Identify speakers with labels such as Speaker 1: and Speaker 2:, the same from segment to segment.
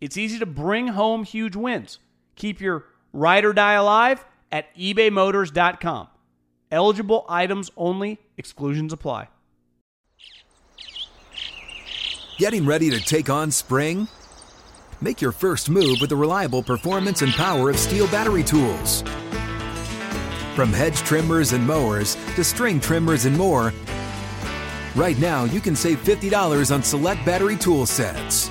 Speaker 1: It's easy to bring home huge wins. Keep your ride or die alive at ebaymotors.com. Eligible items only, exclusions apply.
Speaker 2: Getting ready to take on spring? Make your first move with the reliable performance and power of steel battery tools. From hedge trimmers and mowers to string trimmers and more, right now you can save $50 on select battery tool sets.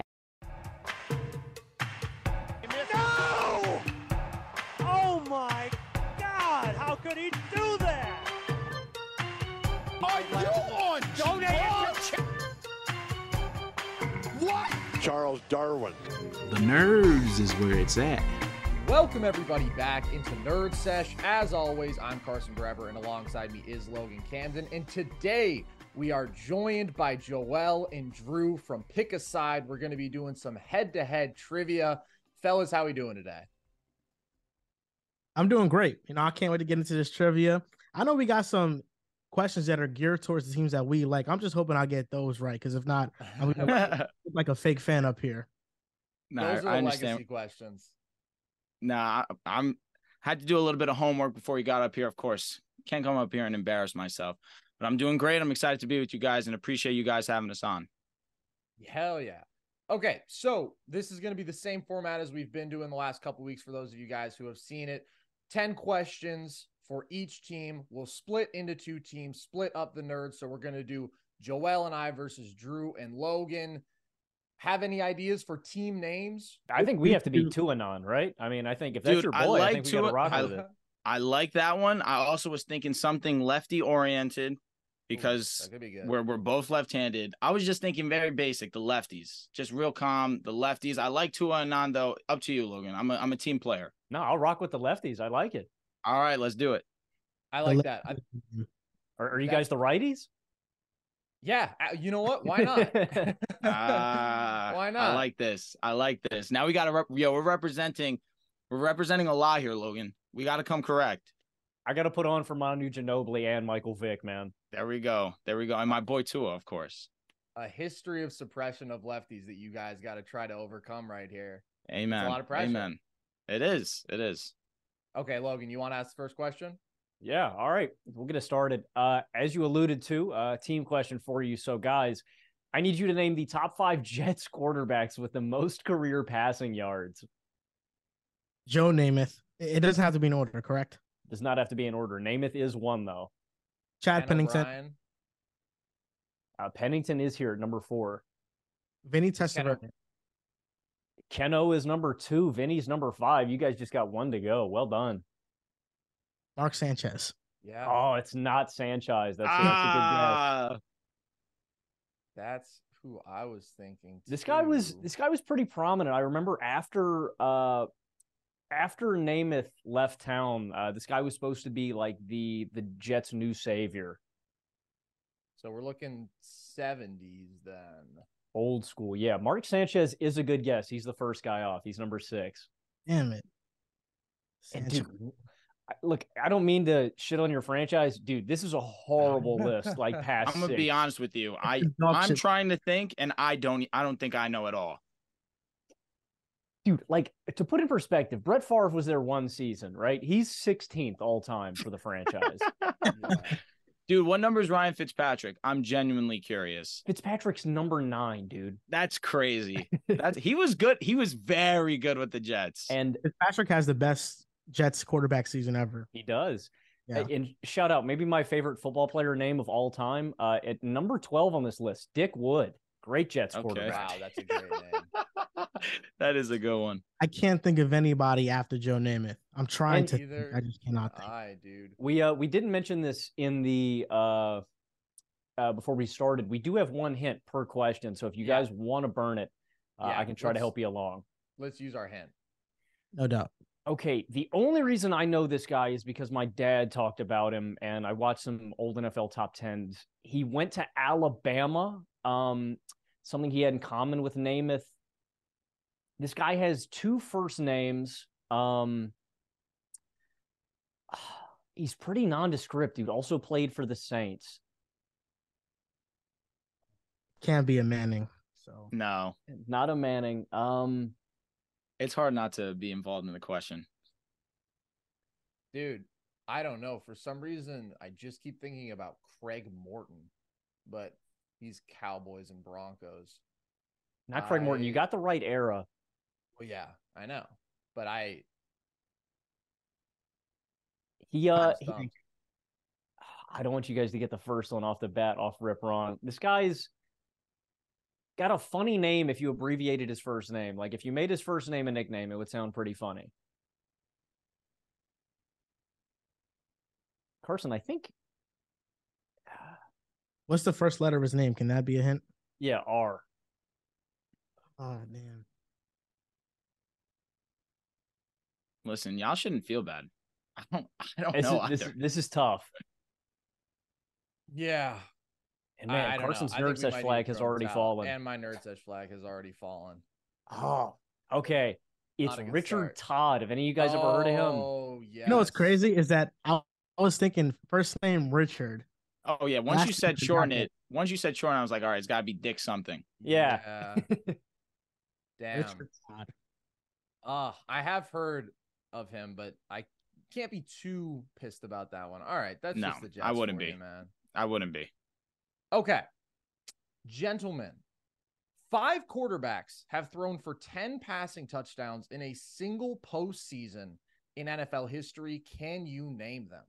Speaker 3: No! Oh my God! How could he do that?
Speaker 4: Are you on
Speaker 3: Don't answer.
Speaker 4: What?
Speaker 5: Charles Darwin.
Speaker 6: The nerves is where it's at.
Speaker 7: Welcome everybody back into Nerd Sesh. As always, I'm Carson Brever, and alongside me is Logan Camden. And today we are joined by Joel and Drew from Pick a Side. We're going to be doing some head-to-head trivia. Fellas, how we doing today?
Speaker 8: I'm doing great. You know, I can't wait to get into this trivia. I know we got some questions that are geared towards the teams that we like. I'm just hoping I get those right because if not, I'm gonna look like a fake fan up here.
Speaker 6: Nah,
Speaker 7: Those are the
Speaker 6: I
Speaker 7: legacy
Speaker 6: understand.
Speaker 7: questions.
Speaker 6: Nah, I- I'm had to do a little bit of homework before you got up here. Of course, can't come up here and embarrass myself. But I'm doing great. I'm excited to be with you guys and appreciate you guys having us on.
Speaker 7: Hell yeah. Okay, so this is going to be the same format as we've been doing the last couple weeks for those of you guys who have seen it. 10 questions for each team. We'll split into two teams, split up the nerds. So we're going to do Joel and I versus Drew and Logan. Have any ideas for team names?
Speaker 8: We-
Speaker 9: I think
Speaker 8: we
Speaker 9: we have to be
Speaker 8: do-
Speaker 9: Tuanon, right? I mean, I think if that's
Speaker 6: Dude,
Speaker 9: your boy,
Speaker 6: I
Speaker 9: I,
Speaker 6: like
Speaker 9: think we got
Speaker 6: Tua-
Speaker 9: to rock
Speaker 6: I-
Speaker 9: with it.
Speaker 6: I like that one. I also was thinking something lefty oriented
Speaker 7: That
Speaker 6: because
Speaker 7: could be good.
Speaker 6: we're we're both left-handed. I was just thinking very basic, the lefties, just real calm. The lefties. I like Tua and Nando. Up to you, Logan. I'm a I'm a team player.
Speaker 9: No, I'll rock with the lefties. I like it.
Speaker 6: All right, let's do it.
Speaker 7: I like that. I-
Speaker 9: Are, are you
Speaker 7: That-
Speaker 9: guys the righties?
Speaker 7: yeah, I- you know what? Why not?
Speaker 6: Ah,
Speaker 7: Why
Speaker 6: I
Speaker 7: not?
Speaker 6: like this. I like this. Now we got to rep- yo. We're representing. We're representing a lot here, Logan. We got to come correct.
Speaker 9: I got to put on for Manu Ginobili and Michael Vick, man.
Speaker 6: There we go. There we go. And my boy Tua, of course.
Speaker 7: a history of suppression of lefties that you guys got to try to overcome right here.
Speaker 6: Amen.
Speaker 7: lot of pressure.
Speaker 6: Amen. It is. It is.
Speaker 7: Okay, Logan, you want to ask the first question?
Speaker 9: Yeah. All right. We'll get it started. Uh, as you alluded to, uh, team question for you. So, guys, I need you to name the top five Jets quarterbacks with the most career passing yards.
Speaker 8: Joe Namath. It it doesn't have to be in order, correct?
Speaker 9: Does not have to be in order. Namath is one, though.
Speaker 8: Chad
Speaker 7: Ken
Speaker 8: Pennington,
Speaker 7: O'Brien,
Speaker 9: Uh, Pennington is here at number four.
Speaker 8: Vinny Testaverde.
Speaker 9: Keno is number two. Vinny's number five. You guys just got one to go. Well done.
Speaker 8: Mark Sanchez.
Speaker 7: Yeah,
Speaker 9: Oh, it's not Sanchez. That's, that's a good
Speaker 6: Ah,
Speaker 9: guess.
Speaker 7: that's who I was thinking.
Speaker 9: This guy was
Speaker 7: too.
Speaker 9: this guy was pretty prominent. I remember after uh after Namath left town, uh, this guy was supposed to be like the the Jets' new savior,
Speaker 7: So we're looking seventies then.
Speaker 9: old school. Yeah, Mark Sanchez is a good guess. He's the first guy off. He's number six.
Speaker 8: Damn it.
Speaker 9: And
Speaker 8: Sanchez.
Speaker 9: dude, I- look, I don't mean to shit on your franchise, dude. This is a horrible list. Like past,
Speaker 6: I'm gonna be
Speaker 9: six.
Speaker 6: honest with you. I
Speaker 8: Dog
Speaker 6: I'm
Speaker 8: shit.
Speaker 6: trying to think, and I don't. I don't think I know at all.
Speaker 9: dude, like to put in perspective, Brett Favre was there one season, right? He's 16th all time for the franchise.
Speaker 6: Dude, what number is Ryan Fitzpatrick? I'm genuinely curious.
Speaker 9: Fitzpatrick's number nine, dude.
Speaker 6: That's crazy. That's he was good. He was very good with the Jets.
Speaker 9: And
Speaker 8: Patrick has the best Jets quarterback season ever.
Speaker 9: he does.
Speaker 8: Yeah.
Speaker 9: Uh, And shout out, maybe my favorite football player name of all time. Uh, at number 12 on this list, Dick Wood. Great Jets
Speaker 6: Okay.
Speaker 9: quarterback.
Speaker 7: Wow, that's a great name.
Speaker 6: that is a good one.
Speaker 8: I can't think of anybody after Joe Namath. I'm trying
Speaker 9: And
Speaker 8: to. think.
Speaker 7: Either
Speaker 8: I just cannot think.
Speaker 7: I, dude.
Speaker 9: We uh we didn't mention this in the uh uh before we started. We do have one hint per question. So if you
Speaker 7: Yeah.
Speaker 9: guys want to burn it, uh,
Speaker 7: Yeah,
Speaker 9: I can try to
Speaker 7: let's-
Speaker 9: help you along.
Speaker 7: Let's use our hand.
Speaker 8: No doubt.
Speaker 9: Okay, the only reason I know this guy is because my dad talked about him and I watched some old NFL top 10s. He went to Alabama, um something he had in common with Namath. This guy has two first names. Um he's pretty nondescript, dude. Also played for the Saints.
Speaker 8: Can't be a Manning. So
Speaker 6: No,
Speaker 9: Not a Manning. Um
Speaker 6: it's hard not to be involved in the question.
Speaker 7: Dude, I don't know. For some reason, I just keep thinking about Craig Morton, but he's Cowboys and Broncos.
Speaker 9: not Craig Morton. You
Speaker 7: I-
Speaker 9: got the right era.
Speaker 7: Well, yeah, I know. But I,
Speaker 9: He
Speaker 7: I'm
Speaker 9: uh he,
Speaker 7: stumped.
Speaker 9: I don't want you guys to get the first one off the bat off rip wrong. This guy's got a funny name if you abbreviated his first name. Like if you made his first name a nickname, it would sound pretty funny. Carson, I think
Speaker 8: what's the first letter of his name? Can that be a hint?
Speaker 9: yeah, R.
Speaker 8: Oh man.
Speaker 6: Listen, y'all shouldn't feel bad. I don't. I don't
Speaker 9: This
Speaker 6: know
Speaker 9: is, this,
Speaker 6: either.
Speaker 9: this is tough.
Speaker 7: yeah.
Speaker 9: And
Speaker 7: I-
Speaker 9: man,
Speaker 7: I don't know.
Speaker 9: Carson's
Speaker 7: I think
Speaker 9: nerd
Speaker 7: we
Speaker 9: sesh
Speaker 7: might need
Speaker 9: flag
Speaker 7: to
Speaker 9: has
Speaker 7: throw the
Speaker 9: already
Speaker 7: towel.
Speaker 9: fallen.
Speaker 7: And my nerd sesh flag has already fallen.
Speaker 9: oh. Okay. It's
Speaker 7: Not a good start.
Speaker 9: Richard Todd. Have any of you guys ever heard of him?
Speaker 7: Oh, yeah.
Speaker 8: You know what's crazy is that I, I was thinking first name Richard.
Speaker 6: oh yeah. Once you
Speaker 8: Last
Speaker 6: said
Speaker 8: year's
Speaker 6: shorten
Speaker 8: bracket.
Speaker 6: it. Once you said shorten, I was like, all right, it's got to be Dick something.
Speaker 9: Yeah.
Speaker 7: Damn.
Speaker 8: Richard Todd.
Speaker 7: Uh, I have heard of him, but I can't be too pissed about that one. All right, that's
Speaker 6: No,
Speaker 7: just the Jets.
Speaker 6: I wouldn't
Speaker 7: for
Speaker 6: be.
Speaker 7: you, man.
Speaker 6: I wouldn't be.
Speaker 7: Okay, gentlemen, five quarterbacks have thrown for ten passing touchdowns in a single postseason in NFL history. Can you name them?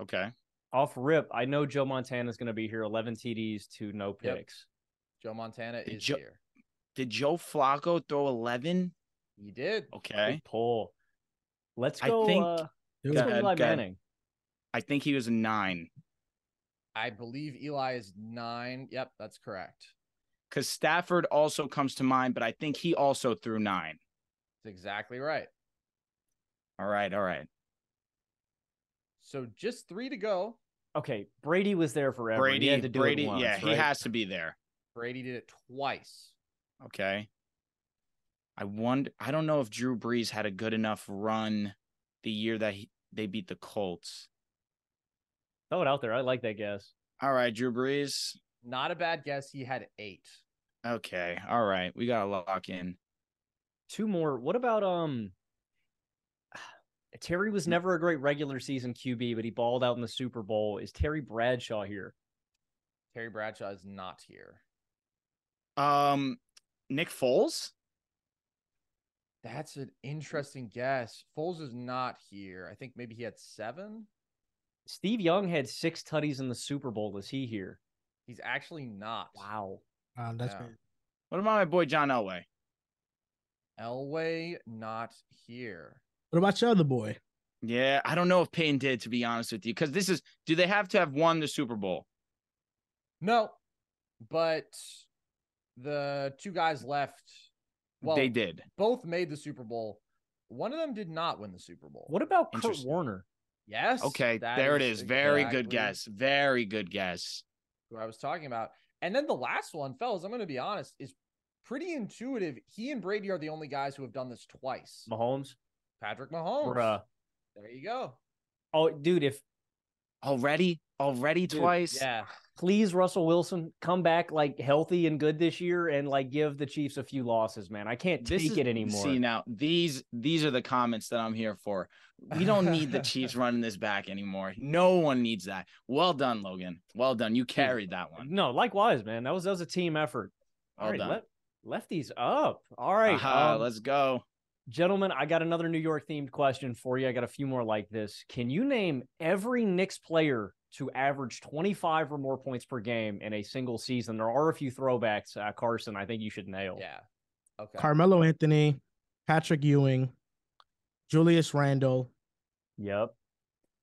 Speaker 6: Okay.
Speaker 9: Off rip, I know Joe Montana's going to be here. 11 TDs to no
Speaker 7: Yep.
Speaker 9: picks.
Speaker 7: Joe Montana
Speaker 6: Did
Speaker 7: is
Speaker 6: Joe-
Speaker 7: here.
Speaker 6: Did Joe Flacco throw eleven?
Speaker 7: He did.
Speaker 6: Okay.
Speaker 9: Good pull. Let's
Speaker 6: I
Speaker 9: go.
Speaker 6: think-
Speaker 9: uh,
Speaker 8: Dude,
Speaker 9: let's go
Speaker 6: ahead,
Speaker 9: Eli
Speaker 6: go ahead.
Speaker 9: Manning.
Speaker 6: I think he was a nine
Speaker 7: I believe Eli is nine. Yep, that's correct.
Speaker 6: because Stafford also comes to mind, but I think he also threw nine.
Speaker 7: That's exactly right.
Speaker 6: All right. All right.
Speaker 7: So just three to go.
Speaker 9: Okay, Brady was there forever.
Speaker 6: Brady.
Speaker 9: he had to do
Speaker 6: Brady.
Speaker 9: It once,
Speaker 6: yeah, he
Speaker 9: right?
Speaker 6: has to be there.
Speaker 7: Brady did it twice.
Speaker 6: Okay. I wonder. I don't know if Drew Brees had a good enough run the year that he, they beat the Colts.
Speaker 9: Throw it out there. I like that guess.
Speaker 6: All right, Drew Brees.
Speaker 7: Not a bad guess. He had eight.
Speaker 6: Okay. All right. We got to lock in.
Speaker 9: Two more. What about um? Terry
Speaker 6: Hmm.
Speaker 9: was never a great regular season QB, but he balled out in the Super Bowl. Is Terry Bradshaw here?
Speaker 7: Terry Bradshaw is not here.
Speaker 6: Um, Nick Foles.
Speaker 7: That's an interesting guess. Foles is not here. I think maybe he had seven.
Speaker 9: Steve Young had six tutties in the Super Bowl. Is he here?
Speaker 7: He's actually not.
Speaker 9: Wow.
Speaker 8: wow, Um, that's
Speaker 7: Yeah.
Speaker 8: bad.
Speaker 6: What about my boy John Elway?
Speaker 7: Elway not here.
Speaker 8: What about your other boy?
Speaker 6: Yeah, I don't know if Payton did to be honest with you, because this is. Do they have to have won the Super Bowl?
Speaker 7: No, but the two guys left. Well,
Speaker 6: they did.
Speaker 7: Both made the Super Bowl. One of them did not win the Super Bowl.
Speaker 9: What about Kurt
Speaker 6: Interesting.
Speaker 9: Warner?
Speaker 7: Yes.
Speaker 6: Okay,
Speaker 7: that
Speaker 6: there it is. Very good
Speaker 7: exactly
Speaker 6: guess. Very good guess.
Speaker 7: Who I was talking about. And then the last one, fellas, I'm going to be honest, is pretty intuitive. He and Brady are the only guys who have done this twice.
Speaker 9: Mahomes? uh,
Speaker 7: Patrick Mahomes.
Speaker 9: Bruh.
Speaker 7: There you go.
Speaker 9: Oh, dude, if
Speaker 6: Already, already
Speaker 7: Dude,
Speaker 6: twice.
Speaker 7: Yeah.
Speaker 9: please Russell Wilson come back like healthy and good this year and like give the Chiefs a few losses, man. I can't
Speaker 6: This
Speaker 9: take
Speaker 6: is-
Speaker 9: it anymore.
Speaker 6: See now, these these are the comments that I'm here for. We don't need the Chiefs running this back anymore. No one needs that. Well done, Logan. Well done. You carried that one.
Speaker 9: No, likewise, man. That was that was a team effort.
Speaker 6: Well
Speaker 9: All right,
Speaker 6: done.
Speaker 9: left, lefties up. All right,
Speaker 6: Aha,
Speaker 9: um,
Speaker 6: let's go.
Speaker 9: gentlemen. I got another New York themed question for you. I got a few more like this. Can you name every Knicks player to average 25 or more points per game in a single season? There are a few throwbacks. Uh, Carson, I think you should nail.
Speaker 7: Yeah. Okay.
Speaker 8: Carmelo Anthony, Patrick Ewing, Julius Randle,
Speaker 9: Yep.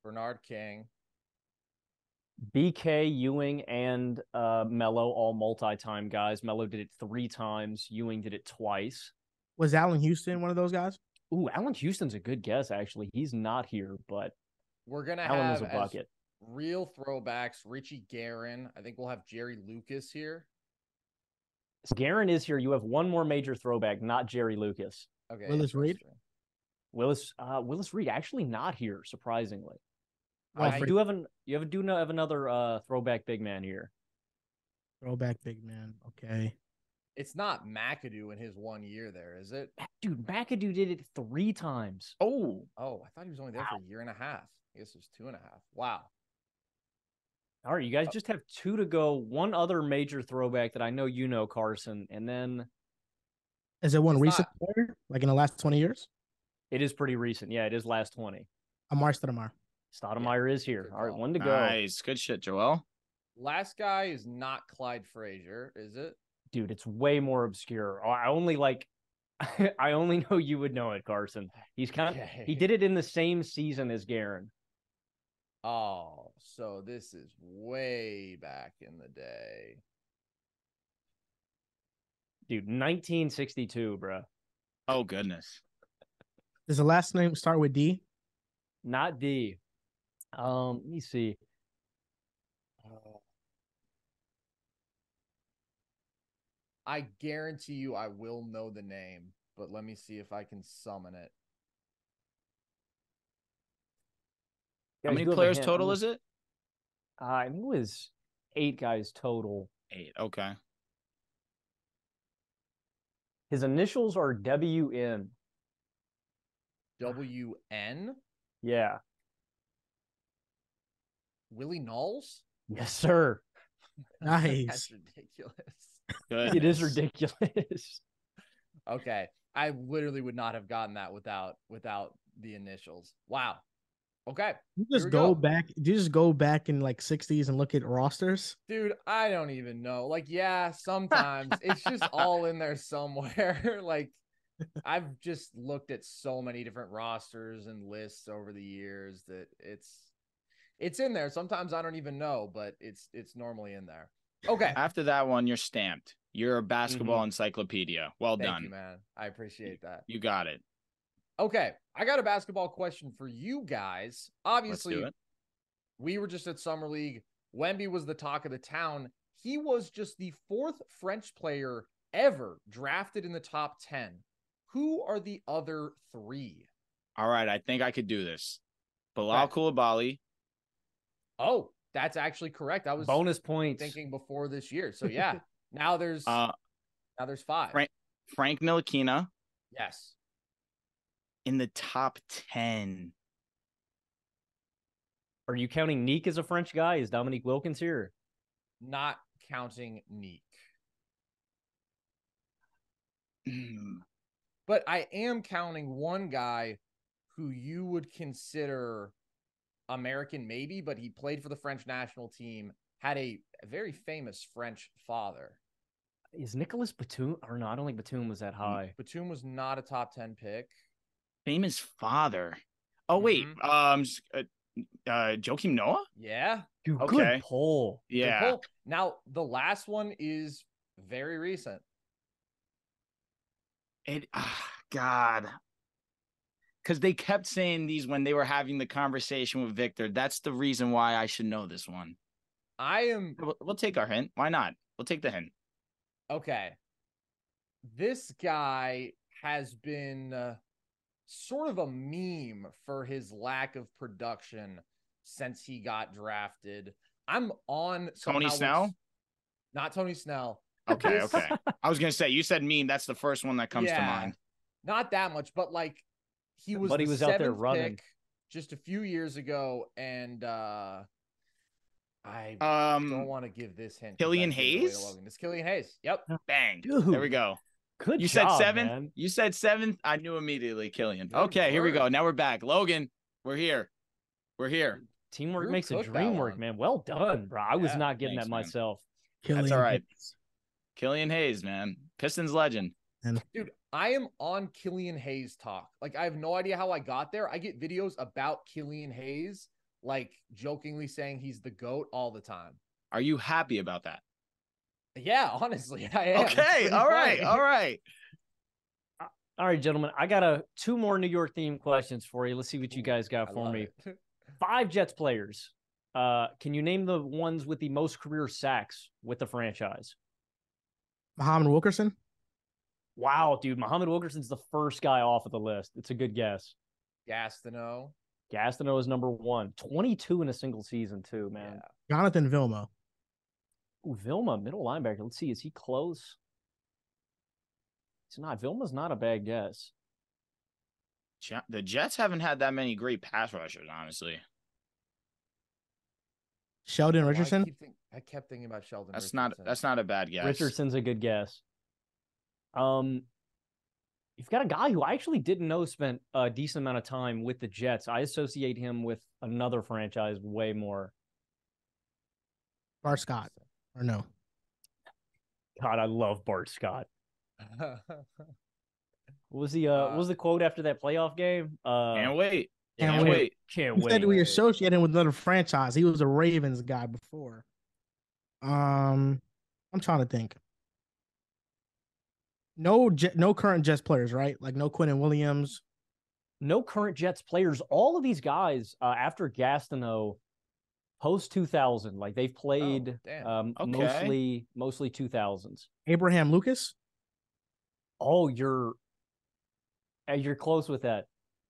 Speaker 7: Bernard King.
Speaker 9: BK, Ewing, and uh, Mello all multi-time guys. Mello did it three times. Ewing did it twice.
Speaker 8: was Allen Houston one of those guys?
Speaker 9: Ooh, Allen Houston's a good guess. Actually, he's not here, but
Speaker 7: We're gonna
Speaker 9: Allen
Speaker 7: have
Speaker 9: is a
Speaker 7: as
Speaker 9: bucket.
Speaker 7: real throwbacks. Richie Guerin. I think we'll have Jerry Lucas here.
Speaker 9: Garen is here. You have one more major throwback, not Jerry Lucas.
Speaker 7: Okay.
Speaker 8: Willis Reed?
Speaker 7: interesting.
Speaker 9: Willis uh, Willis Reed actually not here, surprisingly.
Speaker 8: Well,
Speaker 9: I
Speaker 8: for-
Speaker 9: do have an you have do know have another uh, throwback big man here.
Speaker 8: Throwback big man. Okay.
Speaker 7: It's not McAdoo in his one year there, is it?
Speaker 9: Ma- Dude, McAdoo did it three times.
Speaker 6: Oh,
Speaker 7: Oh, I thought he was only there for a year and a half. I guess it was two and a half. Wow.
Speaker 9: All right, you
Speaker 6: Uh
Speaker 9: guys just have two to go. One other major throwback that I know you know, Carson, and then
Speaker 8: Is it one
Speaker 7: It's
Speaker 8: recent player? Like in the last 20 years?
Speaker 9: it is pretty recent. Yeah, it is last twenty.
Speaker 8: Amar Stoudemire.
Speaker 9: Stoudemire is here.
Speaker 7: good
Speaker 9: All right,
Speaker 7: call.
Speaker 9: one to go.
Speaker 6: nice. Good shit, Joel.
Speaker 7: Last guy is not Clyde Frazier, is it?
Speaker 9: Dude, it's way more obscure. I I only like I only know you would know it, Carson. He's kind of he
Speaker 7: Okay.
Speaker 9: did it in the same season as Garen.
Speaker 7: Oh, so this is way back in the day.
Speaker 9: Dude, 1962, bruh.
Speaker 6: Oh goodness.
Speaker 8: Does the last name start with D?
Speaker 9: Not D. Um, let me see.
Speaker 7: I guarantee you I will know the name, but let me see if I can summon it.
Speaker 6: How many players total is it?
Speaker 9: Uh, it was eight guys total.
Speaker 6: Eight. Okay.
Speaker 9: His initials are WN.
Speaker 7: WN?
Speaker 9: Yeah.
Speaker 7: Willie Knowles?
Speaker 9: Yes, sir.
Speaker 8: Nice.
Speaker 7: That's ridiculous.
Speaker 6: Good.
Speaker 9: It is ridiculous.
Speaker 7: Okay. I literally would not have gotten that without without the initials. Wow. Okay.
Speaker 8: You
Speaker 7: we
Speaker 8: just go,
Speaker 7: go.
Speaker 8: back. You just go back in like 60s and look at rosters.
Speaker 7: Dude, I don't even know. Like, yeah, sometimes it's just all in there somewhere. like, I've just looked at so many different rosters and lists over the years that it's it's in there. Sometimes I don't even know, but it's it's normally in there. Okay.
Speaker 6: After that one, you're stamped. You're a basketball
Speaker 9: Mm-hmm.
Speaker 6: encyclopedia. Well
Speaker 7: Thank
Speaker 6: done.
Speaker 7: you, man. I appreciate that.
Speaker 6: You got it.
Speaker 7: Okay. I got a basketball question for you guys. Obviously,
Speaker 6: Let's do it.
Speaker 7: we were just at Summer League. Wemby was the talk of the town. He was just the fourth French player ever drafted in the top 10. Who are the other three?
Speaker 6: All right. I think I could do this. Bilal Koulibaly.
Speaker 7: Oh, that's actually correct. I was
Speaker 9: Bonus points.
Speaker 7: thinking before this year. So yeah, now there's
Speaker 6: Uh,
Speaker 7: now there's five.
Speaker 6: Frank- Frank Nilakina
Speaker 7: Yes.
Speaker 6: in the top 10.
Speaker 9: Are you counting Neek as a French guy? Is Dominique Wilkins here?
Speaker 7: Not counting Neek.
Speaker 6: Mm,
Speaker 7: But I am counting one guy who you would consider American, maybe, but he played for the French national team, had a very famous French father.
Speaker 9: Is Nicholas Batum? Or no, I don't think Batum was that high.
Speaker 7: Batum was not a top 10 pick.
Speaker 6: Famous father. Oh, wait.
Speaker 9: Mm-hmm.
Speaker 7: Mhm.
Speaker 6: Um, s- uh, uh, Joakim Noah?
Speaker 7: Yeah.
Speaker 9: Dude,
Speaker 6: Okay.
Speaker 9: good poll.
Speaker 7: good
Speaker 6: Yeah.
Speaker 7: pull. Now, the last one is very recent.
Speaker 6: It, ah, God. Because they kept saying these when they were having the conversation with Victor. That's the reason why I should know this one.
Speaker 7: I am
Speaker 6: We'll, we'll take our hint. Why not? We'll take the hint.
Speaker 7: okay. This guy has been uh, sort of a meme for his lack of production since he got drafted.
Speaker 10: I'm on
Speaker 6: Tony
Speaker 10: somehow with-
Speaker 6: Snell?
Speaker 10: Not Tony Snell.
Speaker 6: Okay,
Speaker 10: This-
Speaker 6: okay. I was gonna say you said meme. That's the first one that comes to
Speaker 10: Yeah.
Speaker 6: mind.
Speaker 10: Not that much, but like he was.
Speaker 9: But he
Speaker 10: the
Speaker 9: was out there
Speaker 10: seventh
Speaker 9: running.
Speaker 10: pick just a few years ago, and uh I don't
Speaker 6: Um,
Speaker 10: want to give this hint. 'cause
Speaker 6: Killian
Speaker 10: that gives away the
Speaker 6: Hayes?
Speaker 10: Logan. It's Killian Hayes. Yep.
Speaker 6: bang.
Speaker 9: Dude.
Speaker 6: There we go.
Speaker 9: Good
Speaker 6: you
Speaker 9: job,
Speaker 6: said seventh.
Speaker 9: man.
Speaker 6: You said seventh. I knew immediately, Killian.
Speaker 10: Good
Speaker 6: Okay, here we
Speaker 10: work.
Speaker 6: go. Now we're back. Logan, we're here. We're here.
Speaker 9: Teamwork
Speaker 10: Drew
Speaker 9: makes a
Speaker 10: cooked that
Speaker 9: dream work,
Speaker 10: one.
Speaker 9: man. Well done, bro. I was
Speaker 10: Yeah,
Speaker 9: not getting
Speaker 6: thanks,
Speaker 9: that
Speaker 6: man.
Speaker 9: myself.
Speaker 8: Killian
Speaker 6: all right.
Speaker 8: Hayes.
Speaker 6: Killian Hayes, man. Pistons legend.
Speaker 10: Dude, I am on Killian Hayes talk. Like, I have no idea how I got there. I get videos about Killian Hayes, like jokingly saying he's the GOAT all the time.
Speaker 6: Are you happy about that?
Speaker 10: Yeah, honestly, I am. It's
Speaker 6: okay.
Speaker 10: pretty
Speaker 6: All right.
Speaker 10: funny.
Speaker 6: All right.
Speaker 9: All right, gentlemen. I got a two more New York themed questions for you. Let's see what you
Speaker 10: Ooh,
Speaker 9: guys
Speaker 10: I
Speaker 9: got for
Speaker 10: love
Speaker 9: me.
Speaker 10: it.
Speaker 9: Five Jets players. Uh, can you name the ones with the most career sacks with the franchise?
Speaker 8: Muhammad Wilkerson.
Speaker 9: Wow, dude. Muhammad Wilkerson's the first guy off of the list. It's a good guess.
Speaker 10: Gastineau.
Speaker 9: Gastineau is number one. 22 in a single season, too, man.
Speaker 8: Jonathan Vilma.
Speaker 9: Ooh, Vilma, middle linebacker. Let's see. Is he close? He's not. Vilma's not a bad guess.
Speaker 6: J- The Jets haven't had that many great pass rushers, honestly.
Speaker 8: Sheldon
Speaker 10: Oh, I
Speaker 8: Richardson.
Speaker 10: keep think- I, kept thinking about Sheldon.
Speaker 6: That's not
Speaker 10: Richardson.
Speaker 6: that's not a bad guess.
Speaker 9: Richardson's a good guess. Um, you've got a guy who I actually didn't know spent a decent amount of time with the Jets. I associate him with another franchise way more.
Speaker 8: Bart Scott. Or no.
Speaker 9: God, I love Bart Scott. What was the uh, what was the quote after that playoff game? Uh,
Speaker 6: Can't wait.
Speaker 9: Can't
Speaker 6: Can't
Speaker 9: wait.
Speaker 6: wait.
Speaker 9: can't
Speaker 8: You
Speaker 9: wait.
Speaker 8: said we associated him with another franchise. He was a Ravens guy before. Um, I'm trying to think. No, Je- no current Jets players, right? Like no Quentin Williams.
Speaker 9: no current Jets players. All of these guys uh, after Gastineau, post two thousand, like they've played
Speaker 10: damn.
Speaker 9: um,
Speaker 6: Oh, Okay.
Speaker 9: mostly mostly two thousands.
Speaker 8: Abraham Lucas.
Speaker 9: Oh, you're uh, you're close with that.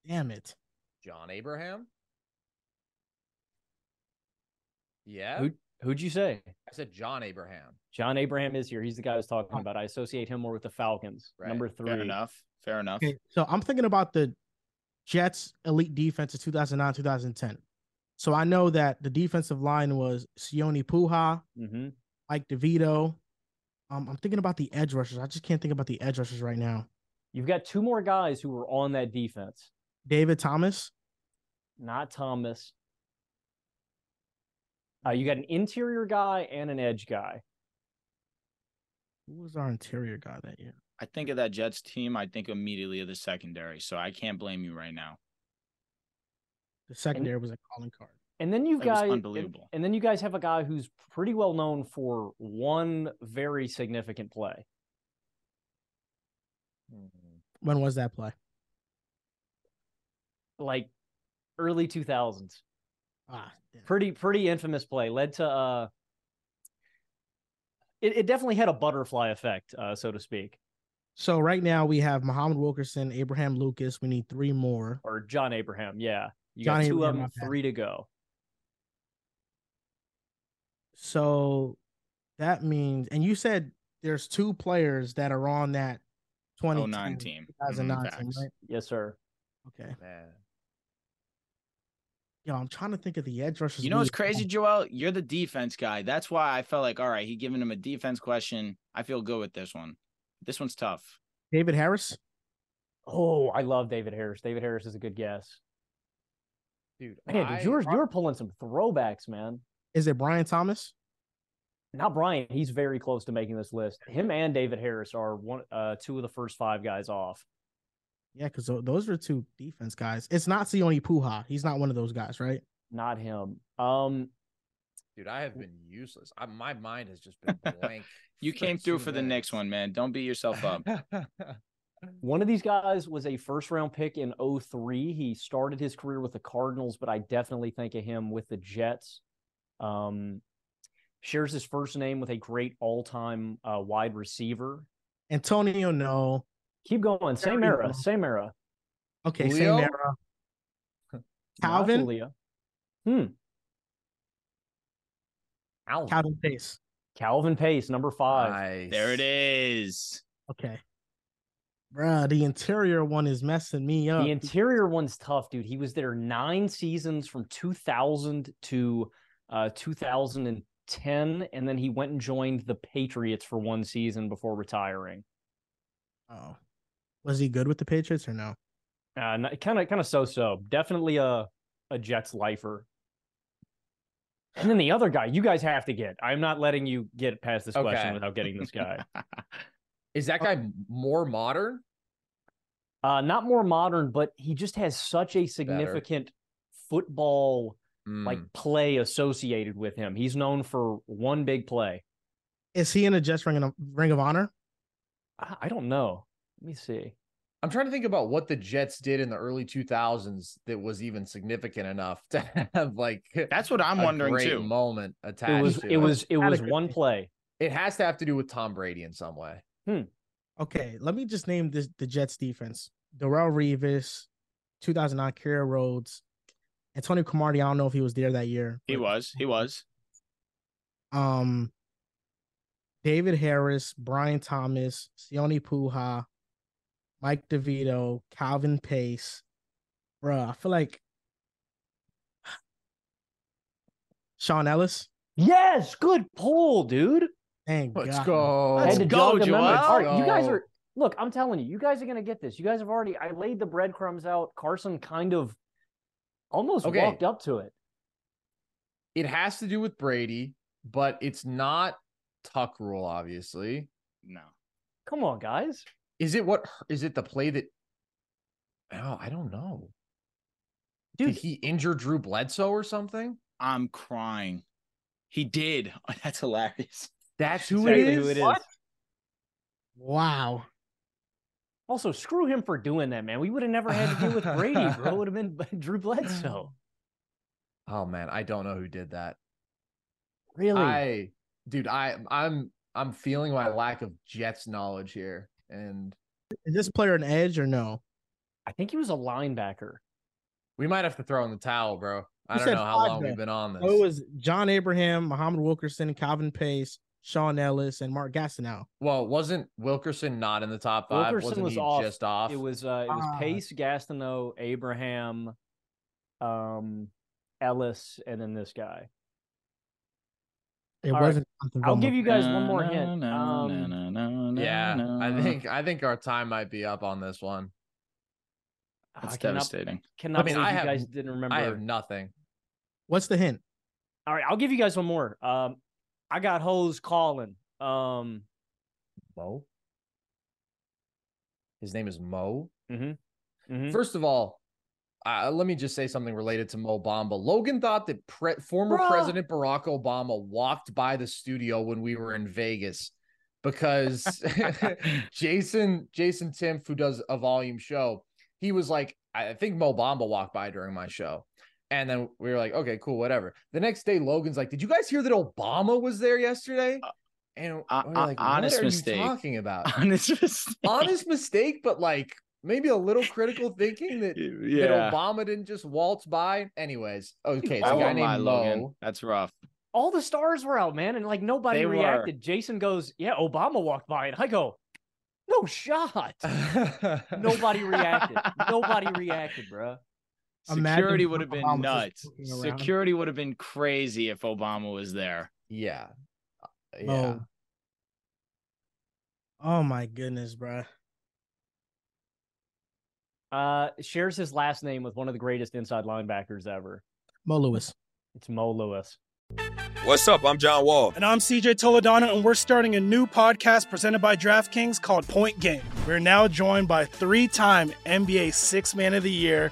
Speaker 8: Damn it.
Speaker 10: John Abraham. Yeah,
Speaker 9: Who who'd you say?
Speaker 10: I said John Abraham.
Speaker 9: John Abraham is here. He's the guy I was talking about. I associate him more with the Falcons.
Speaker 10: Right.
Speaker 9: Number three.
Speaker 6: Fair enough. Fair enough.
Speaker 8: Okay, so I'm thinking about the Jets elite defense of 2009, 2010. So I know that the defensive line was Sione Puha,
Speaker 9: hmm
Speaker 8: Mike DeVito. Um, I'm thinking about the edge rushers. I just can't think about the edge rushers right now.
Speaker 9: You've got two more guys who were on that defense.
Speaker 8: David Thomas.
Speaker 9: Not Thomas. Uh, you got an interior guy and an edge guy.
Speaker 8: Who was our interior guy that year?
Speaker 6: I think of that Jets team, I think immediately of the secondary. So I can't blame you right now.
Speaker 8: The secondary was a calling card.
Speaker 9: And then you've
Speaker 6: It was
Speaker 9: got
Speaker 6: unbelievable.
Speaker 9: And, then you guys have a guy who's pretty well known for one very significant play.
Speaker 8: When was that play?
Speaker 9: Like early two thousands.
Speaker 8: Ah, damn.
Speaker 9: pretty pretty infamous play led to uh it, it definitely had a butterfly effect uh so to speak
Speaker 8: so right now we have Muhammad Wilkerson, Abraham Lucas. We need three more.
Speaker 9: or john abraham yeah you
Speaker 8: John
Speaker 9: got two
Speaker 8: Abraham,
Speaker 9: of
Speaker 8: my
Speaker 9: them
Speaker 8: bad.
Speaker 9: three to go
Speaker 8: So that means, and you said there's two players that are on that 2010,
Speaker 6: 09 team. Mm-hmm,
Speaker 8: 2009 team,
Speaker 6: Facts.
Speaker 8: right?
Speaker 9: yes sir
Speaker 8: Okay.
Speaker 10: Man,
Speaker 8: Yo, I'm trying to think of the edge rushers.
Speaker 6: You know what's
Speaker 8: we-
Speaker 6: crazy, Joel? You're the defense guy. That's why I felt like, all right, he giving him a defense question. I feel good with this one. This one's tough.
Speaker 8: David Harris.
Speaker 9: oh i love david harris david harris is a good guess
Speaker 10: dude,
Speaker 9: man dude,
Speaker 10: I-
Speaker 9: you were you were pulling some throwbacks man
Speaker 8: Is it Brian Thomas?
Speaker 9: now brian he's very close to making this list him and david harris are one uh two of the first five guys off
Speaker 8: Yeah, because those are two defense guys. It's not Sione Puha. He's not one of those guys, right?
Speaker 9: not him um
Speaker 10: dude, I have been useless. I, my mind has just been blank.
Speaker 6: You came through for the
Speaker 10: next
Speaker 6: next one, man. Don't beat yourself up.
Speaker 9: One of these guys was a first round pick in 03. He started his career with the Cardinals, but I definitely think of him with the Jets. Um, shares his first name with a great all time uh, wide receiver.
Speaker 8: Antonio, no.
Speaker 9: Keep going. Same
Speaker 8: There we
Speaker 9: era.
Speaker 8: go.
Speaker 9: Same era.
Speaker 8: Okay,
Speaker 10: Julio?
Speaker 8: same era.
Speaker 9: Not
Speaker 8: Calvin?
Speaker 9: Julio. Hmm. Calvin.
Speaker 8: Calvin Pace.
Speaker 9: Calvin Pace, number five.
Speaker 7: Nice.
Speaker 6: There it is.
Speaker 8: Okay. Bruh, the interior one is messing me up.
Speaker 9: The interior one's tough, dude. He was there nine seasons from 2000 to uh, 2010, and then he went and joined the Patriots for one season before retiring.
Speaker 8: oh. Was he good with the Patriots or no?
Speaker 9: Kind of, kind of so-so. Definitely a a Jets lifer. And then the other guy, you guys have to get. I'm not letting you get past this
Speaker 7: Okay.
Speaker 9: question without getting this guy.
Speaker 7: Is that guy more modern?
Speaker 9: Uh, not more modern, but he just has such a significant football like
Speaker 7: Mm.
Speaker 9: play associated with him. He's known for one big play.
Speaker 8: Is he in a Jets ring of, ring of honor?
Speaker 9: I, I don't know. Let me see.
Speaker 7: I'm trying to think about what the Jets did in the early 2000s that was even significant enough to have like
Speaker 6: That's what I'm
Speaker 7: a
Speaker 6: wondering
Speaker 7: great
Speaker 6: too.
Speaker 7: moment attached.
Speaker 9: It was
Speaker 7: to
Speaker 9: it was it was
Speaker 8: Category.
Speaker 9: one play.
Speaker 7: It has to have to do with Tom Brady in some way.
Speaker 9: Hmm.
Speaker 8: Okay, let me just name this the Jets defense. Darrell Revis, 2009 Kira Rhodes, and Tony Camardi. I don't know if he was there that year.
Speaker 6: he
Speaker 8: but,
Speaker 6: was. He was.
Speaker 8: Um, David Harris, Brian Thomas, Sione Puha, Mike DeVito, Calvin Pace. Bruh, I feel like Sean Ellis.
Speaker 9: Yes, good pull, dude.
Speaker 8: Dang,
Speaker 7: Let's
Speaker 8: God.
Speaker 7: go.
Speaker 9: I had to
Speaker 6: go,
Speaker 9: jog the memory.
Speaker 6: Joel.
Speaker 9: All right, you guys
Speaker 7: Go.
Speaker 9: are look, I'm telling you, you guys are gonna get this. You guys have already I laid the breadcrumbs out. Carson kind of almost
Speaker 7: Okay.
Speaker 9: walked up to it.
Speaker 7: It has to do with Brady, but it's not Tuck rule, obviously.
Speaker 6: No.
Speaker 9: Come on, guys.
Speaker 7: Is it what is it the play that oh, I don't know.
Speaker 9: Dude,
Speaker 7: Did he injure Drew Bledsoe or something?
Speaker 6: I'm crying. He did. That's hilarious.
Speaker 7: That's who it
Speaker 9: exactly
Speaker 7: is.
Speaker 9: who it is.
Speaker 8: Wow.
Speaker 9: Also, screw him for doing that, man. We would have never had to deal with Brady, bro. It would have been Drew Bledsoe.
Speaker 7: Oh man, I don't know who did that.
Speaker 9: Really?
Speaker 7: I dude, I I'm I'm feeling my lack of Jets knowledge here. And
Speaker 8: Is this player an edge or no?
Speaker 9: I think he was a linebacker.
Speaker 7: we might have to throw in the towel, bro. I
Speaker 8: You
Speaker 7: don't
Speaker 8: said
Speaker 7: know how
Speaker 8: five,
Speaker 7: long
Speaker 8: though.
Speaker 7: we've been on this.
Speaker 8: Oh, it was John Abraham, Muhammad Wilkerson, Calvin Pace, Sean Ellis, and Mark Gastineau.
Speaker 7: well, wasn't Wilkerson not in the top five?
Speaker 9: Wilkerson
Speaker 7: wasn't
Speaker 9: was
Speaker 7: he
Speaker 9: off.
Speaker 7: just off?
Speaker 9: It was uh, it was
Speaker 8: Ah.
Speaker 9: Pace, Gastineau, Abraham, um, Ellis, and then this guy.
Speaker 8: It
Speaker 9: All right.
Speaker 8: wasn't. Jonathan
Speaker 9: I'll
Speaker 8: Vilma.
Speaker 9: give you guys one more
Speaker 6: Na,
Speaker 9: hint.
Speaker 6: na, na,
Speaker 9: Um,
Speaker 6: na, na, na,
Speaker 7: yeah,
Speaker 6: na.
Speaker 7: I think I think our time might be up on this one.
Speaker 9: I
Speaker 6: that's
Speaker 9: Ah, cannot,
Speaker 6: devastating.
Speaker 9: cannot
Speaker 7: I mean,
Speaker 9: believe
Speaker 7: I
Speaker 9: you
Speaker 7: have-
Speaker 9: guys didn't remember.
Speaker 7: I have nothing.
Speaker 8: What's the hint?
Speaker 9: All right, I'll give you guys one more. Um, I got hoes calling. Um,
Speaker 7: Mo. His name is Mo.
Speaker 9: mhm, mhm.
Speaker 7: First of all, uh, let me just say something related to Mo Bamba. Logan thought that pre- former
Speaker 9: Bruh.
Speaker 7: President Barack Obama walked by the studio when we were in Vegas because Jason Jason Timp, who does a volume show, he was like, I think Mo Bamba walked by during my show. And then we were like, okay, cool, whatever. The next day, Logan's like, did you guys hear that Obama was there yesterday? And
Speaker 6: Uh,
Speaker 7: we're
Speaker 6: uh,
Speaker 7: like,
Speaker 6: honest
Speaker 7: what are
Speaker 6: mistake.
Speaker 7: you talking about?
Speaker 6: Honest mistake.
Speaker 7: honest mistake, but like maybe a little critical thinking that,
Speaker 6: yeah.
Speaker 7: that Obama didn't just waltz by. Anyways,
Speaker 10: Oh,
Speaker 7: okay, it's
Speaker 6: I
Speaker 7: a guy
Speaker 6: won't lie,
Speaker 7: named
Speaker 6: Logan.
Speaker 7: Mo.
Speaker 6: That's rough.
Speaker 9: All the stars were out, man, and like nobody
Speaker 6: They were.
Speaker 9: reacted. Jason goes, "Yeah, Obama walked by," and I go, "No shot." nobody reacted. Nobody reacted, bruh.
Speaker 8: Imagine
Speaker 6: Security
Speaker 8: if
Speaker 6: would have been
Speaker 8: Obama was
Speaker 6: nuts.
Speaker 8: just walking around.
Speaker 6: Security would have been crazy if Obama was there.
Speaker 7: yeah, yeah.
Speaker 8: Mo. Oh my goodness, bruh.
Speaker 9: Uh, shares his last name with one of the greatest inside linebackers ever.
Speaker 8: Mo Lewis.
Speaker 9: It's Mo Lewis.
Speaker 11: What's up? I'm John Wall.
Speaker 3: And I'm CJ Toledano, and we're starting a new podcast presented by DraftKings called Point Game. We're now joined by three time NBA Six Man of the Year,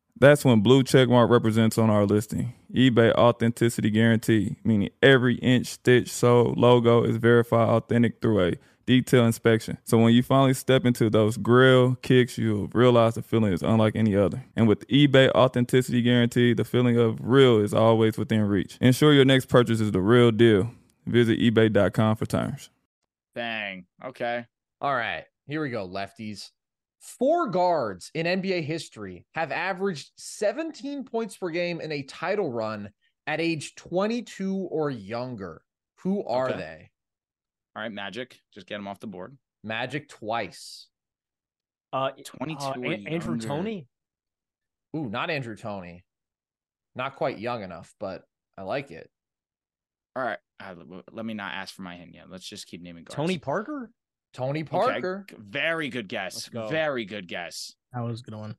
Speaker 12: That's when blue checkmark represents on our listing. eBay authenticity guarantee, meaning every inch, stitch, sole, logo is verified authentic through a detailed inspection. So when you finally step into those grill kicks, you'll realize the feeling is unlike any other. And with eBay authenticity guarantee, the feeling of real is always within reach. Ensure your next purchase is the real deal. Visit ebay.com for terms.
Speaker 6: Bang. Okay.
Speaker 10: All right. Here we go, lefties. Four guards in NBA history have averaged 17 points per game in a title run at age 22 or younger. Who are
Speaker 6: Okay.
Speaker 10: they?
Speaker 6: All right, Magic. Just get him off the board.
Speaker 10: Magic twice.
Speaker 9: Uh,
Speaker 6: 22
Speaker 9: uh,
Speaker 6: or
Speaker 9: An- Andrew
Speaker 6: younger.
Speaker 9: Tony.
Speaker 10: Ooh, not Andrew Tony. Not quite young enough, but I like it.
Speaker 6: All right. Uh, l- let me not ask for my hint yet. Let's just keep naming guards.
Speaker 9: Tony Parker.
Speaker 10: Tony
Speaker 6: Okay,
Speaker 10: Parker.
Speaker 6: g- Very good guess.
Speaker 9: Let's go.
Speaker 6: Very good guess.
Speaker 8: That was a good one.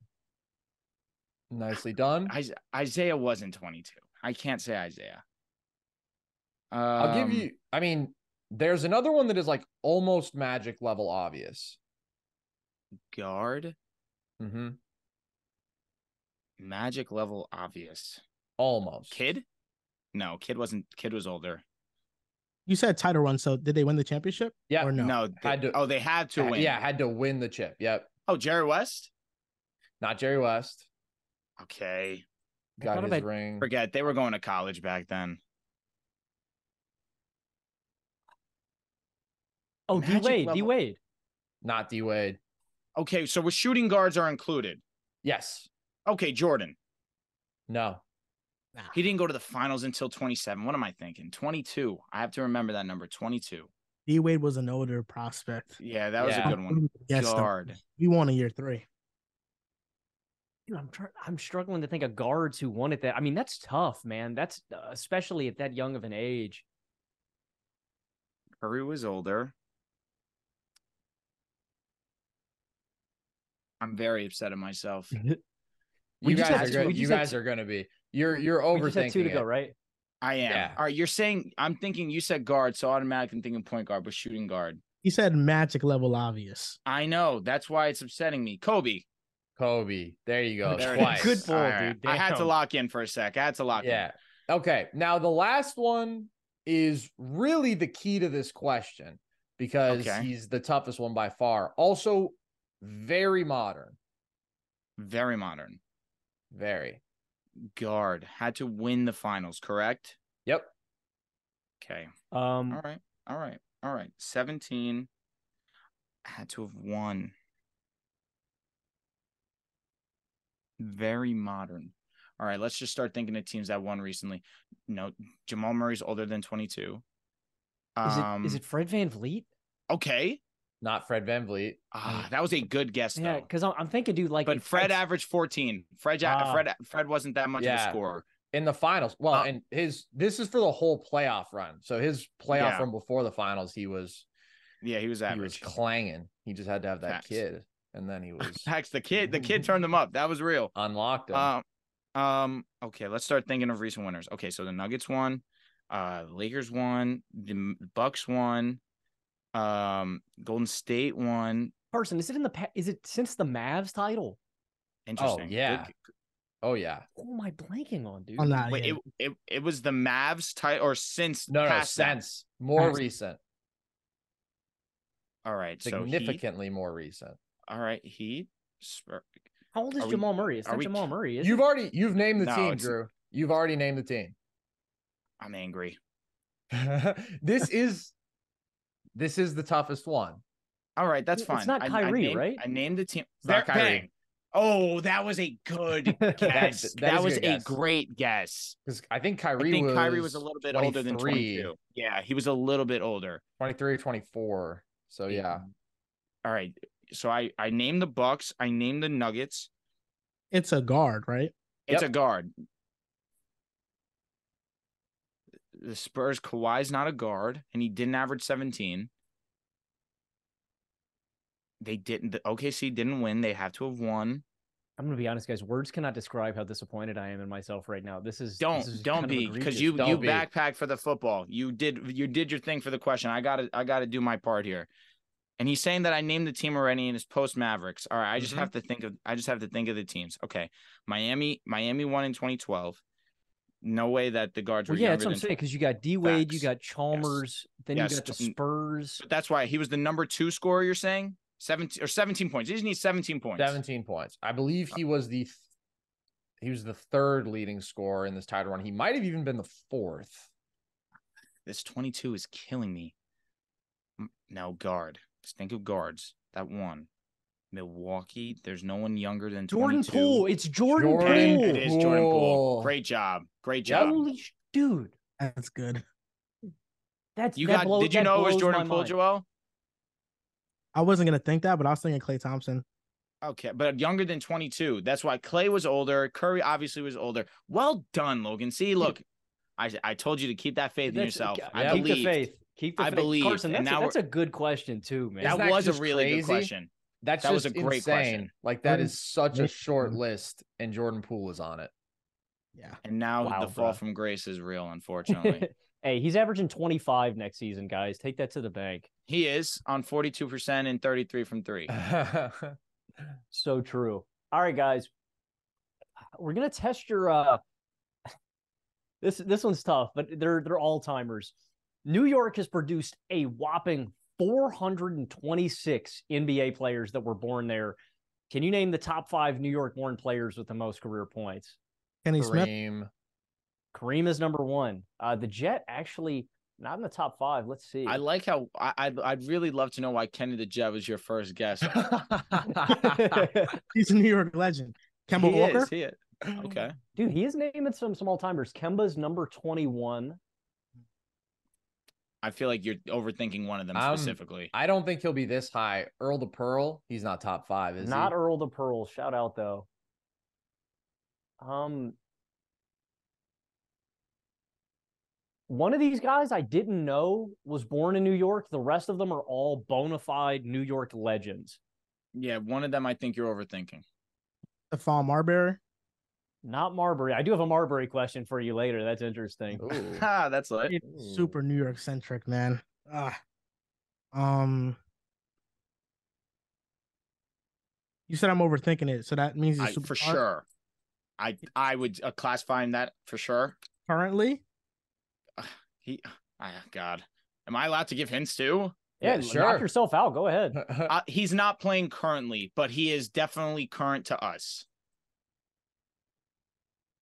Speaker 10: Nicely done.
Speaker 6: Is- Isaiah wasn't 22. I can't say Isaiah.
Speaker 10: I'll give
Speaker 6: Um,
Speaker 10: you. I mean, there's another one that is like almost magic level obvious.
Speaker 6: guard.
Speaker 10: Mm-hmm.
Speaker 6: Magic level obvious.
Speaker 10: Almost.
Speaker 6: Kid? No, kid wasn't. Kid was older.
Speaker 8: You said title run, so did they win the championship?
Speaker 10: Yeah.
Speaker 8: Or no?
Speaker 6: they- oh, they had to
Speaker 10: Ha-
Speaker 6: win.
Speaker 10: Yeah, had to win the chip. Yep.
Speaker 6: Oh, Jerry West.
Speaker 10: Not Jerry West.
Speaker 6: Okay.
Speaker 10: Got
Speaker 6: thought
Speaker 10: his
Speaker 6: about-
Speaker 10: ring.
Speaker 6: Forget they were going to college back then.
Speaker 9: Oh, D
Speaker 6: Magic
Speaker 9: Wade. D
Speaker 6: level-
Speaker 9: Wade.
Speaker 10: Not D Wade.
Speaker 6: Okay, so with shooting guards are included.
Speaker 10: Yes.
Speaker 6: Okay, Jordan.
Speaker 10: No.
Speaker 6: He didn't go to the finals until 27. What am I thinking? 22. I have to remember that number. 22.
Speaker 8: D Wade was an older prospect.
Speaker 6: Yeah, that was
Speaker 10: Yeah.
Speaker 6: a good one.
Speaker 8: Yes, the-
Speaker 6: Guard.
Speaker 8: He won in year three.
Speaker 9: Dude, I'm trying. I'm struggling to think of guards who won it. That I mean, that's tough, man. That's uh, especially at that young of an age.
Speaker 6: Curry was older. I'm very upset at myself.
Speaker 10: You
Speaker 6: We just
Speaker 10: guys
Speaker 6: had
Speaker 10: are
Speaker 6: two-
Speaker 10: good.
Speaker 6: we
Speaker 10: You
Speaker 6: just had
Speaker 10: guys
Speaker 6: two-
Speaker 10: are gonna be. You're you're
Speaker 9: We just had
Speaker 10: overthinking.
Speaker 9: two to go,
Speaker 10: it.
Speaker 9: right?
Speaker 6: I am.
Speaker 10: Yeah.
Speaker 6: All right, you're saying I'm thinking you said guard, so automatically I'm thinking point guard, but shooting guard.
Speaker 8: He said magic level obvious.
Speaker 6: I know. That's why it's upsetting me. Kobe.
Speaker 10: Kobe. There you go.
Speaker 6: There it
Speaker 10: Twice.
Speaker 6: is. All right. I had to lock in for a sec. I had to lock
Speaker 10: Yeah. Okay. Now the last one is really the key to this question because
Speaker 6: Okay.
Speaker 10: he's the toughest one by far. Also, very modern.
Speaker 6: in. Very modern.
Speaker 10: Very.
Speaker 6: Guard had to win the finals, correct?
Speaker 10: Yep.
Speaker 6: Okay.
Speaker 9: Um,
Speaker 6: All right. All right. All right. 17 had to have won. very modern. All right, let's just start thinking of teams that won recently. No, Jamal Murray's older than 22.
Speaker 9: Is it is it Fred Van Vliet?
Speaker 6: Okay.
Speaker 10: Not Fred Van Vliet.
Speaker 6: Ah, that was a good guess though.
Speaker 9: Yeah, because I'm, I'm thinking, dude, like
Speaker 6: but
Speaker 9: if
Speaker 6: Fred
Speaker 9: it's-
Speaker 6: averaged 14. Fred ja-
Speaker 10: Ah.
Speaker 6: Fred Fred wasn't that much of a scorer. Uh,
Speaker 10: in the finals. Well, and his this is for the whole playoff run. So his playoff
Speaker 6: Yeah.
Speaker 10: run before the finals, he was
Speaker 6: yeah, he was
Speaker 10: average, he was clanging. He just had to have that kid, and then he was
Speaker 6: Hacks the kid. The
Speaker 9: Mm-hmm.
Speaker 6: kid turned them up. That was real.
Speaker 10: Unlocked them.
Speaker 6: Um, um, okay, let's start thinking of recent winners. Okay, so the Nuggets won, uh, Lakers won, the M- Bucks won, um, Golden State won.
Speaker 9: Carson, is it in the pa- is it since the Mavs title?
Speaker 6: Interesting. Good-
Speaker 9: yeah.
Speaker 10: Oh yeah.
Speaker 9: Who am I blanking on, dude?
Speaker 6: Wait, it, it it was the Mavs title or since
Speaker 10: no no
Speaker 6: past that?
Speaker 10: since more
Speaker 6: Past-
Speaker 10: recent,
Speaker 6: All right, so Heat.
Speaker 10: significantly more recent.
Speaker 6: All right, Heat. Spur-
Speaker 9: How old is
Speaker 6: Are we-
Speaker 9: Jamal Murray? It's
Speaker 6: are
Speaker 9: not
Speaker 6: we-
Speaker 9: Jamal Murray. Is
Speaker 10: You've
Speaker 9: it?
Speaker 10: already you've named the
Speaker 6: No,
Speaker 10: team,
Speaker 6: it's-
Speaker 10: Drew. You've already named the team.
Speaker 6: I'm angry.
Speaker 10: This is this is the toughest one.
Speaker 6: All right, that's
Speaker 10: It's
Speaker 6: fine.
Speaker 10: not
Speaker 6: I- I
Speaker 10: Kyrie,
Speaker 6: named-
Speaker 10: right?
Speaker 6: I named the team.
Speaker 10: It's not
Speaker 6: They're
Speaker 10: Kyrie.
Speaker 6: paying. Oh, that was a good guess.
Speaker 10: that
Speaker 6: that,
Speaker 10: is a
Speaker 6: was
Speaker 10: good
Speaker 6: a
Speaker 10: guess.
Speaker 6: great guess.
Speaker 10: Because I think Kyrie
Speaker 6: I think
Speaker 10: was
Speaker 6: Kyrie was a little bit older than
Speaker 10: 23.
Speaker 6: 22. Yeah, he was a little bit older.
Speaker 10: 23 24. So yeah.
Speaker 6: All right. So I I named the Bucks. I named the Nuggets.
Speaker 8: It's a guard, right?
Speaker 6: It's a guard. The Spurs Kawhi's not a guard, and he didn't average 17. They didn't. The OKC didn't win. They have to have won.
Speaker 9: I'm gonna be honest, guys. Words cannot describe how disappointed I am in myself right now. This is
Speaker 6: Don't
Speaker 9: this is
Speaker 6: don't
Speaker 9: kind of
Speaker 6: be because
Speaker 9: egregious.
Speaker 6: you you backpack for the football. You did you did your thing for the question. I got to I got to do my part here. And he's saying that I named the team already and it's post Mavericks. All right, I just
Speaker 9: Mm-hmm.
Speaker 10: Mhm.
Speaker 6: have to think of I just have to think of the teams. Okay, Miami Miami won in 2012. No way that the guards
Speaker 9: Well,
Speaker 6: were
Speaker 9: yeah,
Speaker 6: younger
Speaker 9: that's what I'm
Speaker 6: than
Speaker 9: saying. Because you got D Wade, you
Speaker 6: Facts.
Speaker 9: got Chalmers, then
Speaker 6: Yes.
Speaker 9: you got the
Speaker 6: Mm.
Speaker 9: Spurs.
Speaker 6: But that's why he was the number two scorer. You're saying seventeen or seventeen points. He just needs seventeen points.
Speaker 10: 17 points. I believe he was the th- he was the third leading scorer in this title run. He might have even been the fourth.
Speaker 6: This 22 is killing me. M- No guard. Just think of guards. That one. Milwaukee. There's no one younger than
Speaker 9: Jordan
Speaker 6: 22.
Speaker 9: Poole. It's Jordan,
Speaker 6: Dang,
Speaker 9: Poole.
Speaker 6: It is Jordan Poole. Great job. Great job.
Speaker 9: Holy sh- dude.
Speaker 8: That's good.
Speaker 9: That's
Speaker 6: You
Speaker 9: that
Speaker 6: got?
Speaker 9: blow-
Speaker 6: did you
Speaker 9: that
Speaker 6: know it was
Speaker 9: blows
Speaker 6: Jordan
Speaker 9: my
Speaker 6: Poole,
Speaker 9: mind.
Speaker 6: Joel?
Speaker 8: I wasn't gonna think that, but I was thinking Clay Thompson.
Speaker 6: Okay, but younger than 22. That's why Clay was older. Curry obviously was older. Well done, Logan. See, look, I I told you to keep that faith in
Speaker 9: That's-
Speaker 6: yourself.
Speaker 9: yeah,
Speaker 6: I
Speaker 9: keep the
Speaker 6: believed.
Speaker 9: faith. Keep the
Speaker 6: I
Speaker 9: faith.
Speaker 6: believed,
Speaker 9: Carson,
Speaker 6: and
Speaker 9: that's,
Speaker 6: now
Speaker 9: a,
Speaker 6: we're-
Speaker 9: that's a good question too, man.
Speaker 6: That
Speaker 10: Isn't
Speaker 6: was a
Speaker 10: just
Speaker 6: really good
Speaker 10: crazy?
Speaker 6: question.
Speaker 10: That's
Speaker 6: That was
Speaker 10: just
Speaker 6: a great
Speaker 10: insane.
Speaker 6: question.
Speaker 10: Like that
Speaker 6: Jordan-
Speaker 10: is such a
Speaker 9: Mm-hmm.
Speaker 10: short list, and Jordan Poole is on it.
Speaker 6: And now
Speaker 9: Wow,
Speaker 6: the fall
Speaker 9: bruh.
Speaker 6: from grace is real, unfortunately.
Speaker 9: hey, he's averaging 25 next season, guys. Take that to the bank.
Speaker 6: he is on 42% and 33 from three.
Speaker 9: so true. All right, guys. We're gonna test your uh this this one's tough, but they're they're all timers. New York has produced a whopping 426 NBA players that were born there. Can you name the top five New York born players with the most career points?
Speaker 8: Kenny Smith.
Speaker 10: Kareem.
Speaker 9: Kareem is number one. Uh, the Jet actually not in the top five. Let's see.
Speaker 6: I like how I, I'd, I'd really love to know why Kenny the Jet was your first guess.
Speaker 8: He's a New York legend. Kemba
Speaker 6: He
Speaker 8: Walker.
Speaker 6: is, he is. Okay.
Speaker 9: Dude, he is naming some some all timers. Kemba's number 21.
Speaker 6: I feel like you're overthinking one of them
Speaker 10: I'm-
Speaker 6: specifically.
Speaker 10: I don't think he'll be this high. Earl the Pearl, he's not top five, is
Speaker 9: Not
Speaker 10: he?
Speaker 9: Earl the Pearl. Shout out though. Um, one of these guys I didn't know was born in New York. The rest of them are all bona fide New York legends.
Speaker 6: Yeah, one of them I think you're overthinking.
Speaker 8: Stephon Marbury.
Speaker 9: Not Marbury. I do have a Marbury question for you later. That's interesting.
Speaker 6: Ah, that's lit.
Speaker 9: Hmm.
Speaker 8: Super New York centric, man. Ah. Um. You said I'm overthinking it, so that means he's
Speaker 6: I,
Speaker 8: super
Speaker 6: for sure. I I would uh, classify him that for sure.
Speaker 8: currently.
Speaker 6: He, ah, God, am I allowed to give hints too?
Speaker 9: Yeah, Yeah, sure. knock yourself out. Go ahead.
Speaker 6: uh, he's not playing currently, but he is definitely current to us.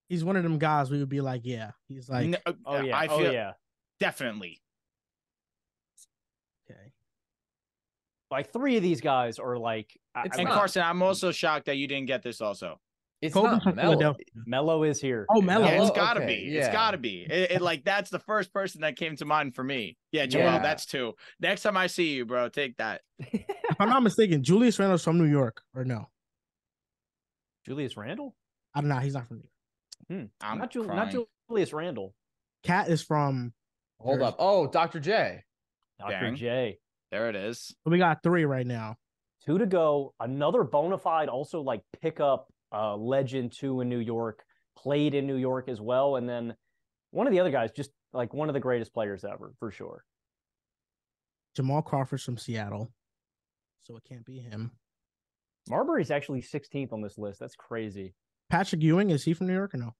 Speaker 8: He's one of them guys we would be like, yeah, he's like,
Speaker 6: No-
Speaker 9: oh yeah,
Speaker 6: uh, I
Speaker 9: oh,
Speaker 6: feel,
Speaker 9: yeah.
Speaker 6: definitely.
Speaker 9: Like three of these guys are like. I- I
Speaker 6: and
Speaker 9: mean-
Speaker 6: Carson, I'm also shocked that you didn't get this. Also,
Speaker 7: It's
Speaker 9: Kobe's
Speaker 7: not
Speaker 9: from
Speaker 7: Melo.
Speaker 9: Philadelphia. Mello is here.
Speaker 8: Oh,
Speaker 6: Yeah,
Speaker 8: Melo.
Speaker 6: it's
Speaker 8: Oh,
Speaker 6: gotta
Speaker 8: okay,
Speaker 6: be.
Speaker 8: yeah.
Speaker 6: It's gotta be. It, it, like that's the first person that came to mind for me. Yeah, Joel,
Speaker 8: Yeah.
Speaker 6: that's two. Next time I see you, bro, take that.
Speaker 8: if I'm not mistaken, Julius Randle's from New York, or no?
Speaker 9: Julius Randle?
Speaker 8: I don't know. He's not from New York.
Speaker 9: Hmm.
Speaker 6: I'm
Speaker 9: not, Jul- not
Speaker 7: crying.
Speaker 9: Julius Randle.
Speaker 8: Cat is from.
Speaker 7: Hold up. Oh, Dr. J.
Speaker 9: Dr. J.
Speaker 6: There it is.
Speaker 8: We got three right now.
Speaker 9: Two to go. Another bona fide, also like pickup uh, legend too in New York. Played in New York as well, and then one of the other guys, just like one of the greatest players ever for sure.
Speaker 8: Jamal Crawford's from Seattle. So it can't be him.
Speaker 9: Marbury's actually 16th on this list. That's crazy.
Speaker 8: Patrick Ewing is he from New York or no?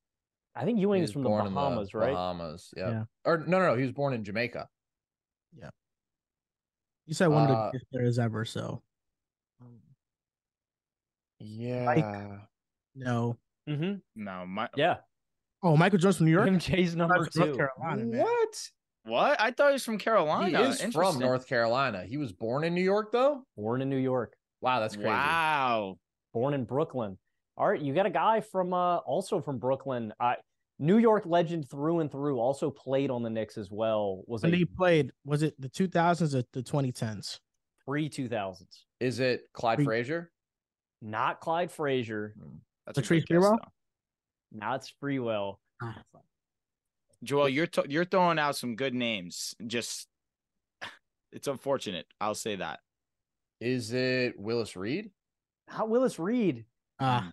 Speaker 9: I think Ewing is
Speaker 7: He's
Speaker 9: from the
Speaker 7: born in the
Speaker 9: Bahamas, right?
Speaker 7: Bahamas. Yeah.
Speaker 8: Yeah.
Speaker 7: Or no, no, no. He was born in Jamaica.
Speaker 8: You said one of the
Speaker 7: Uh,
Speaker 8: best players ever. So
Speaker 7: Yeah.
Speaker 8: no.
Speaker 9: Mm-hmm.
Speaker 6: No, my
Speaker 9: yeah.
Speaker 8: Oh, Michael Jones from New York.
Speaker 9: MJ's number
Speaker 8: From North
Speaker 9: two.
Speaker 8: Carolina, man.
Speaker 6: What? What? I thought he was from
Speaker 7: He
Speaker 6: Carolina.
Speaker 7: is from
Speaker 6: Interesting.
Speaker 7: North Carolina. He was born in New York, though.
Speaker 9: Born in New York.
Speaker 7: Wow, that's crazy.
Speaker 6: Wow.
Speaker 9: Born in Brooklyn. All right, you got a guy from uh, also from Brooklyn. Uh, New York legend through and through. Also played on the Knicks as well. Was
Speaker 8: When
Speaker 9: a
Speaker 8: he played, was it the 2000s or the 2010s?
Speaker 9: pre two thousands.
Speaker 7: Is it Clyde Frazier? Hmm,
Speaker 9: Not Clyde Frazier.
Speaker 6: That's
Speaker 8: Patrice Freewell.
Speaker 9: Not Freewell.
Speaker 6: Joel, you're to- you're throwing out some good names. Just it's unfortunate. I'll say that.
Speaker 7: Is it Willis Reed?
Speaker 9: How Willis Reed?
Speaker 8: Ah,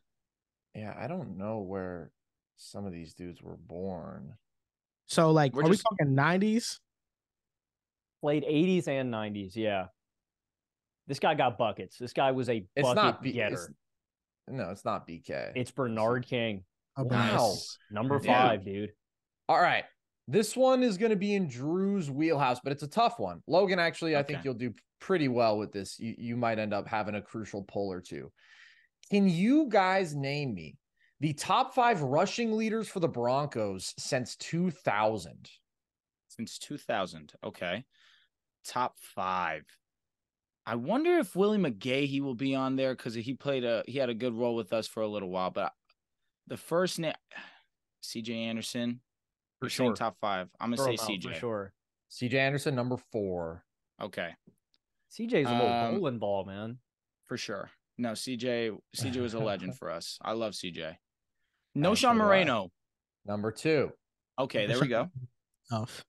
Speaker 7: Yeah, I don't know where some of these dudes were born.
Speaker 8: so like,
Speaker 7: We're
Speaker 8: are
Speaker 7: just-
Speaker 8: we talking 90s?
Speaker 9: Played eighties and nineties. Yeah. This guy got buckets. This guy was a bucket
Speaker 7: It's not B-
Speaker 9: getter.
Speaker 7: it's- no, it's not BK.
Speaker 9: It's Bernard King.
Speaker 8: Oh,
Speaker 7: Wow.
Speaker 9: Nice. Number
Speaker 7: Damn.
Speaker 9: five, dude.
Speaker 7: All right. This one is going to be in Drew's wheelhouse, but it's a tough one. Logan, actually, I think
Speaker 6: Okay.
Speaker 7: you'll do pretty well with this. You, you might end up having a crucial poll or two. Can you guys name me the top five rushing leaders for the Broncos since 2000?
Speaker 6: Since 2000. Okay. Top five. I wonder if Willie McGahee will be on there because he played a he had a good role with us for a little while. But the first name, CJ Anderson,
Speaker 9: For
Speaker 6: You're saying
Speaker 9: sure.
Speaker 6: Top five. I'm gonna
Speaker 9: Throw
Speaker 6: say
Speaker 9: him out
Speaker 6: CJ.
Speaker 9: For sure.
Speaker 7: CJ Anderson, number four.
Speaker 6: Okay.
Speaker 9: CJ's a little
Speaker 6: Um,
Speaker 9: bowling ball, man.
Speaker 6: for sure. No, CJ CJ was a legend for us. I love CJ.
Speaker 7: I
Speaker 6: No
Speaker 7: so
Speaker 6: Sean
Speaker 7: do I.
Speaker 6: Moreno.
Speaker 7: Number two.
Speaker 6: Okay, there we go.
Speaker 8: Tough.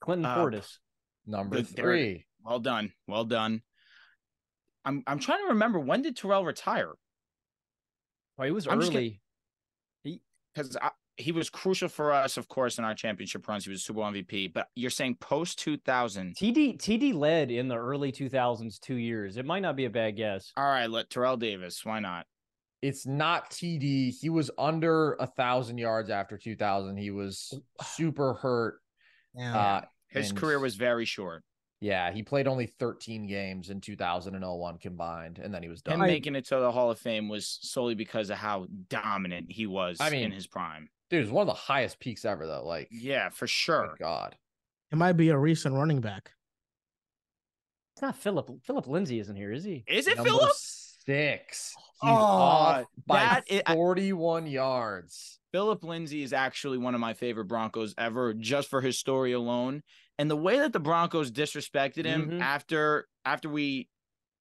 Speaker 9: Clinton
Speaker 6: Uh,
Speaker 9: Portis.
Speaker 7: Number
Speaker 6: Good- there it-
Speaker 7: three.
Speaker 6: Well done. Well done. I'm I'm trying to remember when did Terrell retire?
Speaker 9: Oh, he was
Speaker 6: I'm just gonna-
Speaker 9: early.
Speaker 6: Because he was crucial for us, of course, in our championship runs. He was Super Bowl MVP. But you're saying post 2000.
Speaker 9: TD TD led in the early 2000s two years. It might not be a bad guess.
Speaker 6: All right, let Terrell Davis. Why not?
Speaker 7: It's not TD. He was under a thousand yards after 2000. He was super hurt.
Speaker 8: Damn.
Speaker 7: Uh,
Speaker 6: His
Speaker 7: and-
Speaker 6: career was very short.
Speaker 7: Yeah, he played only 13 games in 2000 and 01 combined, and then he was
Speaker 6: Him
Speaker 7: done.
Speaker 6: making it to the Hall of Fame was solely because of how dominant he was
Speaker 7: I mean-
Speaker 6: in his prime.
Speaker 7: Dude, it's one of the highest peaks ever, though. Like,
Speaker 6: Yeah, for sure.
Speaker 7: God,
Speaker 8: It might be a recent running back.
Speaker 9: It's not Philip. Philip Lindsay isn't here, is he?
Speaker 6: Is it
Speaker 7: number
Speaker 6: Philip?
Speaker 7: six. He's
Speaker 6: Oh,
Speaker 7: off by
Speaker 6: that is- I-
Speaker 7: 41 yards.
Speaker 6: Philip Lindsay is actually one of my favorite Broncos ever, just for his story alone. And the way that the Broncos disrespected him
Speaker 7: Mm-hmm.
Speaker 9: Mhm.
Speaker 6: after after we,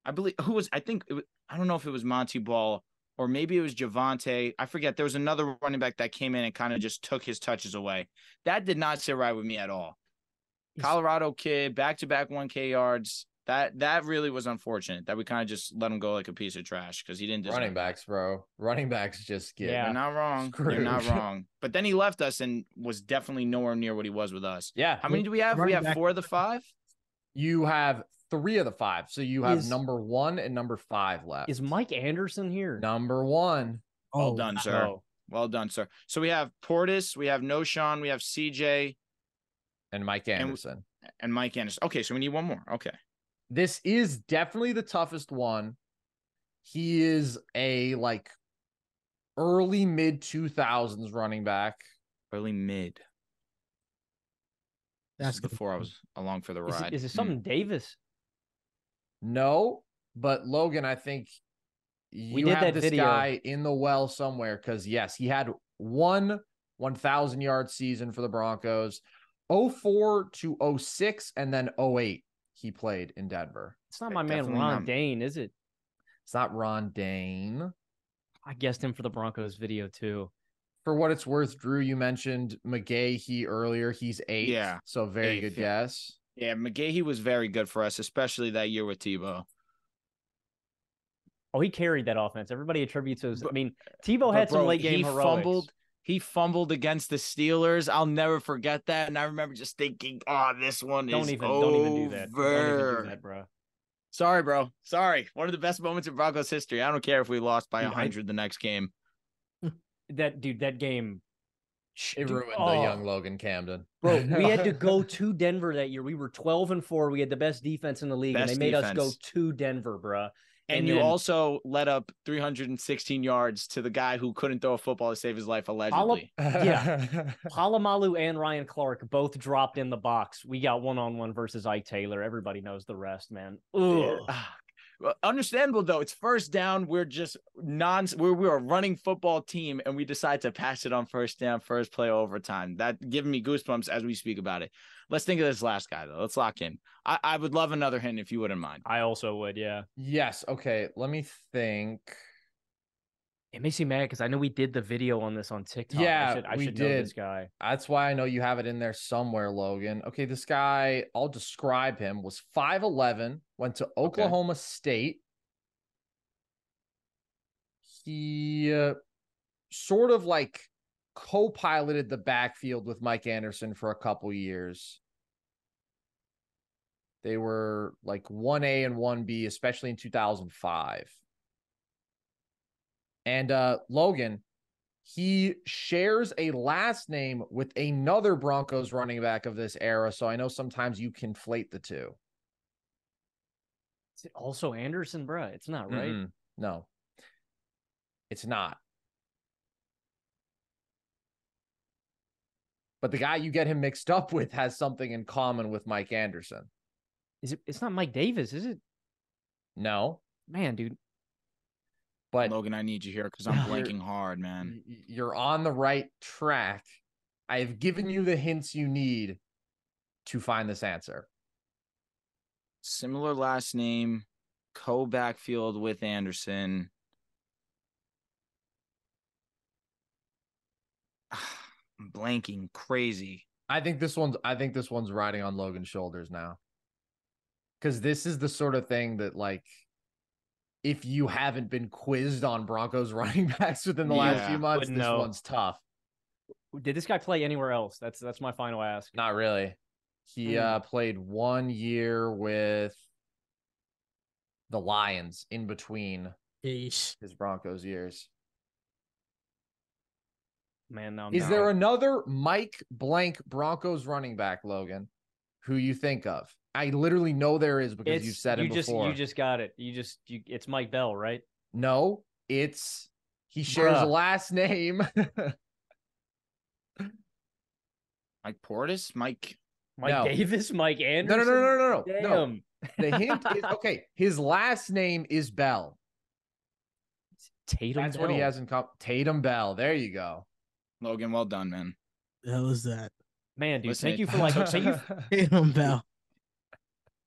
Speaker 6: I believe who was I think it was, I don't know if it was Monty Ball or maybe it was Javante. I forget. There was another running back that came in and kind of just took his touches away. That did not sit right with me at all. Colorado kid, back to back 1K yards. That that really was unfortunate that we kind of just let him go like a piece of trash because he didn't deserve
Speaker 7: Running
Speaker 6: that.
Speaker 7: backs, bro. Running backs just get.
Speaker 9: Yeah.
Speaker 6: You're not wrong. You're not
Speaker 7: Screwed.
Speaker 6: wrong. But then he left us and was definitely nowhere near what he was with us.
Speaker 7: Yeah.
Speaker 6: How many do we have? We
Speaker 8: Running
Speaker 6: have
Speaker 8: back-
Speaker 6: four of the five.
Speaker 7: You have three of the five. So you have
Speaker 9: Is-
Speaker 7: number one and number five left.
Speaker 9: Is Mike Anderson here?
Speaker 7: number one.
Speaker 6: Well
Speaker 8: Oh,
Speaker 6: done, sir.
Speaker 9: No.
Speaker 6: Well done, sir. So we have Portis, we have No Sean, we have CJ
Speaker 7: And Mike
Speaker 6: w-
Speaker 7: Anderson.
Speaker 6: and Mike Anderson. Okay, so we need one more. Oh, Okay.
Speaker 7: this is definitely the toughest one. He is a like early mid 2000s running back.
Speaker 6: Early mid. This
Speaker 8: That's
Speaker 6: is before I was along for the
Speaker 9: Is,
Speaker 6: ride.
Speaker 9: it- is it
Speaker 6: Hmm.
Speaker 9: something Davis?
Speaker 7: No, but Logan, I think You
Speaker 9: did
Speaker 7: have
Speaker 9: that
Speaker 7: this
Speaker 9: video.
Speaker 7: guy in the well somewhere because yes, he had one 1,000 yard season for the Broncos, 04 to 06, and then 08 he played in Denver.
Speaker 9: It's not my man Ron Dane, is it?
Speaker 7: It's not Ron Dane.
Speaker 9: I guessed him for the Broncos video too.
Speaker 7: For what it's worth, Drew, you mentioned McGahee earlier. He's eight.
Speaker 6: Yeah.
Speaker 7: So very
Speaker 6: Eighth,
Speaker 7: good
Speaker 6: yeah.
Speaker 7: guess.
Speaker 6: Yeah, McGahee was very good for us, especially that year with Tebow.
Speaker 9: Oh, he carried that offense. Everybody attributes those. I mean, Tebow
Speaker 6: But,
Speaker 9: had some
Speaker 6: bro,
Speaker 9: late game
Speaker 6: he
Speaker 9: heroics.
Speaker 6: fumbled. He fumbled against the Steelers. I'll never forget that. And I remember just thinking, "Oh, this one
Speaker 9: Don't
Speaker 6: is
Speaker 9: even,
Speaker 6: over."
Speaker 9: don't even do that. Don't even do that, bro.
Speaker 6: Sorry, bro. Sorry. One of the best moments in Broncos history. I don't care if we lost by
Speaker 9: Dude, I-
Speaker 6: hundred the next game.
Speaker 9: That dude, that game.
Speaker 7: It
Speaker 9: Dude,
Speaker 7: ruined the
Speaker 9: oh.
Speaker 7: young Logan Camden.
Speaker 9: Bro, we had to go to Denver that year. We were 12 and 4. We had the best defense in the league,
Speaker 6: Best
Speaker 9: and they made us
Speaker 6: defense.
Speaker 9: go to Denver, bruh.
Speaker 6: And, you
Speaker 9: then-
Speaker 6: also let up 316 yards to the guy who couldn't throw a football to save his life,
Speaker 9: Pala-
Speaker 6: allegedly.
Speaker 9: yeah. Palomalu and Ryan Clark both dropped in the box. We got one on one versus Ike Taylor. Everybody knows the rest, man. Ugh.
Speaker 6: Ah, Well, Understandable though. It's first down. We're just non. We're we're a running football team, and we decide to pass it on first down, first play of overtime. That giving me goosebumps as we speak about it. Let's think of this last guy though. Let's lock in. I, I would love another hint if you wouldn't mind.
Speaker 9: I also would. Yeah.
Speaker 7: Yes. Okay. Let me think.
Speaker 9: It makes me mad because I know we did the video on this on TikTok.
Speaker 7: Yeah,
Speaker 9: I should, I
Speaker 7: we
Speaker 9: should
Speaker 7: did.
Speaker 9: know this guy.
Speaker 7: That's why I know you have it in there somewhere, Logan. Okay, this guy, I'll describe him, was 5'11, went to Oklahoma State. He uh, sort of like co piloted the backfield with Mike Anderson for a couple years. They were like 1A and 1B, especially in 2005. And uh, Logan, he shares a last name with another Broncos running back of this era. So I know sometimes you conflate the two.
Speaker 9: Is it also Anderson, bruh? It's not right.
Speaker 7: Mm-mm. No, it's not. But the guy you get him mixed up with has something in common with Mike Anderson.
Speaker 9: Is it? It's not Mike Davis, is it?
Speaker 7: No,
Speaker 9: Man, dude.
Speaker 7: But
Speaker 6: Logan, I need you here because I'm blanking hard, man.
Speaker 7: y- you're on the right track. I have given you the hints you need to find this answer.
Speaker 6: Similar last name, co backfield with Anderson. I'm blanking crazy.
Speaker 7: I think this one's I think this one's riding on Logan's shoulders now. Cause this is the sort of thing that like if you haven't been quizzed on Broncos running backs within the last
Speaker 9: Yeah,
Speaker 7: few months, this
Speaker 9: wouldn't know.
Speaker 7: one's tough.
Speaker 9: Did this guy play anywhere else? That's that's my final ask.
Speaker 7: Not really. He
Speaker 9: Hmm.
Speaker 7: uh played one year with the Lions in between his Broncos years.
Speaker 9: Man, no. I'm
Speaker 7: is
Speaker 9: not.
Speaker 7: there another Mike Blank Broncos running back, Logan, who you think of? I literally know there is because
Speaker 9: It's-
Speaker 7: you've said it
Speaker 9: you just
Speaker 7: before.
Speaker 9: you just got it. You just you, it's Mike Bell, right?
Speaker 7: No, it's he shares a
Speaker 9: Bruh.
Speaker 7: last name.
Speaker 6: Mike Portis, Mike,
Speaker 9: Mike
Speaker 7: No.
Speaker 9: Davis, Mike
Speaker 7: no,
Speaker 9: Anderson.
Speaker 7: no, no, no, no, no. no.
Speaker 9: Damn.
Speaker 7: The hint is okay. His last name is Bell.
Speaker 9: Tatum.
Speaker 7: That's what he
Speaker 9: Bell.
Speaker 7: has in common. Tatum Bell. There you go.
Speaker 6: Logan, well done, man.
Speaker 8: The hell is that?
Speaker 9: Man, dude,
Speaker 6: Listen,
Speaker 9: thank
Speaker 6: it-
Speaker 9: you for like thank you
Speaker 8: Tatum Bell.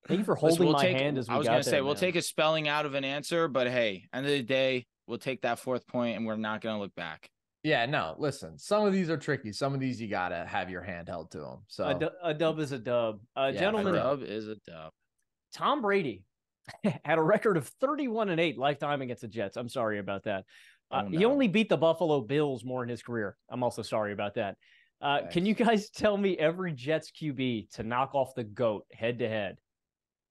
Speaker 9: thank you for
Speaker 6: Listen,
Speaker 9: holding
Speaker 6: we'll
Speaker 9: my
Speaker 6: take-
Speaker 9: hand as we
Speaker 6: I was
Speaker 9: got
Speaker 6: gonna
Speaker 9: there,
Speaker 6: say we'll
Speaker 9: man.
Speaker 6: take a spelling out of an answer, but hey, end of the day, we'll take that fourth point and we're not gonna look back.
Speaker 7: Yeah, no, listen. Some of these are tricky. Some of these you gotta have your hand held to them. So
Speaker 9: a, du- a dub is a dub. Uh,
Speaker 7: Yeah, a
Speaker 9: gentlemen,
Speaker 6: Dub is a dub.
Speaker 9: Tom Brady had a record of 31 and 8 lifetime against the Jets. I'm sorry about that. Uh, He only beat the Buffalo Bills more in his career. I'm also sorry about that. Uh, can you guys tell me every Jets QB to knock off the GOAT head to head?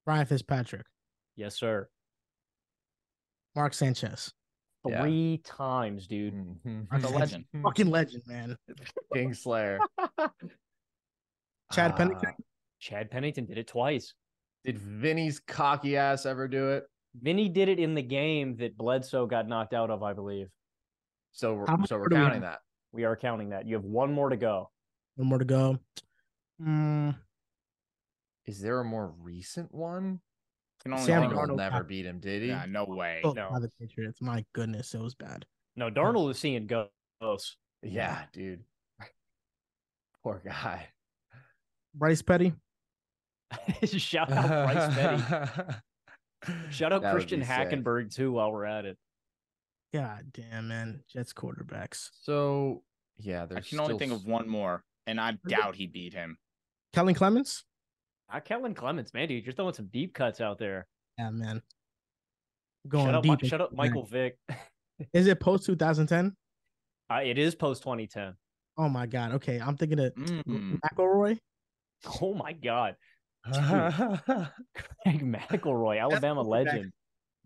Speaker 8: Ryan Fitzpatrick.
Speaker 9: Yes, sir.
Speaker 8: Mark Sanchez.
Speaker 7: Yeah. Mm-hmm.
Speaker 9: Three times, dude.
Speaker 8: Mark
Speaker 9: The
Speaker 8: Sanchez.
Speaker 9: legend.
Speaker 8: Fucking legend, man.
Speaker 7: Kingslayer.
Speaker 9: Ah.
Speaker 8: Chad Pennington.
Speaker 9: Uh, Chad Pennington did it twice.
Speaker 7: Did Vinny's cocky ass ever do it?
Speaker 9: Vinny did it in the game that Bledsoe got knocked out of, I believe.
Speaker 7: So
Speaker 8: How much
Speaker 7: so we're
Speaker 8: do we
Speaker 7: counting
Speaker 8: have?
Speaker 7: that.
Speaker 9: We are counting that. You have one more to go.
Speaker 8: One more to go. Mm,
Speaker 7: Is there a more recent one?
Speaker 6: Can
Speaker 8: Sam
Speaker 6: Darnold
Speaker 8: Darnold
Speaker 6: never
Speaker 8: got
Speaker 6: beat him, did he? Nah, no way.
Speaker 8: Oh, by the Patriots. My goodness, it was bad.
Speaker 9: No, Darnold is seeing ghosts.
Speaker 6: Yeah,
Speaker 9: dude. Poor guy.
Speaker 8: Bryce Petty.
Speaker 9: Shout out Bryce Petty. Shout out
Speaker 8: That would
Speaker 9: Christian
Speaker 8: be sick.
Speaker 9: Hackenberg too while we're at it.
Speaker 8: God damn, man. Jets quarterbacks.
Speaker 7: So yeah,
Speaker 6: I can only think of one more, and I doubt he beat him.
Speaker 8: Kellen Clemens?
Speaker 9: Ah, Kellen Clemens, man, dude, you're throwing some deep cuts out there.
Speaker 8: Yeah, man. Going
Speaker 9: shut up, Mi-
Speaker 8: deep.
Speaker 9: shut up, Michael Vick.
Speaker 8: Is it post 2010?
Speaker 9: Uh, it is post 2010.
Speaker 8: Oh my God. Okay. I'm thinking of
Speaker 9: Mm.
Speaker 8: McElroy.
Speaker 9: Oh my God, Dude, Greg McElroy, Alabama
Speaker 8: quarterback.
Speaker 9: legend.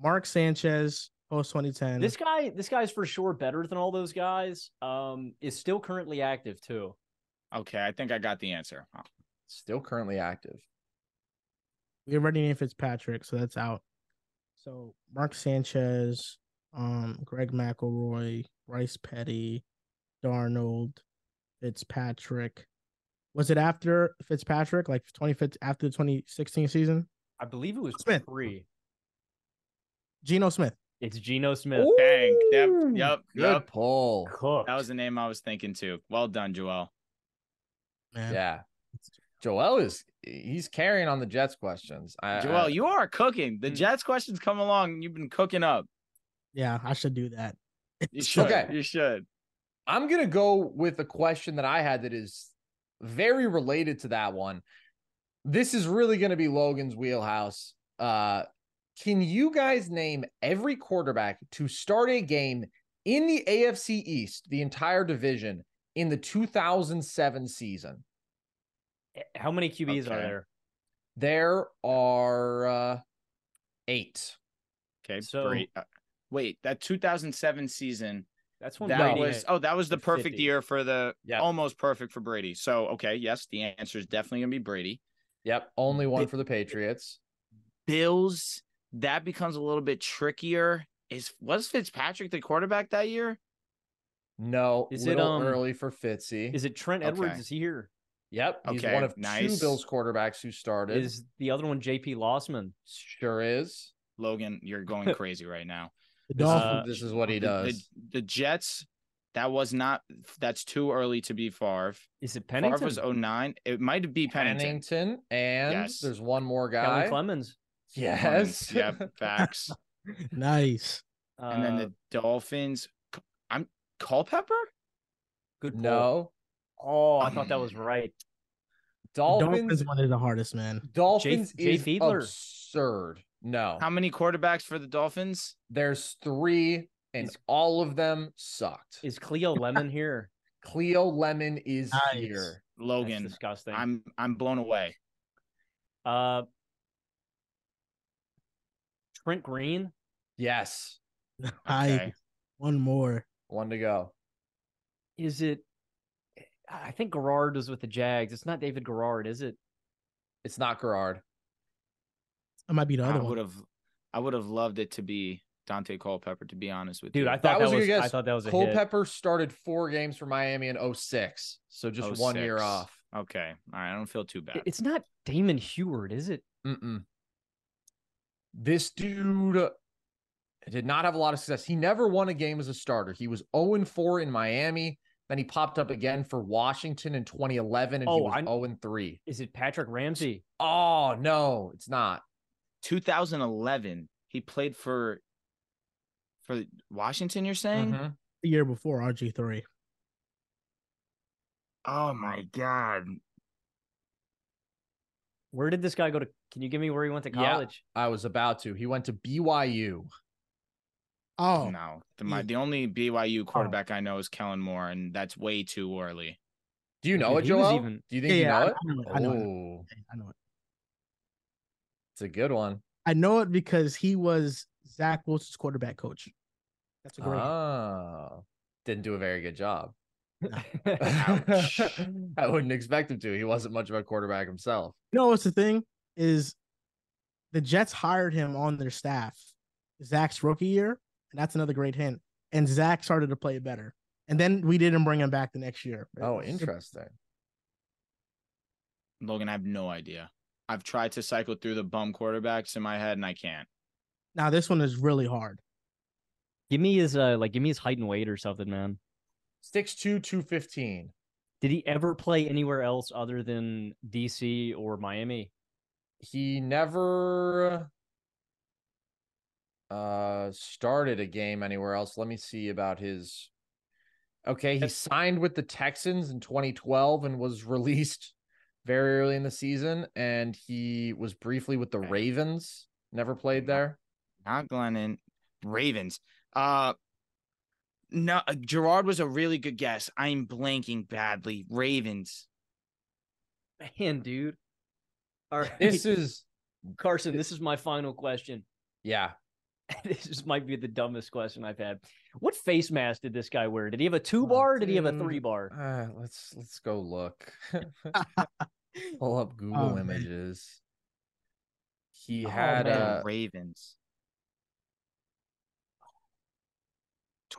Speaker 8: Mark Sanchez, post 2010.
Speaker 9: This guy, this guy's for sure better than all those guys. Um, is still currently active too.
Speaker 6: Okay, I think I got the answer.
Speaker 7: Still currently active.
Speaker 8: we already named Fitzpatrick, so that's out. So Mark Sanchez, um, Greg McElroy, Bryce Petty, Darnold, Fitzpatrick. Was it after Fitzpatrick, like 25th after the 2016 season?
Speaker 9: I believe it was pre.
Speaker 8: Geno Smith.
Speaker 9: It's Geno Smith.
Speaker 6: Dang. Yep. Yep.
Speaker 8: Good
Speaker 6: yep.
Speaker 7: pull.
Speaker 6: That was the name I was thinking too. Well done, Joel.
Speaker 7: Yeah. Joel is he's carrying on the Jets uh, Hmm. questions. I,
Speaker 6: Joel, you are cooking. The Jets questions come along. You've been cooking up.
Speaker 8: Yeah, I should do that.
Speaker 6: You should.
Speaker 7: Okay.
Speaker 6: You should.
Speaker 7: I'm gonna go with a question that I had that is very related to that one. This is really gonna be Logan's wheelhouse. Uh, can you guys name every quarterback to start a game in the AFC East, the entire division, in the 2007 season?
Speaker 9: Eh, How many QBs are
Speaker 7: Okay.
Speaker 9: there?
Speaker 7: There are uh, eight.
Speaker 6: Okay.
Speaker 9: So-
Speaker 6: Brady- uh, wait, that 2007 season.
Speaker 9: That's
Speaker 7: when
Speaker 6: that
Speaker 7: Brady
Speaker 6: was.
Speaker 7: hit
Speaker 6: Oh, that was the perfect
Speaker 7: 50.
Speaker 6: year for the. Almost perfect for Brady. So okay, yes, the answer is definitely gonna be Brady.
Speaker 7: Yep. Only one for the Patriots.
Speaker 6: Bills. That becomes a little bit trickier. Is was Fitzpatrick the quarterback that year?
Speaker 7: No,
Speaker 9: Is
Speaker 7: is
Speaker 9: it,
Speaker 7: it
Speaker 9: um,
Speaker 7: early for Fitzy?
Speaker 9: Is it Trent Edwards?
Speaker 7: Okay.
Speaker 9: Is he here?
Speaker 7: Yep, he's
Speaker 9: Okay,
Speaker 7: one of
Speaker 9: nice.
Speaker 7: two Bills quarterbacks who started.
Speaker 9: Is the other one JP Lossman?
Speaker 7: Sure is.
Speaker 6: Logan, you're going crazy right now.
Speaker 8: The
Speaker 6: This is-
Speaker 7: Dolphins. This is what he
Speaker 6: the- the-
Speaker 7: does.
Speaker 6: The, Jets, that was not that's too early to be Favre.
Speaker 9: Is it
Speaker 6: Favre was 09. It might be Pennington.
Speaker 7: Pennington, and
Speaker 6: Yes.
Speaker 7: there's one more guy.
Speaker 6: Kellen
Speaker 9: Clemens.
Speaker 7: Yes.
Speaker 6: Clemens, Yep. Facts.
Speaker 8: Nice.
Speaker 6: and
Speaker 9: Uh,
Speaker 6: then the Dolphins. I'm Culpepper?
Speaker 9: Good
Speaker 7: No.
Speaker 9: Oh, I thought that was right.
Speaker 8: Dolphins,
Speaker 7: Dolphins.
Speaker 8: one of the hardest, man.
Speaker 7: Dolphins
Speaker 9: Jay
Speaker 7: is
Speaker 9: Fiedler.
Speaker 7: absurd. No,
Speaker 6: How many quarterbacks for the Dolphins?
Speaker 7: there's three, and all of them sucked.
Speaker 9: Is Cleo Lemon here?
Speaker 7: Cleo Lemon is here.
Speaker 6: Logan.
Speaker 9: disgusting.
Speaker 6: I'm I'm blown away.
Speaker 9: Uh, Trent Green.
Speaker 7: Yes.
Speaker 8: I one more.
Speaker 7: One to go.
Speaker 9: Is it? I think Garrard was with the Jags. It's not David Garrard, is it?
Speaker 7: It's not Garrard.
Speaker 8: It might be the
Speaker 6: I
Speaker 8: other
Speaker 6: would
Speaker 8: one.
Speaker 6: have I would have loved it to be Dante Culpepper, to be honest with
Speaker 9: Dude,
Speaker 6: you.
Speaker 9: I thought that was.
Speaker 7: a good
Speaker 9: I
Speaker 7: guess.
Speaker 9: thought that was a hit.
Speaker 7: Culpepper started four games for Miami in 06. So
Speaker 9: Oh
Speaker 7: just one year
Speaker 6: 06.
Speaker 7: off.
Speaker 6: Oh, Okay. All right. I don't feel too bad.
Speaker 9: It- It's not Damon Heward, is it?
Speaker 7: Mm-mm. This dude did not have a lot of success. He never won a game as a starter. He was 0 4 in Miami. Then he popped up again for Washington in 2011, and
Speaker 9: Oh,
Speaker 7: he was
Speaker 9: I-
Speaker 7: 0 3.
Speaker 9: Is it Patrick Ramsey?
Speaker 7: Oh, no, it's not.
Speaker 6: 2011 he played for for washington you're saying
Speaker 7: Mm-hmm.
Speaker 8: Mhm. The year before RG three.
Speaker 6: oh my god
Speaker 9: Where did this guy go to? Can you give me where he went to college?
Speaker 7: I was about to. He went to BYU.
Speaker 8: Oh
Speaker 6: no the, my, the only byu quarterback
Speaker 7: Oh.
Speaker 6: i know is kellen moore and that's way too early
Speaker 7: Do you know
Speaker 6: Dude,
Speaker 7: it,
Speaker 6: he was
Speaker 7: Joel?
Speaker 6: even-
Speaker 7: Do you think
Speaker 8: Yeah,
Speaker 7: you
Speaker 8: yeah,
Speaker 7: know
Speaker 8: I-
Speaker 7: it?
Speaker 8: I know it, I know it.
Speaker 7: Oh,
Speaker 8: I know it.
Speaker 7: it's a good one.
Speaker 8: I know it because he was Zach Wilson's quarterback coach. That's a great.
Speaker 7: Oh, didn't do a very good job.
Speaker 6: Ouch.
Speaker 7: I wouldn't expect him to. He wasn't much of a quarterback himself.
Speaker 8: You know what's the thing is, the Jets hired him on their staff, Zach's rookie year, and that's another great hint. And Zach started to play better, and then we didn't bring him back the next year.
Speaker 7: Oh,
Speaker 8: It's-
Speaker 7: interesting.
Speaker 6: logan i have no idea I've tried to cycle through the bum quarterbacks in my head and I can't.
Speaker 8: Now this one is really hard.
Speaker 9: Give me his uh, like give me his height and weight or something, man.
Speaker 7: Six two two fifteen.
Speaker 9: Did he ever play anywhere else other than DC or Miami?
Speaker 7: He never uh started a game anywhere else. Let me see about his Okay, he signed with the Texans in 2012 and was released very early in the season and he was briefly with the Ravens. Never played there.
Speaker 6: Not Glennon. Ravens. Uh no, uh, Gerard was a really good guess. I'm blanking badly. Ravens.
Speaker 9: Man, dude. All right.
Speaker 7: This is
Speaker 9: Carson. This is my final question.
Speaker 7: Yeah.
Speaker 9: This is, might be the dumbest question I've had. What face mask did this guy wear? Did he have a two bar? Or did he have a
Speaker 7: dude.
Speaker 9: three bar?
Speaker 7: Uh, let's let's go look. Pull up Google
Speaker 9: Oh, man.
Speaker 7: images. He
Speaker 6: Oh,
Speaker 7: had
Speaker 6: man,
Speaker 7: uh,
Speaker 6: Ravens.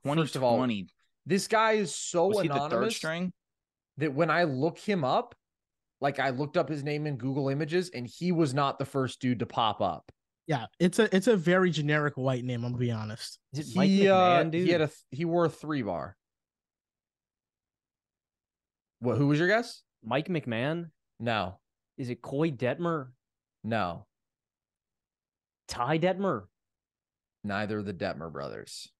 Speaker 7: First of all,
Speaker 6: 2020.
Speaker 7: This guy is so
Speaker 6: Was he the third
Speaker 7: anonymous
Speaker 6: string?
Speaker 7: that when I look him up, like I looked up his name in Google Images, and he was not the first dude to pop up.
Speaker 8: Yeah, it's a it's a very generic white name. I'm gonna be honest.
Speaker 7: he, uh, he had a th- he wore a three bar. What? Who was your guess?
Speaker 9: Mike McMahon.
Speaker 7: No.
Speaker 9: Is it Coy Detmer?
Speaker 7: No.
Speaker 9: Ty Detmer.
Speaker 7: Neither of the Detmer brothers.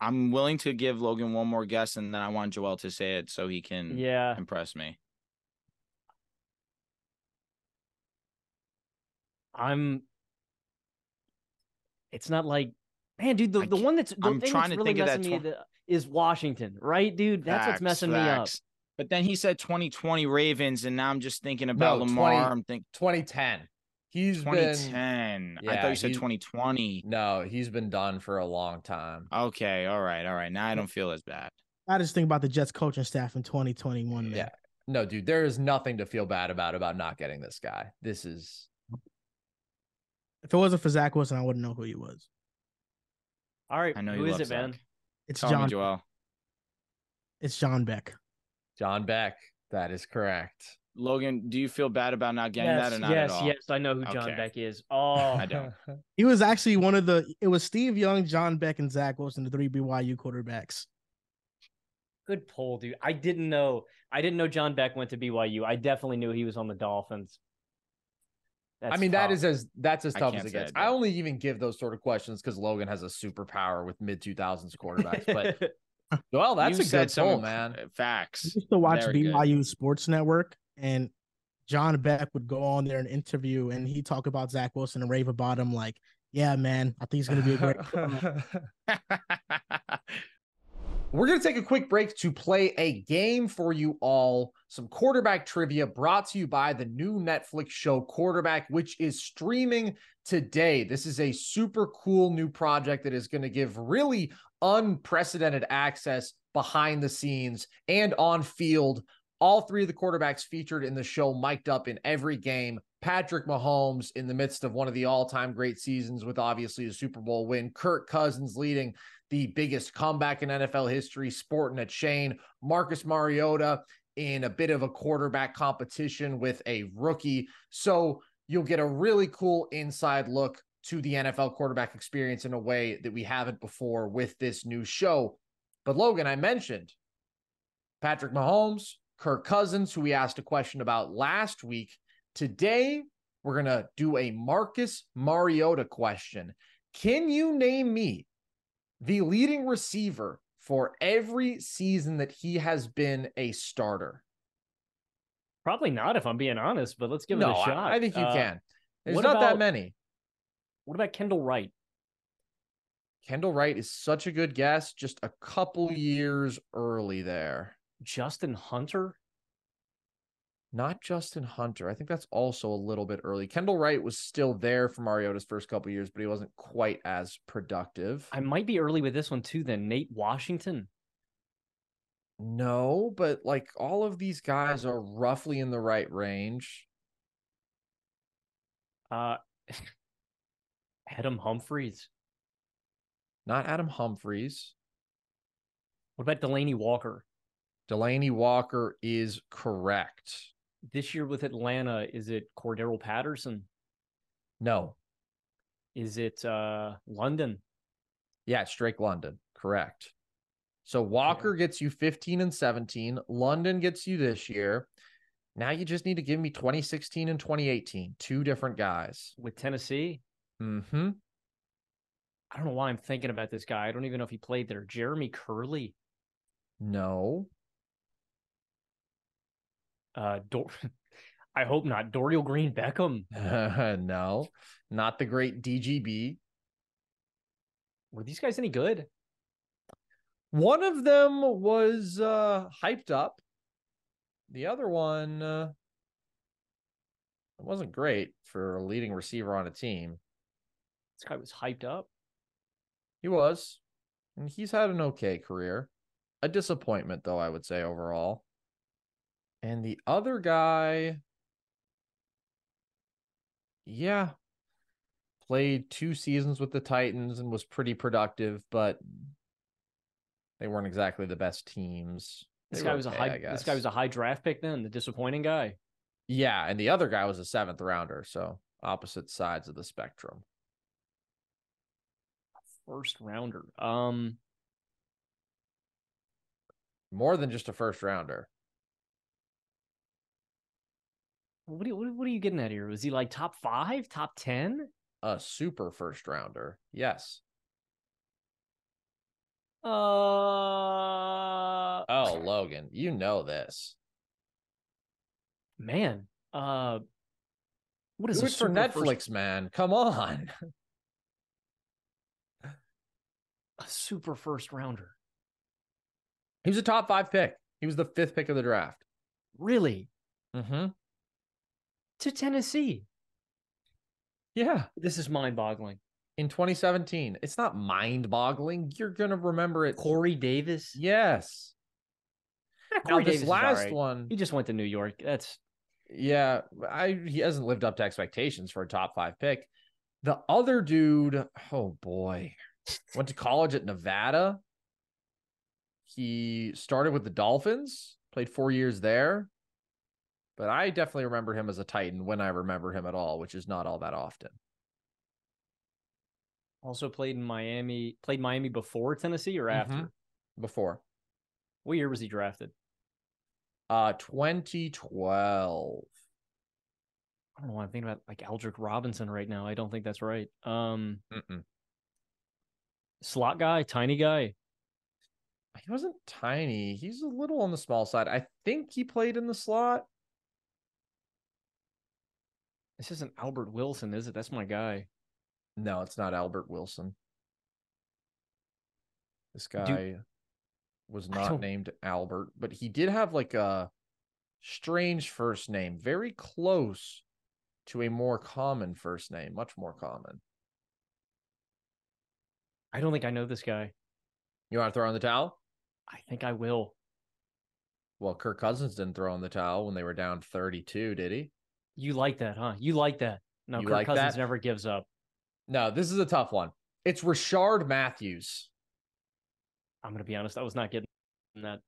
Speaker 6: I'm willing to give Logan one more guess and then I want Joel to say it so he can
Speaker 9: Yeah.
Speaker 6: impress me.
Speaker 9: I'm. It's not like, man, dude. The, the one that's the
Speaker 6: I'm
Speaker 9: thing
Speaker 6: trying to
Speaker 9: that's really
Speaker 6: think of that
Speaker 9: messing me
Speaker 6: twen-
Speaker 9: the- is Washington, right, dude? That's what's
Speaker 6: Facts,
Speaker 9: messing
Speaker 6: facts. But then he said 2020 Ravens, and now I'm just thinking about
Speaker 7: No, 20
Speaker 6: Lamar. I'm thinking
Speaker 7: 2010. He's been-
Speaker 6: 2010. I thought
Speaker 7: Yeah,
Speaker 6: you said
Speaker 7: he's-
Speaker 6: 2020.
Speaker 7: No, he's been done for a long time.
Speaker 6: Okay, all right, all right. Now I don't feel as bad.
Speaker 8: I just think about the Jets coaching staff in 2021. Man.
Speaker 7: Yeah. No, dude, there is nothing to feel bad about about not getting this guy. This is
Speaker 8: If it wasn't for Zach Wilson, I wouldn't know who he was.
Speaker 9: All right.
Speaker 6: I know
Speaker 9: who
Speaker 6: you
Speaker 9: is
Speaker 6: love
Speaker 9: it, man?
Speaker 6: Zach.
Speaker 8: It's
Speaker 6: Tell me,
Speaker 8: John.
Speaker 6: Joel.
Speaker 8: It's John Beck.
Speaker 7: John Beck. That is correct.
Speaker 6: Logan, do you feel bad about not getting
Speaker 9: Yes,
Speaker 6: that or not
Speaker 9: yes,
Speaker 6: at all?
Speaker 9: yes, I know who John
Speaker 6: Okay.
Speaker 9: Beck is. Oh,
Speaker 6: I don't.
Speaker 8: He was actually one of the. It was Steve Young, John Beck, and Zach Wilson, the three BYU quarterbacks.
Speaker 9: Good poll, dude. I didn't know. I didn't know John Beck went to BYU. I definitely knew he was on the Dolphins.
Speaker 7: I mean, that is as that's as
Speaker 9: I
Speaker 7: tough
Speaker 9: can't
Speaker 7: as it
Speaker 9: say I
Speaker 7: gets.
Speaker 9: did.
Speaker 7: I only even give those sort of questions because Logan has a superpower with mid two thousands quarterbacks. But well, that's
Speaker 6: You
Speaker 7: a
Speaker 6: said
Speaker 7: good
Speaker 6: some
Speaker 7: poll,
Speaker 6: inc-
Speaker 7: man.
Speaker 6: Facts.
Speaker 8: used to watch
Speaker 7: Very good.
Speaker 8: BYU Sports Network, and John Beck would go on there and interview, and he talk about Zach Wilson and rave about him like, "Yeah, man, I think he's gonna be a great."
Speaker 7: We're going to take a quick break to play a game for you all. Some quarterback trivia brought to you by the new Netflix show Quarterback, which is streaming today. This is a super cool new project that is going to give really unprecedented access behind the scenes and on field. All three of the quarterbacks featured in the show mic'd up in every game. Patrick Mahomes in the midst of one of the all time great seasons with obviously a Super Bowl win. Kirk Cousins leading the biggest comeback in NFL history, sporting a chain. Marcus Mariota in a bit of a quarterback competition with a rookie. So you'll get a really cool inside look to the NFL quarterback experience in a way that we haven't before with this new show. But Logan, I mentioned Patrick Mahomes, Kirk Cousins, who we asked a question about last week. Today, we're going to do a Marcus Mariota question. Can you name me the leading receiver for every season that he has been a starter?
Speaker 9: probably not if I'm being honest. But let's give it
Speaker 7: No,
Speaker 9: a
Speaker 7: I-
Speaker 9: shot. Uh,
Speaker 7: I think you can. There's
Speaker 9: what
Speaker 7: not that
Speaker 9: about-
Speaker 7: many.
Speaker 9: What about Kendall Wright?
Speaker 7: Kendall Wright is such a good guess, just a couple years early there.
Speaker 9: Justin Hunter?
Speaker 7: Not Justin Hunter. I think that's also a little bit early. Kendall Wright was still there for Mariota's first couple years, but he wasn't quite as productive.
Speaker 9: I might be early with this one too. Then Nate Washington.
Speaker 7: No, but like all of these guys are roughly in the right range.
Speaker 9: Uh, Adam Humphreys.
Speaker 7: Not Adam Humphreys.
Speaker 9: What about Delaney Walker?
Speaker 7: Delaney Walker is correct.
Speaker 9: this year with Atlanta, is it Cordero Patterson?
Speaker 7: No.
Speaker 9: Is it uh London?
Speaker 7: Yeah, it's Drake London. Correct. So Walker gets you 15 and 17. London gets you this year. Now you just need to give me 2016 and 2018. Two different guys.
Speaker 9: With Tennessee?
Speaker 7: Mm-hmm.
Speaker 9: I don't know why I'm thinking about this guy. I don't even know if he played there. Jeremy Curley.
Speaker 7: No.
Speaker 9: Uh Dor- I hope not. Dorial Green Beckham.
Speaker 7: no. Not the great DGB.
Speaker 9: Were these guys any good?
Speaker 7: One of them was uh hyped up. The other one uh, it wasn't great for a leading receiver on a team.
Speaker 9: This guy was hyped up.
Speaker 7: He was. And he's had an okay career. A disappointment though, I would say overall. And the other guy yeah, played two seasons with the Titans and was pretty productive, but they weren't exactly the best teams.
Speaker 9: This
Speaker 7: They
Speaker 9: guy
Speaker 7: were
Speaker 9: was a
Speaker 7: okay, I
Speaker 9: high this guy
Speaker 7: guess.
Speaker 9: was a high draft pick then, the disappointing guy.
Speaker 7: Yeah, and the other guy was a seventh rounder, so opposite sides of the spectrum.
Speaker 9: First rounder. Um
Speaker 7: More than just a first rounder.
Speaker 9: what are, you- what are- what are you getting at here? Was he like top five, top ten?
Speaker 7: A super first rounder. Yes.
Speaker 9: Uh
Speaker 7: Oh, Logan, you know this.
Speaker 9: man. Uh what is
Speaker 7: Do
Speaker 9: a
Speaker 7: it for
Speaker 9: super first-
Speaker 7: Netflix, man? Come on.
Speaker 9: a super first rounder.
Speaker 7: He was a top five pick. He was the fifth pick of the draft.
Speaker 9: Really?
Speaker 7: Mm-hmm.
Speaker 9: To Tennessee.
Speaker 7: Yeah.
Speaker 9: This is mind boggling.
Speaker 7: In 2017. It's not mind boggling. You're gonna remember it.
Speaker 9: Corey Davis.
Speaker 7: Yes. Now,
Speaker 9: Corey
Speaker 7: this
Speaker 9: Davis is
Speaker 7: last
Speaker 9: alright.
Speaker 7: one-
Speaker 9: He just went to New York. That's
Speaker 7: Yeah, I he hasn't lived up to expectations for a top five pick. The other dude, oh boy, went to college at Nevada. He started with the Dolphins, played four years there. But I definitely remember him as a Titan when I remember him at all, which is not all that often.
Speaker 9: also played in Miami. Played Miami before Tennessee or after?
Speaker 7: Mhm. Before
Speaker 9: What year was he drafted?
Speaker 7: uh 2012.
Speaker 9: I don't know why I'm thinking about like Aldrick Robinson right now. I don't think that's right. Um slot guy, tiny guy.
Speaker 7: He wasn't tiny. He's a little on the small side. I think he played in the slot.
Speaker 9: This isn't Albert Wilson, is it? That's my guy.
Speaker 7: No, it's not Albert Wilson. This
Speaker 9: Do-
Speaker 7: guy was
Speaker 9: I
Speaker 7: not
Speaker 9: don't-
Speaker 7: named Albert, but he did have like a strange first name, very close to a more common first name, much more common.
Speaker 9: I don't think I know this guy.
Speaker 7: You want to throw in the towel?
Speaker 9: I think I will.
Speaker 7: Well, Kirk Cousins didn't throw in the towel when they were down 32, did he?
Speaker 9: You like that, huh? You like that. No,
Speaker 7: You
Speaker 9: Kirk
Speaker 7: like
Speaker 9: Cousins
Speaker 7: that?
Speaker 9: never gives up.
Speaker 7: No, this is a tough one. It's Richard Matthews.
Speaker 9: I'm gonna be honest, I was not getting that.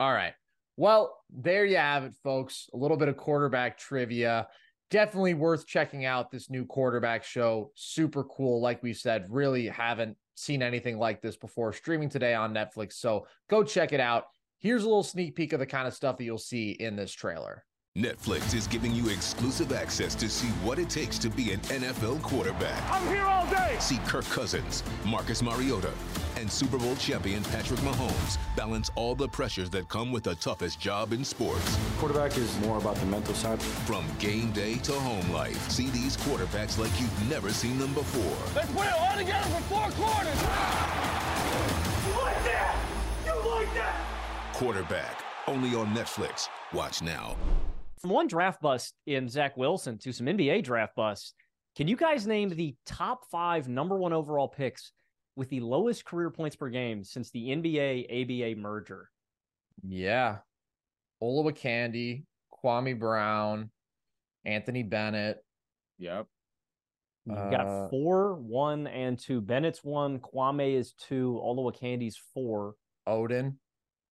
Speaker 7: All right. Well, there you have it, folks. A little bit of quarterback trivia. Definitely worth checking out this new quarterback show. Super cool. Like we said, really haven't seen anything like this before. Streaming today on Netflix. So go check it out. Here's a little sneak peek of the kind of stuff that you'll see in this trailer.
Speaker 5: Netflix is giving you exclusive access to see what it takes to be an NFL quarterback. I'm here all day. See Kirk Cousins, Marcus Mariota, and Super Bowl champion Patrick Mahomes balance all the pressures that come with the toughest job in sports. Quarterback is more about the mental side. From game day to home life, see these quarterbacks like you've never seen them before.
Speaker 13: Let's put it all together for four quarters. You like that? You like that?
Speaker 5: Quarterback, only on Netflix. Watch now.
Speaker 9: From one draft bust in Zach Wilson to some NBA draft busts, can you guys name the top five number one overall picks with the lowest career points per game since the NBA ABA merger?
Speaker 7: Yeah. Olawa Candy, Kwame Brown, Anthony Bennett. Uh,
Speaker 6: Yep.
Speaker 9: You got four, one, and two. Bennett's one, Kwame is two, Olawa Candy's four.
Speaker 7: Odin.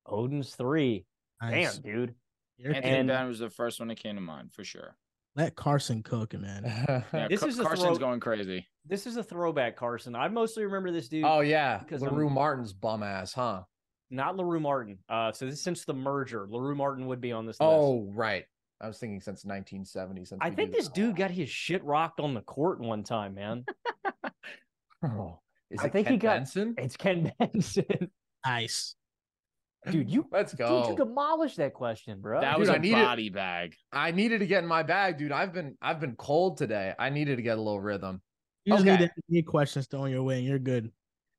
Speaker 9: Odin's three.
Speaker 7: Nice.
Speaker 9: Damn, dude.
Speaker 8: You're
Speaker 6: Anthony
Speaker 8: kidding.
Speaker 6: Brown was the first one that came to mind for sure.
Speaker 8: Let Carson cook, man.
Speaker 6: Yeah,
Speaker 9: This
Speaker 6: Car-
Speaker 9: is a
Speaker 6: Carson's
Speaker 9: throw-
Speaker 6: going crazy.
Speaker 9: This is a throwback, Carson. I mostly remember this dude.
Speaker 7: Oh yeah,
Speaker 9: because
Speaker 7: Larue
Speaker 9: I'm-
Speaker 7: Martin's bum ass, huh?
Speaker 9: not Larue Martin. Uh, so this since the merger, Larue Martin would be on this. list.
Speaker 7: Oh right, I was thinking since 1970. Since
Speaker 9: I
Speaker 7: we
Speaker 9: think
Speaker 7: do
Speaker 9: this dude got his shit rocked on the court one time, man.
Speaker 7: Oh, Is
Speaker 9: I
Speaker 7: it
Speaker 9: think he
Speaker 7: Ken
Speaker 9: got
Speaker 7: Benson?
Speaker 9: it's Ken Benson.
Speaker 8: Nice,
Speaker 9: dude. You
Speaker 7: let's
Speaker 9: dude, you
Speaker 7: go.
Speaker 9: demolished that question, bro.
Speaker 7: That Dude, was
Speaker 9: a
Speaker 7: I a needed- body
Speaker 6: bag.
Speaker 7: I needed to get in my bag, dude. I've been I've been cold today. I needed to get a little rhythm.
Speaker 8: You just
Speaker 7: okay.
Speaker 8: need to need questions thrown your way, and you're good.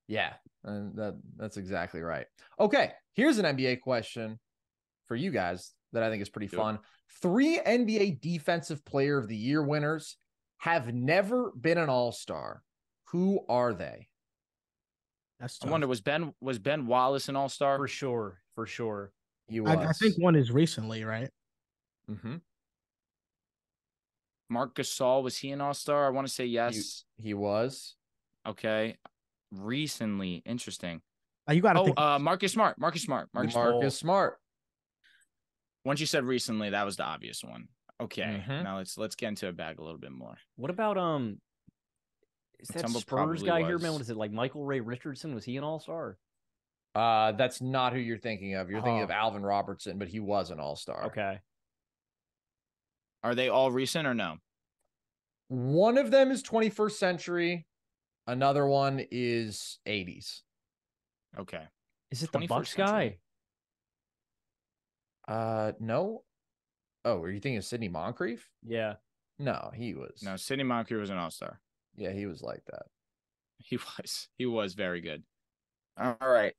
Speaker 7: Yeah, and that that's exactly right. Okay, here's an NBA question for you guys that I think is pretty fun. Three NBA Defensive Player of the Year winners have never been an All Star. Who are they?
Speaker 8: That's
Speaker 6: I wonder was Ben was Ben Wallace an All Star for
Speaker 9: sure for sure.
Speaker 7: He
Speaker 8: I, I think one is recently, right?
Speaker 7: Mm-hmm.
Speaker 6: Mark Gasol was he an All Star? I want to say yes.
Speaker 7: He, was.
Speaker 6: Okay, recently, interesting.
Speaker 8: Like, you got to
Speaker 6: oh,
Speaker 8: think.
Speaker 6: uh, Marcus Smart, Marcus Smart, Marcus,
Speaker 7: Marcus Smart.
Speaker 6: Once you said recently, that was the obvious one. Okay,
Speaker 7: Mm-hmm.
Speaker 9: Mhm.
Speaker 6: now let's let's get into a bag a little bit more.
Speaker 9: What about um? Is that
Speaker 6: Mutombo
Speaker 9: Spurs
Speaker 6: probably
Speaker 9: guy here,
Speaker 6: was.
Speaker 9: man? What is it like? Michael Ray Richardson was he an All Star?
Speaker 7: Uh, that's not who you're thinking of. You're thinking
Speaker 9: Huh.
Speaker 7: of Alvin Robertson, but he was an All Star.
Speaker 9: Oh. Okay.
Speaker 6: Are they all recent or no?
Speaker 7: One of them is 21st century. Another one is 80s.
Speaker 6: Okay.
Speaker 9: Is it the Bucks guy?
Speaker 7: Uh, no. Oh, are you thinking of Sidney Moncrief?
Speaker 9: Yeah.
Speaker 7: No, he was.
Speaker 6: No, Sidney Moncrief was an All Star.
Speaker 7: Yeah, he was like that.
Speaker 6: He was. He was very good. All right.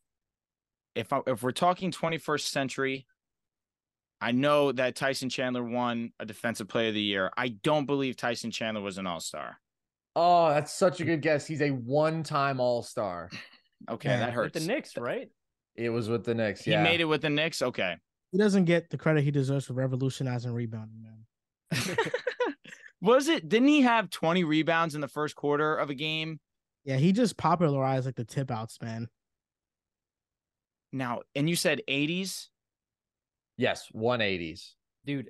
Speaker 6: If I, if we're talking 21st century, I know that Tyson Chandler won a Defensive Player of the Year. I don't believe Tyson Chandler was an All Star.
Speaker 7: Oh, that's such a good guess. He's a one-time All Star.
Speaker 6: Okay, Yeah. that
Speaker 9: With
Speaker 6: hurts.
Speaker 9: the Knicks, right?
Speaker 7: It was with the Knicks. Yeah,
Speaker 6: He made it with the Knicks. Okay.
Speaker 8: He doesn't get the credit he deserves for revolutionizing rebounding, man.
Speaker 6: Was it? Didn't he have 20 rebounds in the first quarter of a game?
Speaker 8: Yeah, he just popularized like the tip outs, man.
Speaker 6: Now, and you said 80s.
Speaker 7: Yes, 180s.
Speaker 9: Dude,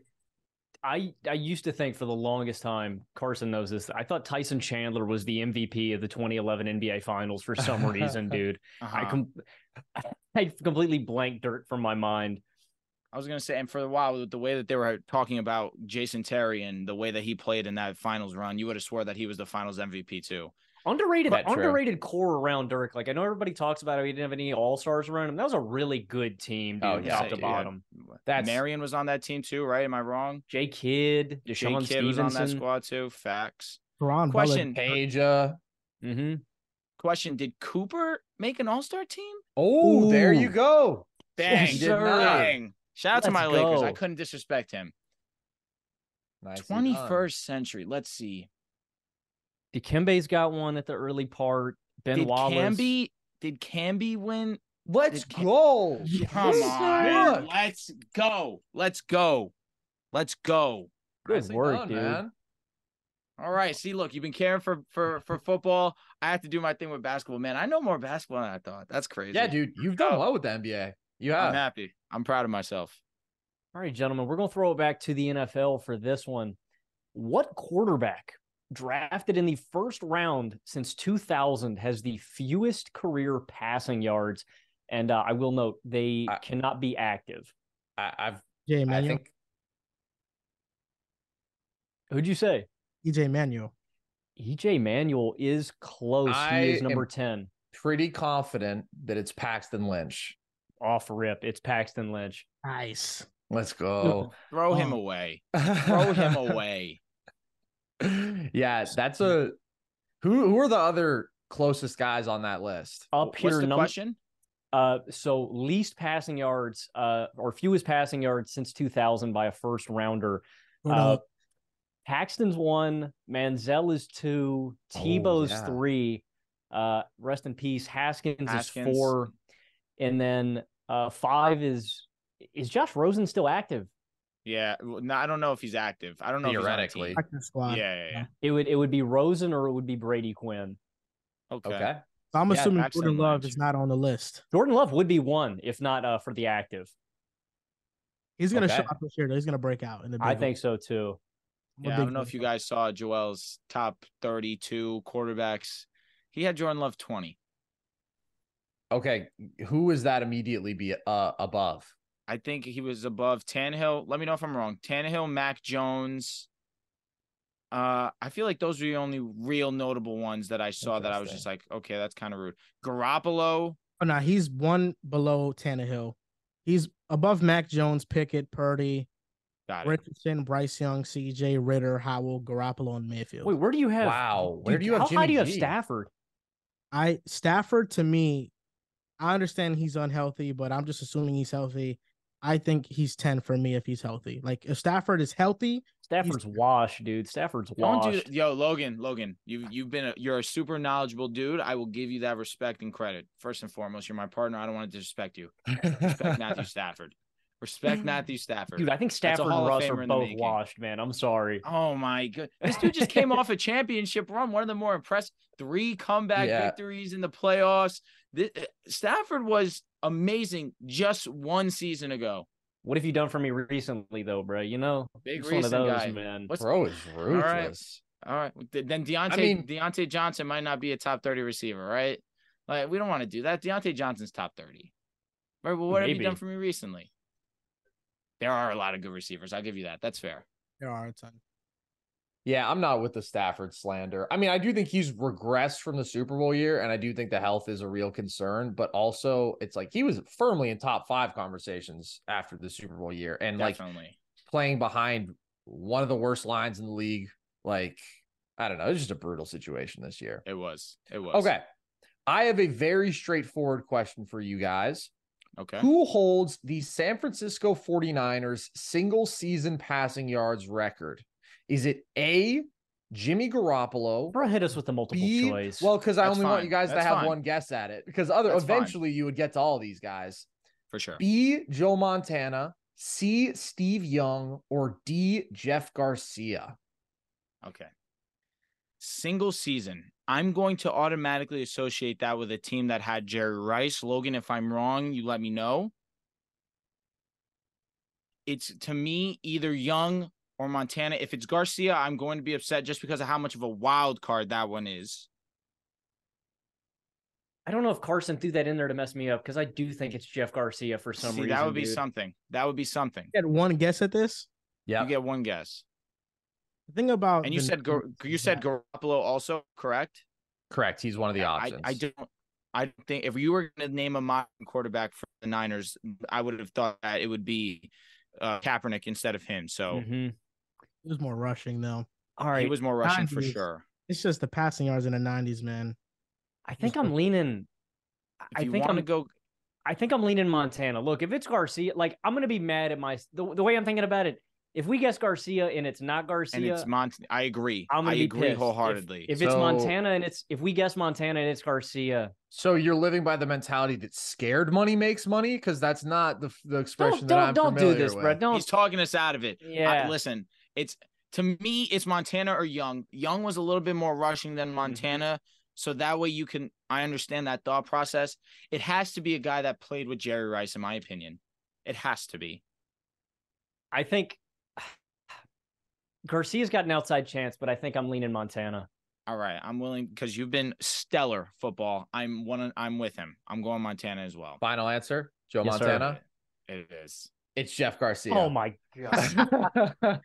Speaker 9: I I used to think for the longest time, Carson knows this. I thought Tyson Chandler was the MVP of the 2011 NBA Finals for some reason, dude. I
Speaker 6: Uh-huh.
Speaker 9: com- I completely blanked dirt from my mind.
Speaker 6: I was gonna say, and for a while, with the way that they were talking about Jason Terry and the way that he played in that finals run, you would have swore that he was the finals MVP too.
Speaker 9: Underrated,
Speaker 6: That true.
Speaker 9: underrated core around Dirk. Like I know everybody talks about how he didn't have any All Stars around him. That was a really good team, dude,
Speaker 6: Oh, yeah.
Speaker 9: top to
Speaker 6: Yeah.
Speaker 9: bottom.
Speaker 6: That Marion was on that team too, right? Am I wrong?
Speaker 9: Jay Kidd,
Speaker 6: Deshaun
Speaker 9: Shawn
Speaker 6: Kidd was on that
Speaker 9: Stevenson.
Speaker 6: squad too. Facts.
Speaker 8: Ron
Speaker 6: Question.
Speaker 7: Peja.
Speaker 9: Mm-hmm.
Speaker 6: Question: Did Cooper make an All Star team?
Speaker 7: Oh, there you
Speaker 6: Ooh.
Speaker 7: go.
Speaker 6: Bang!
Speaker 7: Yes, sir.
Speaker 6: Bang! Shout out to
Speaker 7: Let's
Speaker 6: my Lakers. I
Speaker 7: go.
Speaker 6: couldn't disrespect him.
Speaker 7: Nicely done.
Speaker 6: Twenty first century. Let's see.
Speaker 9: Dikembe's got one at the early part. Ben
Speaker 6: did
Speaker 9: Wallace.
Speaker 6: Camby? Did Camby win?
Speaker 7: Let's
Speaker 6: Did Cam-
Speaker 7: go.
Speaker 6: Come
Speaker 7: Yes,
Speaker 6: on.
Speaker 7: sir.
Speaker 6: man. Let's go. Let's go. Let's go.
Speaker 9: Good work,
Speaker 7: done,
Speaker 9: dude.
Speaker 7: man.
Speaker 6: All right. See, look, you've been caring for for for football. I have to do my thing with basketball, man. I know more basketball than I thought. That's crazy. Oh.
Speaker 7: Yeah, dude, you've done well with the NBA. You
Speaker 6: I'm
Speaker 7: have.
Speaker 6: happy. I'm proud of myself.
Speaker 9: All right, gentlemen, we're going to throw it back to the NFL for this one. What quarterback drafted in the first round since 2000 has the fewest career passing yards? And uh, I will note they cannot be active.
Speaker 7: I, I've
Speaker 8: EJ Manuel.
Speaker 9: Who'd you say?
Speaker 8: EJ Manuel.
Speaker 9: EJ E Manuel is close.
Speaker 7: I
Speaker 9: he is number
Speaker 7: am
Speaker 9: 10.
Speaker 7: Pretty confident that it's Paxton Lynch.
Speaker 9: Off rip. It's Paxton Lynch.
Speaker 8: Nice.
Speaker 7: Let's go.
Speaker 6: Throw him
Speaker 7: Oh.
Speaker 6: away. Throw him away.
Speaker 7: Yeah, that's a who who are the other closest guys on that list?
Speaker 9: Up here,
Speaker 6: What's the
Speaker 9: num-
Speaker 6: question?
Speaker 9: Uh, so least passing yards, uh, or fewest passing yards since 2000 by a first rounder.
Speaker 8: Hold
Speaker 9: Uh,
Speaker 8: up.
Speaker 9: Paxton's one, Manziel is two,
Speaker 7: Oh,
Speaker 9: Tebow's
Speaker 7: yeah.
Speaker 9: three. Uh, rest in peace. Haskins,
Speaker 6: Haskins.
Speaker 9: is four, and then uh, five is is Josh Rosen still active?
Speaker 6: Yeah. well, No, I don't know if he's active. I don't know. if he's on the
Speaker 7: Theoretically.
Speaker 6: team.
Speaker 8: Practice squad.
Speaker 6: Yeah, yeah, yeah.
Speaker 9: It would it would be Rosen or it would be Brady Quinn.
Speaker 6: Okay.
Speaker 7: Okay.
Speaker 8: So I'm
Speaker 9: Yeah,
Speaker 8: assuming
Speaker 9: Paxton
Speaker 8: Jordan Love is not on the list.
Speaker 9: Jordan Love would be one if not uh, for the active.
Speaker 8: He's gonna show
Speaker 6: Okay.
Speaker 8: up this year. Though. He's gonna break out in the. Big
Speaker 9: I
Speaker 8: league.
Speaker 9: think so too.
Speaker 8: I'm a
Speaker 6: Yeah, I
Speaker 8: big
Speaker 6: don't know if you guys saw Joel's top 32 quarterbacks. He had Jordan Love 20.
Speaker 7: Okay, who is that immediately be uh, above?
Speaker 6: I think he was above Tannehill. Let me know if I'm wrong. Tannehill, Mac Jones. Uh, I feel like those are the only real notable ones that I saw that I was just like, okay, that's kind of rude. Garoppolo,
Speaker 8: Oh no, he's one below Tannehill. He's above Mac Jones, Pickett, Purdy,
Speaker 6: Got
Speaker 8: Richardson, Bryce Young, C.J. Ritter, Howell, Garoppolo, and Mayfield.
Speaker 9: Wait, where do you have?
Speaker 7: Wow, where
Speaker 9: Dude,
Speaker 7: do you have
Speaker 9: How high
Speaker 7: Jimmy
Speaker 9: do you have
Speaker 7: G?
Speaker 9: Stafford?
Speaker 8: I Stafford to me, I understand he's unhealthy, but I'm just assuming he's healthy. I think he's ten for me if he's healthy. Like if Stafford is healthy,
Speaker 9: Stafford's washed, dude. Stafford's
Speaker 6: Don't
Speaker 9: washed.
Speaker 6: do yo Logan. Logan, you you've been a, you're a super knowledgeable dude. I will give you that respect and credit. First and foremost, you're my partner. I don't want to disrespect you. Respect Matthew Stafford. Respect Matthew Stafford.
Speaker 9: Dude, I think
Speaker 6: That's a
Speaker 9: Stafford
Speaker 6: Hall
Speaker 9: and
Speaker 6: of
Speaker 9: Russ
Speaker 6: Famer
Speaker 9: are
Speaker 6: in the
Speaker 9: both
Speaker 6: making.
Speaker 9: washed, man. I'm sorry.
Speaker 6: Oh my god, this dude just came off a championship run. One of the more impressive three comeback
Speaker 9: Yeah.
Speaker 6: victories in the playoffs. Thi- uh, Stafford was amazing just one season ago.
Speaker 9: What have you done for me recently, though, bro? You know,
Speaker 6: Big
Speaker 9: it's
Speaker 6: reason
Speaker 9: one of those,
Speaker 6: guy.
Speaker 9: man.
Speaker 6: What's-
Speaker 7: Bro is
Speaker 6: All right.
Speaker 7: ruthless.
Speaker 6: All right. Th- Then Deontay
Speaker 7: mean-
Speaker 6: Deontay Johnson might not be a top 30 receiver, right? Like we don't want to do that. Deontay Johnson's top 30. Right, well, what have
Speaker 9: Maybe.
Speaker 6: you done for me recently? There are a lot of good receivers. I'll give you that. That's fair.
Speaker 8: there are a ton.
Speaker 7: Yeah, I'm not with the Stafford slander. I mean, I do think he's regressed from the Super Bowl year, and I do think the health is a real concern. But also, it's like he was firmly in top five conversations after the Super Bowl year, and like
Speaker 6: Definitely.
Speaker 7: playing behind one of the worst lines in the league. Like, I don't know. It's just a brutal situation this year.
Speaker 6: It was. It was.
Speaker 7: Okay. I have a very straightforward question for you guys.
Speaker 6: Okay.
Speaker 7: Who holds the San Francisco 49ers single season passing yards record? Is it A, Jimmy Garoppolo?
Speaker 9: Bro, hit us with the multiple
Speaker 7: B,
Speaker 9: choice.
Speaker 7: Well, because I
Speaker 9: That's
Speaker 7: only want
Speaker 9: fine.
Speaker 7: you guys
Speaker 9: That's
Speaker 7: to have
Speaker 9: fine.
Speaker 7: one guess at it because other
Speaker 9: That's fine.
Speaker 7: eventually you would get to all these guys.
Speaker 6: For sure.
Speaker 7: B, Joe Montana, C, Steve Young, or D, Jeff Garcia?
Speaker 6: Okay. Single season. I'm going to automatically associate that with a team that had Jerry Rice. Logan, if I'm wrong, you let me know. It's to me either Young or Montana. If it's Garcia, I'm going to be upset just because of how much of a wild card that one is.
Speaker 9: I don't know if Carson threw that in there to mess me up because I do think it's Jeff Garcia for some
Speaker 6: See,
Speaker 9: reason.
Speaker 6: that would be
Speaker 9: dude.
Speaker 6: something. That would be something.
Speaker 8: Get one guess at this.
Speaker 7: Yeah.
Speaker 6: You get one guess.
Speaker 8: The thing about
Speaker 6: And you
Speaker 8: the-
Speaker 6: said Gar- you said Garoppolo also, correct?
Speaker 7: Correct. He's one of the
Speaker 6: I,
Speaker 7: options.
Speaker 6: I don't. I don't think if you were going to name a modern quarterback for the Niners, I would have thought that it would be uh, Kaepernick instead of him. So
Speaker 8: Mm-hmm. it was more rushing though.
Speaker 9: All
Speaker 6: he
Speaker 9: right,
Speaker 6: was more rushing for
Speaker 8: 90s.
Speaker 6: sure.
Speaker 8: It's just the passing yards in the nineties, man.
Speaker 9: I think I'm leaning. I-
Speaker 6: If
Speaker 9: I
Speaker 6: you
Speaker 9: think
Speaker 6: wanna
Speaker 9: I'm
Speaker 6: go.
Speaker 9: I think I'm leaning Montana. Look, if it's Garcia, like I'm gonna be mad at my the, the way I'm thinking about it. If we guess Garcia and it's not
Speaker 6: And
Speaker 9: Garcia,
Speaker 6: it's Mont. I agree.
Speaker 9: uh, I'm gonna
Speaker 6: I
Speaker 9: be
Speaker 6: agree
Speaker 9: pissed. If-
Speaker 6: wholeheartedly.
Speaker 9: If, it's
Speaker 7: So-
Speaker 9: Montana and it's if we guess Montana and it's Garcia,
Speaker 7: So you're living by the mentality that scared money makes money because that's not the the expression
Speaker 9: don't-
Speaker 7: that I'm
Speaker 9: don't do
Speaker 7: familiar
Speaker 9: this,
Speaker 7: with.
Speaker 9: bro. Don't-
Speaker 6: he's talking us out of it. I-
Speaker 9: Yeah.
Speaker 6: listen, it's to me, it's Montana or Young. Young was a little bit more rushing
Speaker 9: Mm-hmm.
Speaker 6: than Montana, so that way you can. I understand that thought process. It has to be a guy that played with Jerry Rice, in my opinion. It has to be.
Speaker 9: I think Garcia's got an outside chance, but I think I'm leaning Montana.
Speaker 6: All right, I'm willing because you've been stellar football. I'm one. I'm with him. I'm going Montana as well.
Speaker 7: Final answer, Joe
Speaker 6: Yes, sir.
Speaker 7: Montana.
Speaker 6: It is.
Speaker 7: It's Jeff Garcia.
Speaker 9: Oh my god!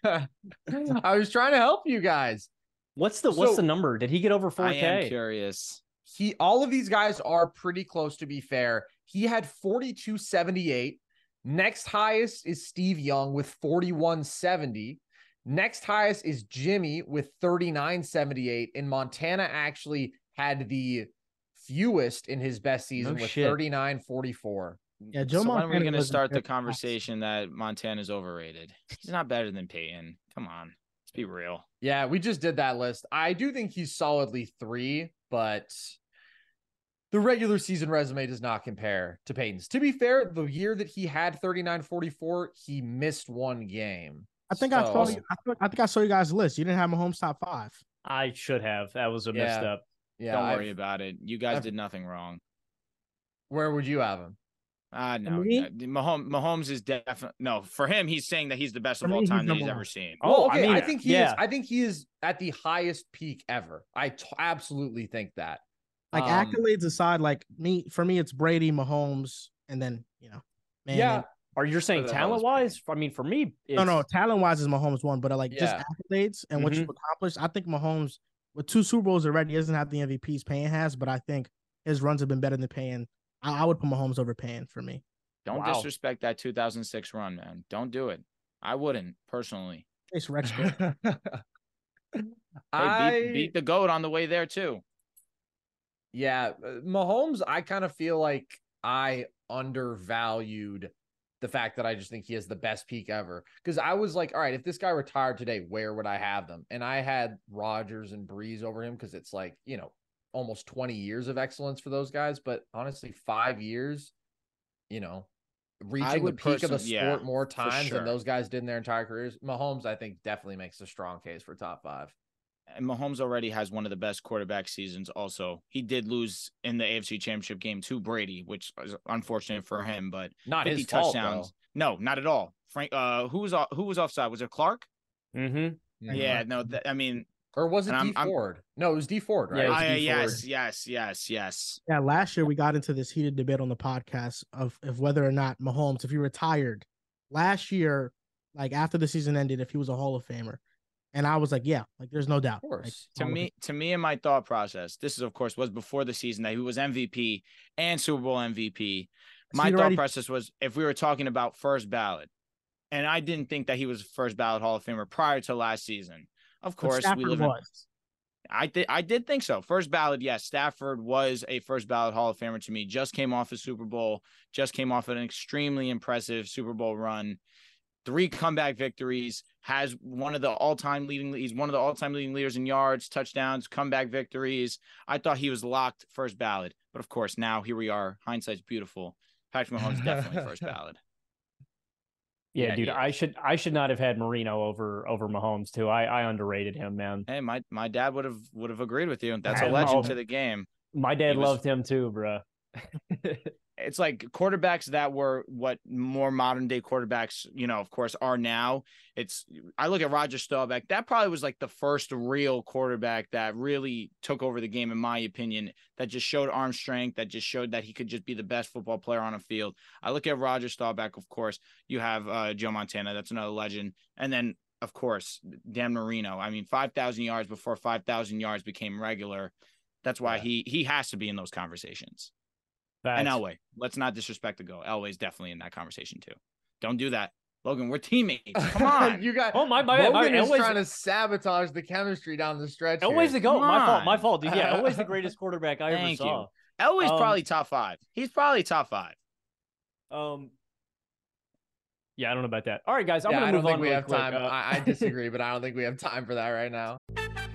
Speaker 7: I was trying to help you guys.
Speaker 9: What's the what's
Speaker 7: So-
Speaker 9: the number? Did he get over
Speaker 6: I
Speaker 9: 4K?
Speaker 6: am curious.
Speaker 7: He all of these guys are pretty close to be fair. He had 4278. Next highest is Steve Young with 4170. Next highest is Jimmy with 3978 and Montana actually had the fewest in his best season with
Speaker 9: shit.
Speaker 7: 3944.
Speaker 8: Yeah, Joe
Speaker 6: so when are
Speaker 8: Montana
Speaker 6: we going to
Speaker 8: wasn't
Speaker 6: start
Speaker 8: there
Speaker 6: the conversation that Montana's overrated? He's not better than Peyton. Come on, let's be real.
Speaker 7: Yeah, we just did that list. I do think he's solidly three, but the regular season resume does not compare to Peyton's. To be fair, the year that he had 39 44, he missed one game.
Speaker 8: I think I saw.
Speaker 7: So-
Speaker 8: you- I, thought- I think I saw you guys list. You didn't have Mahomes top five.
Speaker 9: I should have. That was a messed
Speaker 7: Yeah.
Speaker 9: up.
Speaker 7: Yeah,
Speaker 6: Don't
Speaker 7: I've-
Speaker 6: worry about it. You guys
Speaker 7: I've-
Speaker 6: did nothing wrong.
Speaker 7: Where would you have him?
Speaker 6: Uh, no,
Speaker 10: me?
Speaker 6: uh, Mahomes, Mahomes is definitely no for him. He's saying that he's the best
Speaker 10: For
Speaker 6: of all
Speaker 10: me, he's
Speaker 6: time that he's
Speaker 10: number
Speaker 6: ever
Speaker 10: one.
Speaker 6: seen.
Speaker 10: Oh,
Speaker 7: okay.
Speaker 10: I mean,
Speaker 7: I think he is.
Speaker 10: yeah.
Speaker 7: I think he is at the highest peak ever. I t- absolutely think that.
Speaker 8: Like
Speaker 7: Um,
Speaker 8: accolades aside, like me for me, it's Brady, Mahomes, and then you know, man.
Speaker 9: yeah. Are you saying
Speaker 8: Otherwise,
Speaker 9: talent wise? I mean, for me, it's,
Speaker 8: no, no, talent wise is Mahomes one, but uh, like just
Speaker 9: Yeah.
Speaker 8: accolades and what
Speaker 6: Mm-hmm.
Speaker 8: you've accomplished. I think Mahomes with two Super Bowls already doesn't have the MVPs Payne has, but I think his runs have been better than Payne. I, I would put Mahomes over Payne for me.
Speaker 6: Don't
Speaker 8: Wow.
Speaker 6: disrespect that 2006 run, man. Don't do it. I wouldn't personally.
Speaker 8: It's Rex. Burkhead.
Speaker 6: They
Speaker 7: I-
Speaker 6: beat, beat the goat on the way there too.
Speaker 7: Yeah, uh, Mahomes, I kind of feel like I undervalued the fact that I just think he has the best peak ever. Because I was like, all right, if this guy retired today, where would I have them? And I had Rodgers and Breeze over him because it's like, you know, almost 20 years of excellence for those guys. But honestly, five years, you know, reaching the
Speaker 6: would
Speaker 7: peak of the
Speaker 6: person-
Speaker 7: sport
Speaker 6: yeah,
Speaker 7: more
Speaker 6: for
Speaker 7: times
Speaker 6: sure.
Speaker 7: than those guys did in their entire careers. Mahomes, I think, definitely makes a strong case for top five.
Speaker 6: And Mahomes already has one of the best quarterback seasons. Also, he did lose in the AFC Championship game to Brady, which is unfortunate for him. But
Speaker 7: Not
Speaker 6: 50
Speaker 7: his fault,
Speaker 6: touchdowns. no, not at all. Frank, uh, who was off, who was offside? Was it Clark?
Speaker 7: Mm-hmm.
Speaker 6: Yeah, no, th- I mean,
Speaker 7: Or was it
Speaker 6: and
Speaker 7: D
Speaker 6: I'm- I'm-
Speaker 7: Ford? No, it was D Ford, right?
Speaker 6: Ah, yes, yes, yes, yes.
Speaker 8: Yeah, last year we got into this heated debate on the podcast of, of whether or not Mahomes, if he retired last year, like after the season ended, if he was a Hall of Famer. And I was like, yeah, like there's no doubt. Of course.
Speaker 6: to me to me and my thought process this is of course was before the season that he was mvp and super bowl mvp my
Speaker 8: he'd
Speaker 6: thought
Speaker 8: already-
Speaker 6: process was if we were talking about first ballot and i didn't think that he was a first ballot hall of famer prior to last season of course we live in I did. I did think so. First ballot, yes. Stafford was a first ballot Hall of Famer to me. Just came off a Super Bowl. Just came off an extremely impressive Super Bowl run. Three comeback victories. Has one of the all time leading. He's one of the all time leading leaders in yards, touchdowns, comeback victories. I thought he was locked first ballot, but of course now here we are. Hindsight's beautiful. Patrick Mahomes definitely first ballot.
Speaker 9: yeah,
Speaker 6: Yeah,
Speaker 9: dude.
Speaker 6: he
Speaker 9: I should I should not have had Marino over over Mahomes too. I I underrated him, man.
Speaker 6: Hey, my my dad would have would have agreed with you. That's a
Speaker 9: Wow.
Speaker 6: legend to the game.
Speaker 9: My dad
Speaker 6: He was-
Speaker 9: loved him too, bruh.
Speaker 6: it's like quarterbacks that were what more modern day quarterbacks, you know, of course, are now. It's I look at Roger Staubach. That probably was like the first real quarterback that really took over the game, in my opinion. That just showed arm strength. That just showed that he could just be the best football player on a field. I look at Roger Staubach. Of course, you have uh, Joe Montana. That's another legend. And then, of course, Dan Marino. I mean, five thousand yards before five thousand yards became regular. That's why he he has to be in those conversations. And
Speaker 9: Facts.
Speaker 6: Elway. Let's not disrespect the goal. Elway's definitely in that conversation too. Don't do that. Logan, we're teammates. Come on.
Speaker 7: you got.
Speaker 9: Oh my my
Speaker 7: Logan
Speaker 9: my
Speaker 7: is
Speaker 9: Elway's-
Speaker 7: trying to sabotage the chemistry down the stretch. here.
Speaker 9: Elway's the goat.
Speaker 7: Come
Speaker 9: My fault. My
Speaker 7: on.
Speaker 9: fault, dude. Yeah, Elway's the greatest quarterback I ever
Speaker 6: Thank
Speaker 9: saw.
Speaker 6: you. Elway's
Speaker 9: Um,
Speaker 6: probably top five. He's probably top five.
Speaker 9: Um. Yeah, I don't know about that. All right, guys, I'm
Speaker 7: Yeah,
Speaker 9: gonna
Speaker 7: I
Speaker 9: move
Speaker 7: don't think
Speaker 9: on
Speaker 7: we
Speaker 9: really
Speaker 7: have
Speaker 9: quick.
Speaker 7: time.
Speaker 9: Uh,
Speaker 7: I, I disagree, but I don't think we have time for that right now.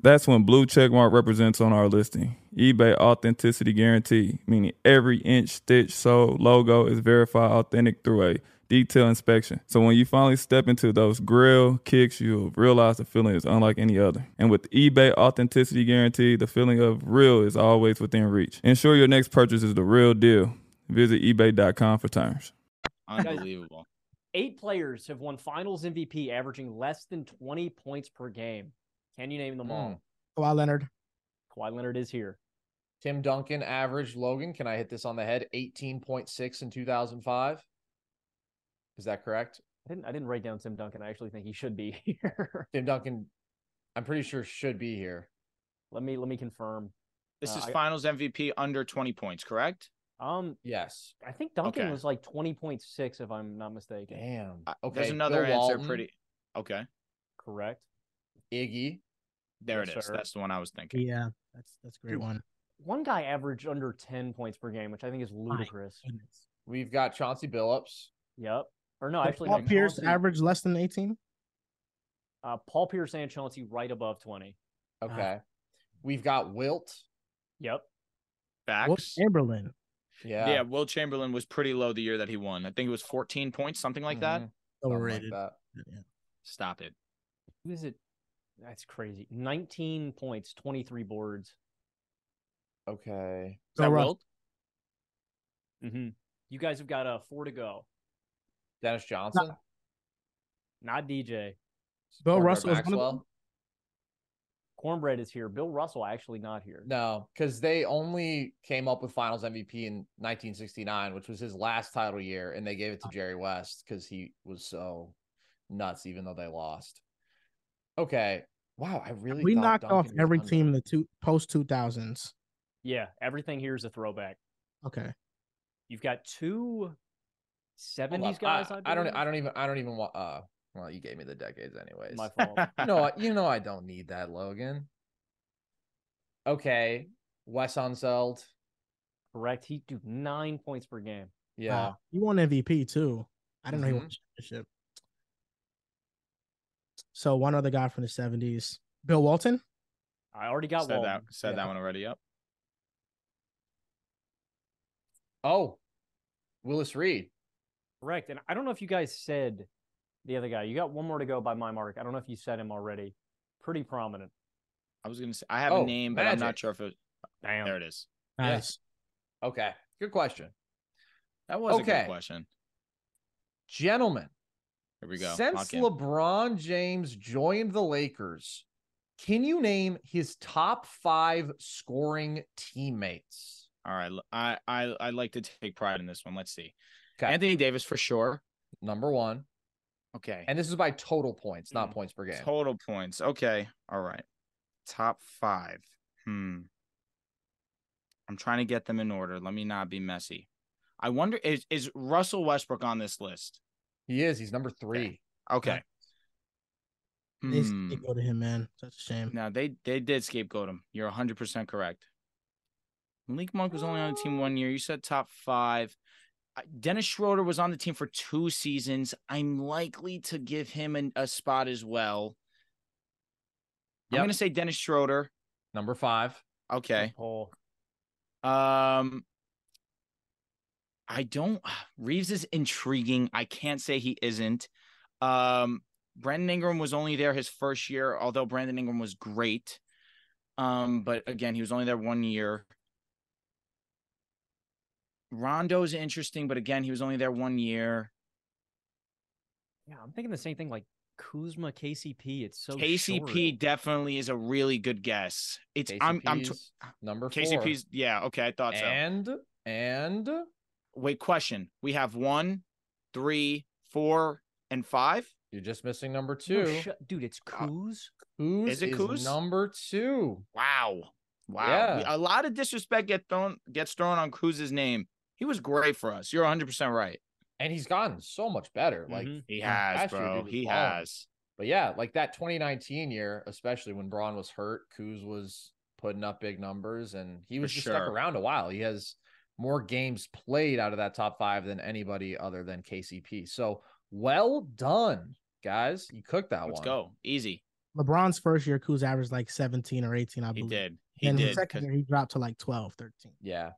Speaker 12: That's when blue checkmark represents on our listing. eBay authenticity guarantee, meaning every inch, stitch, sole, logo is verified authentic through a detailed inspection. So when you finally step into those grill kicks, you'll realize the feeling is unlike any other. And with eBay authenticity guarantee, the feeling of real is always within reach. Ensure your next purchase is the real deal. Visit eBay.com for terms.
Speaker 6: Unbelievable.
Speaker 9: Eight players have won finals MVP, averaging less than 20 points per game. Can you name them
Speaker 6: Hmm.
Speaker 9: all?
Speaker 8: Kawhi Leonard.
Speaker 9: Kawhi Leonard is here.
Speaker 7: Tim Duncan averaged Logan. Can I hit this on the head? 18.6 in 2005. Is that correct?
Speaker 9: I didn't I didn't write down Tim Duncan. I actually think he should be here.
Speaker 7: Tim Duncan, I'm pretty sure should be here.
Speaker 9: Let me let me confirm.
Speaker 6: This
Speaker 9: Uh,
Speaker 6: is
Speaker 9: I-
Speaker 6: finals MVP under 20 points, correct?
Speaker 9: Um
Speaker 7: yes.
Speaker 9: I think Duncan
Speaker 6: Okay.
Speaker 9: was like 20.6 if I'm not mistaken.
Speaker 7: Damn.
Speaker 6: Okay. There's another
Speaker 7: Bill
Speaker 6: answer
Speaker 7: Walton.
Speaker 6: pretty okay.
Speaker 9: Correct.
Speaker 7: Iggy.
Speaker 6: There it
Speaker 9: Yes,
Speaker 6: is.
Speaker 9: sir.
Speaker 6: That's the one I was thinking.
Speaker 8: Yeah, that's that's a great one.
Speaker 9: One guy averaged under 10 points per game, which I think is ludicrous.
Speaker 7: We've got Chauncey Billups.
Speaker 9: Yep. Or no,
Speaker 8: Did
Speaker 9: actually
Speaker 8: Paul
Speaker 9: no,
Speaker 8: Pierce
Speaker 9: Chauncey-
Speaker 8: averaged less than 18.
Speaker 9: uh, Paul Pierce and Chauncey right above 20.
Speaker 7: Okay.
Speaker 8: Ah.
Speaker 7: We've got Wilt.
Speaker 9: Yep.
Speaker 6: Facts.
Speaker 8: Wilt Chamberlain.
Speaker 7: Yeah.
Speaker 6: Yeah, Will Chamberlain was pretty low the year that he won. I think it was 14 points, something like that.
Speaker 8: Mm-hmm. Overrated.
Speaker 6: Stop it.
Speaker 9: Who is it? That's crazy. 19 points, 23 boards.
Speaker 7: Okay.
Speaker 6: Is that Wilt?
Speaker 9: Mm-hmm. You guys have got uh, four to go.
Speaker 7: Dennis Johnson.
Speaker 9: Not DJ.
Speaker 8: Bill
Speaker 7: Cornbread
Speaker 8: Russell is one of
Speaker 7: Maxwell.
Speaker 8: them.
Speaker 9: Cornbread is here. Bill Russell actually not here.
Speaker 7: No, because they only came up with Finals MVP in 1969, which was his last title year, and they gave it to Jerry West because he was so nuts, even though they lost. Okay, wow, I really
Speaker 8: We
Speaker 7: thought
Speaker 8: knocked off
Speaker 7: Duncan was
Speaker 8: every
Speaker 7: under-
Speaker 8: team in the two post 2000s.
Speaker 9: Yeah, everything here is a throwback.
Speaker 8: Okay.
Speaker 9: You've got two
Speaker 7: Hold
Speaker 9: 70s
Speaker 7: up,
Speaker 9: guys.
Speaker 7: I, I don't.
Speaker 9: believe.
Speaker 7: I don't even. I don't even want. Uh, well, you gave me the decades, anyways.
Speaker 9: My fault.
Speaker 7: you know. what- You know. I don't need that, Logan. Okay, Wes Unseld.
Speaker 9: Correct. He do nine points per game.
Speaker 7: Yeah.
Speaker 8: Wow, Uh, he won MVP too. I didn't
Speaker 6: Mm-hmm.
Speaker 8: know he won
Speaker 7: Mhm.
Speaker 8: the championship. So one other guy from the 70s, Bill Walton.
Speaker 9: I already got
Speaker 6: said
Speaker 9: one.
Speaker 6: that said that one already. Yep.
Speaker 7: Oh, Willis Reed.
Speaker 9: Correct. And I don't know if you guys said the other guy. You got one more to go by my mark. I don't know if you said him already. Pretty prominent.
Speaker 6: I was gonna say I have
Speaker 9: Oh,
Speaker 6: a name, but I'm
Speaker 9: Magic.
Speaker 6: not sure if it
Speaker 9: Damn.
Speaker 6: there it is.
Speaker 8: Nice.
Speaker 7: Okay. Good question.
Speaker 6: That was a
Speaker 7: Okay.
Speaker 6: good question.
Speaker 7: Gentlemen,
Speaker 6: Here we go.
Speaker 7: since
Speaker 6: Lock in.
Speaker 7: LeBron James joined the Lakers, can you name his top five scoring teammates?
Speaker 6: All right. l- I I I like to take pride in this one. Let's see.
Speaker 7: Okay.
Speaker 6: Anthony Davis for sure.
Speaker 7: Number one.
Speaker 6: Okay.
Speaker 7: And this is by total points,
Speaker 6: Hmm.
Speaker 7: not points per game.
Speaker 6: Total points. Okay. All right. Top five. Hmm. I'm trying to get them in order. Let me not be messy. I wonder is is Russell Westbrook on this list?
Speaker 7: He is. He's number three.
Speaker 6: Okay.
Speaker 8: They,
Speaker 6: Hmm.
Speaker 8: they go to him, man. Such a shame.
Speaker 6: No, they they did scapegoat him. You're 100 percent correct. Malik Monk was only on the team one year. You said top five. I- Dennis Schroeder was on the team for two seasons. I'm likely to give him an, a spot as well.
Speaker 7: Yep.
Speaker 6: I'm gonna say Dennis Schroeder.
Speaker 7: Number five.
Speaker 6: Okay.
Speaker 9: Paul.
Speaker 6: Um, I don't. Reeves is intriguing. I can't say he isn't. Um, Brandon Ingram was only there his first year, although Brandon Ingram was great. Um, but again, he was only there one year. Rondo's interesting, but again, he was only there one year.
Speaker 9: Yeah, I'm thinking the same thing. Like Kuzma, KCP. It's
Speaker 7: Oh,
Speaker 9: so
Speaker 6: KCP
Speaker 9: short.
Speaker 6: definitely is a really good guess. It's I'm I'm t-
Speaker 7: KCP's number four.
Speaker 6: KCP's yeah, okay, I thought so.
Speaker 7: And and
Speaker 6: wait, question. We have one, three, four, and five.
Speaker 7: You're just missing number two.
Speaker 9: No, sh- dude, it's Kuz.
Speaker 7: Uh, Kuz
Speaker 6: Is it Kuz?
Speaker 7: number two?
Speaker 6: Wow. Wow.
Speaker 7: Yeah.
Speaker 6: We- A lot of disrespect get thrown gets thrown on Kuz's name. He was great for us. You're 100 percent right.
Speaker 7: And he's gotten so much better. Like
Speaker 8: Mm-hmm.
Speaker 6: Mhm. He
Speaker 7: from
Speaker 6: has,
Speaker 7: last year,
Speaker 6: bro.
Speaker 7: dude,
Speaker 6: He
Speaker 7: balling.
Speaker 6: has.
Speaker 7: But yeah, like that 2019 year, especially when Braun was hurt, Kuz was putting up big numbers, and he
Speaker 6: For
Speaker 7: was just stuck
Speaker 6: sure.
Speaker 7: around a while. He has more games played out of that top five than anybody other than KCP. So well done, guys. You cooked that
Speaker 6: Let's
Speaker 7: one.
Speaker 6: go. Easy.
Speaker 8: LeBron's first year, Kuz averaged like 17 or 18, I
Speaker 6: He
Speaker 8: believe.
Speaker 6: did. He
Speaker 8: and
Speaker 6: did.
Speaker 8: his second
Speaker 6: 'cause-
Speaker 8: year, he dropped to like 12, 13.
Speaker 7: Yeah.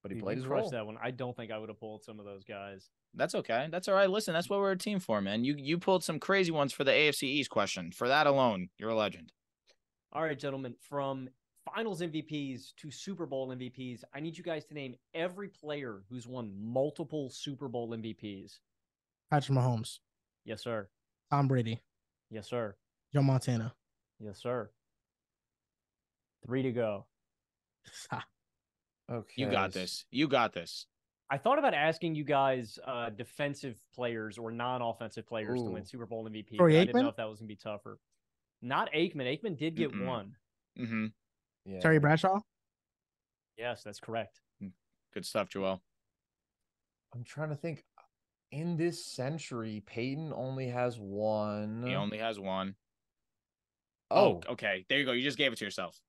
Speaker 7: But he
Speaker 9: Dude,
Speaker 7: played
Speaker 9: you
Speaker 7: his
Speaker 9: crushed
Speaker 7: role.
Speaker 9: that one. I don't think I would have pulled some of those guys.
Speaker 6: That's okay. That's all right. Listen, that's what we're a team for, man. You you pulled some crazy ones for the AFC East question. For that alone, you're a legend.
Speaker 9: All right, gentlemen, from finals MVPs to Super Bowl MVPs, I need you guys to name every player who's won multiple Super Bowl MVPs.
Speaker 8: Patrick Mahomes,
Speaker 9: Yes, sir.
Speaker 8: Tom Brady,
Speaker 9: Yes, sir.
Speaker 8: Joe Montana.
Speaker 9: Yes, sir. Three to go.
Speaker 7: Okay.
Speaker 6: You got this. You got this.
Speaker 9: I thought about asking you guys uh, defensive players or non-offensive players to win
Speaker 7: Ooh.
Speaker 9: Super Bowl
Speaker 8: Troy
Speaker 9: MVP. but I didn't know
Speaker 8: Aikman?
Speaker 9: if that was gonna be tougher. Not Aikman. Aikman did get
Speaker 6: Mm-mm.
Speaker 9: one.
Speaker 6: Mm-hmm.
Speaker 7: Yeah.
Speaker 8: Terry Bradshaw.
Speaker 9: Yes, that's correct.
Speaker 6: Mm. Good stuff, Joel.
Speaker 7: I'm trying to think. In this century, Peyton only has one.
Speaker 6: He only has one.
Speaker 7: Oh,
Speaker 6: okay. There you go. You just gave it to yourself.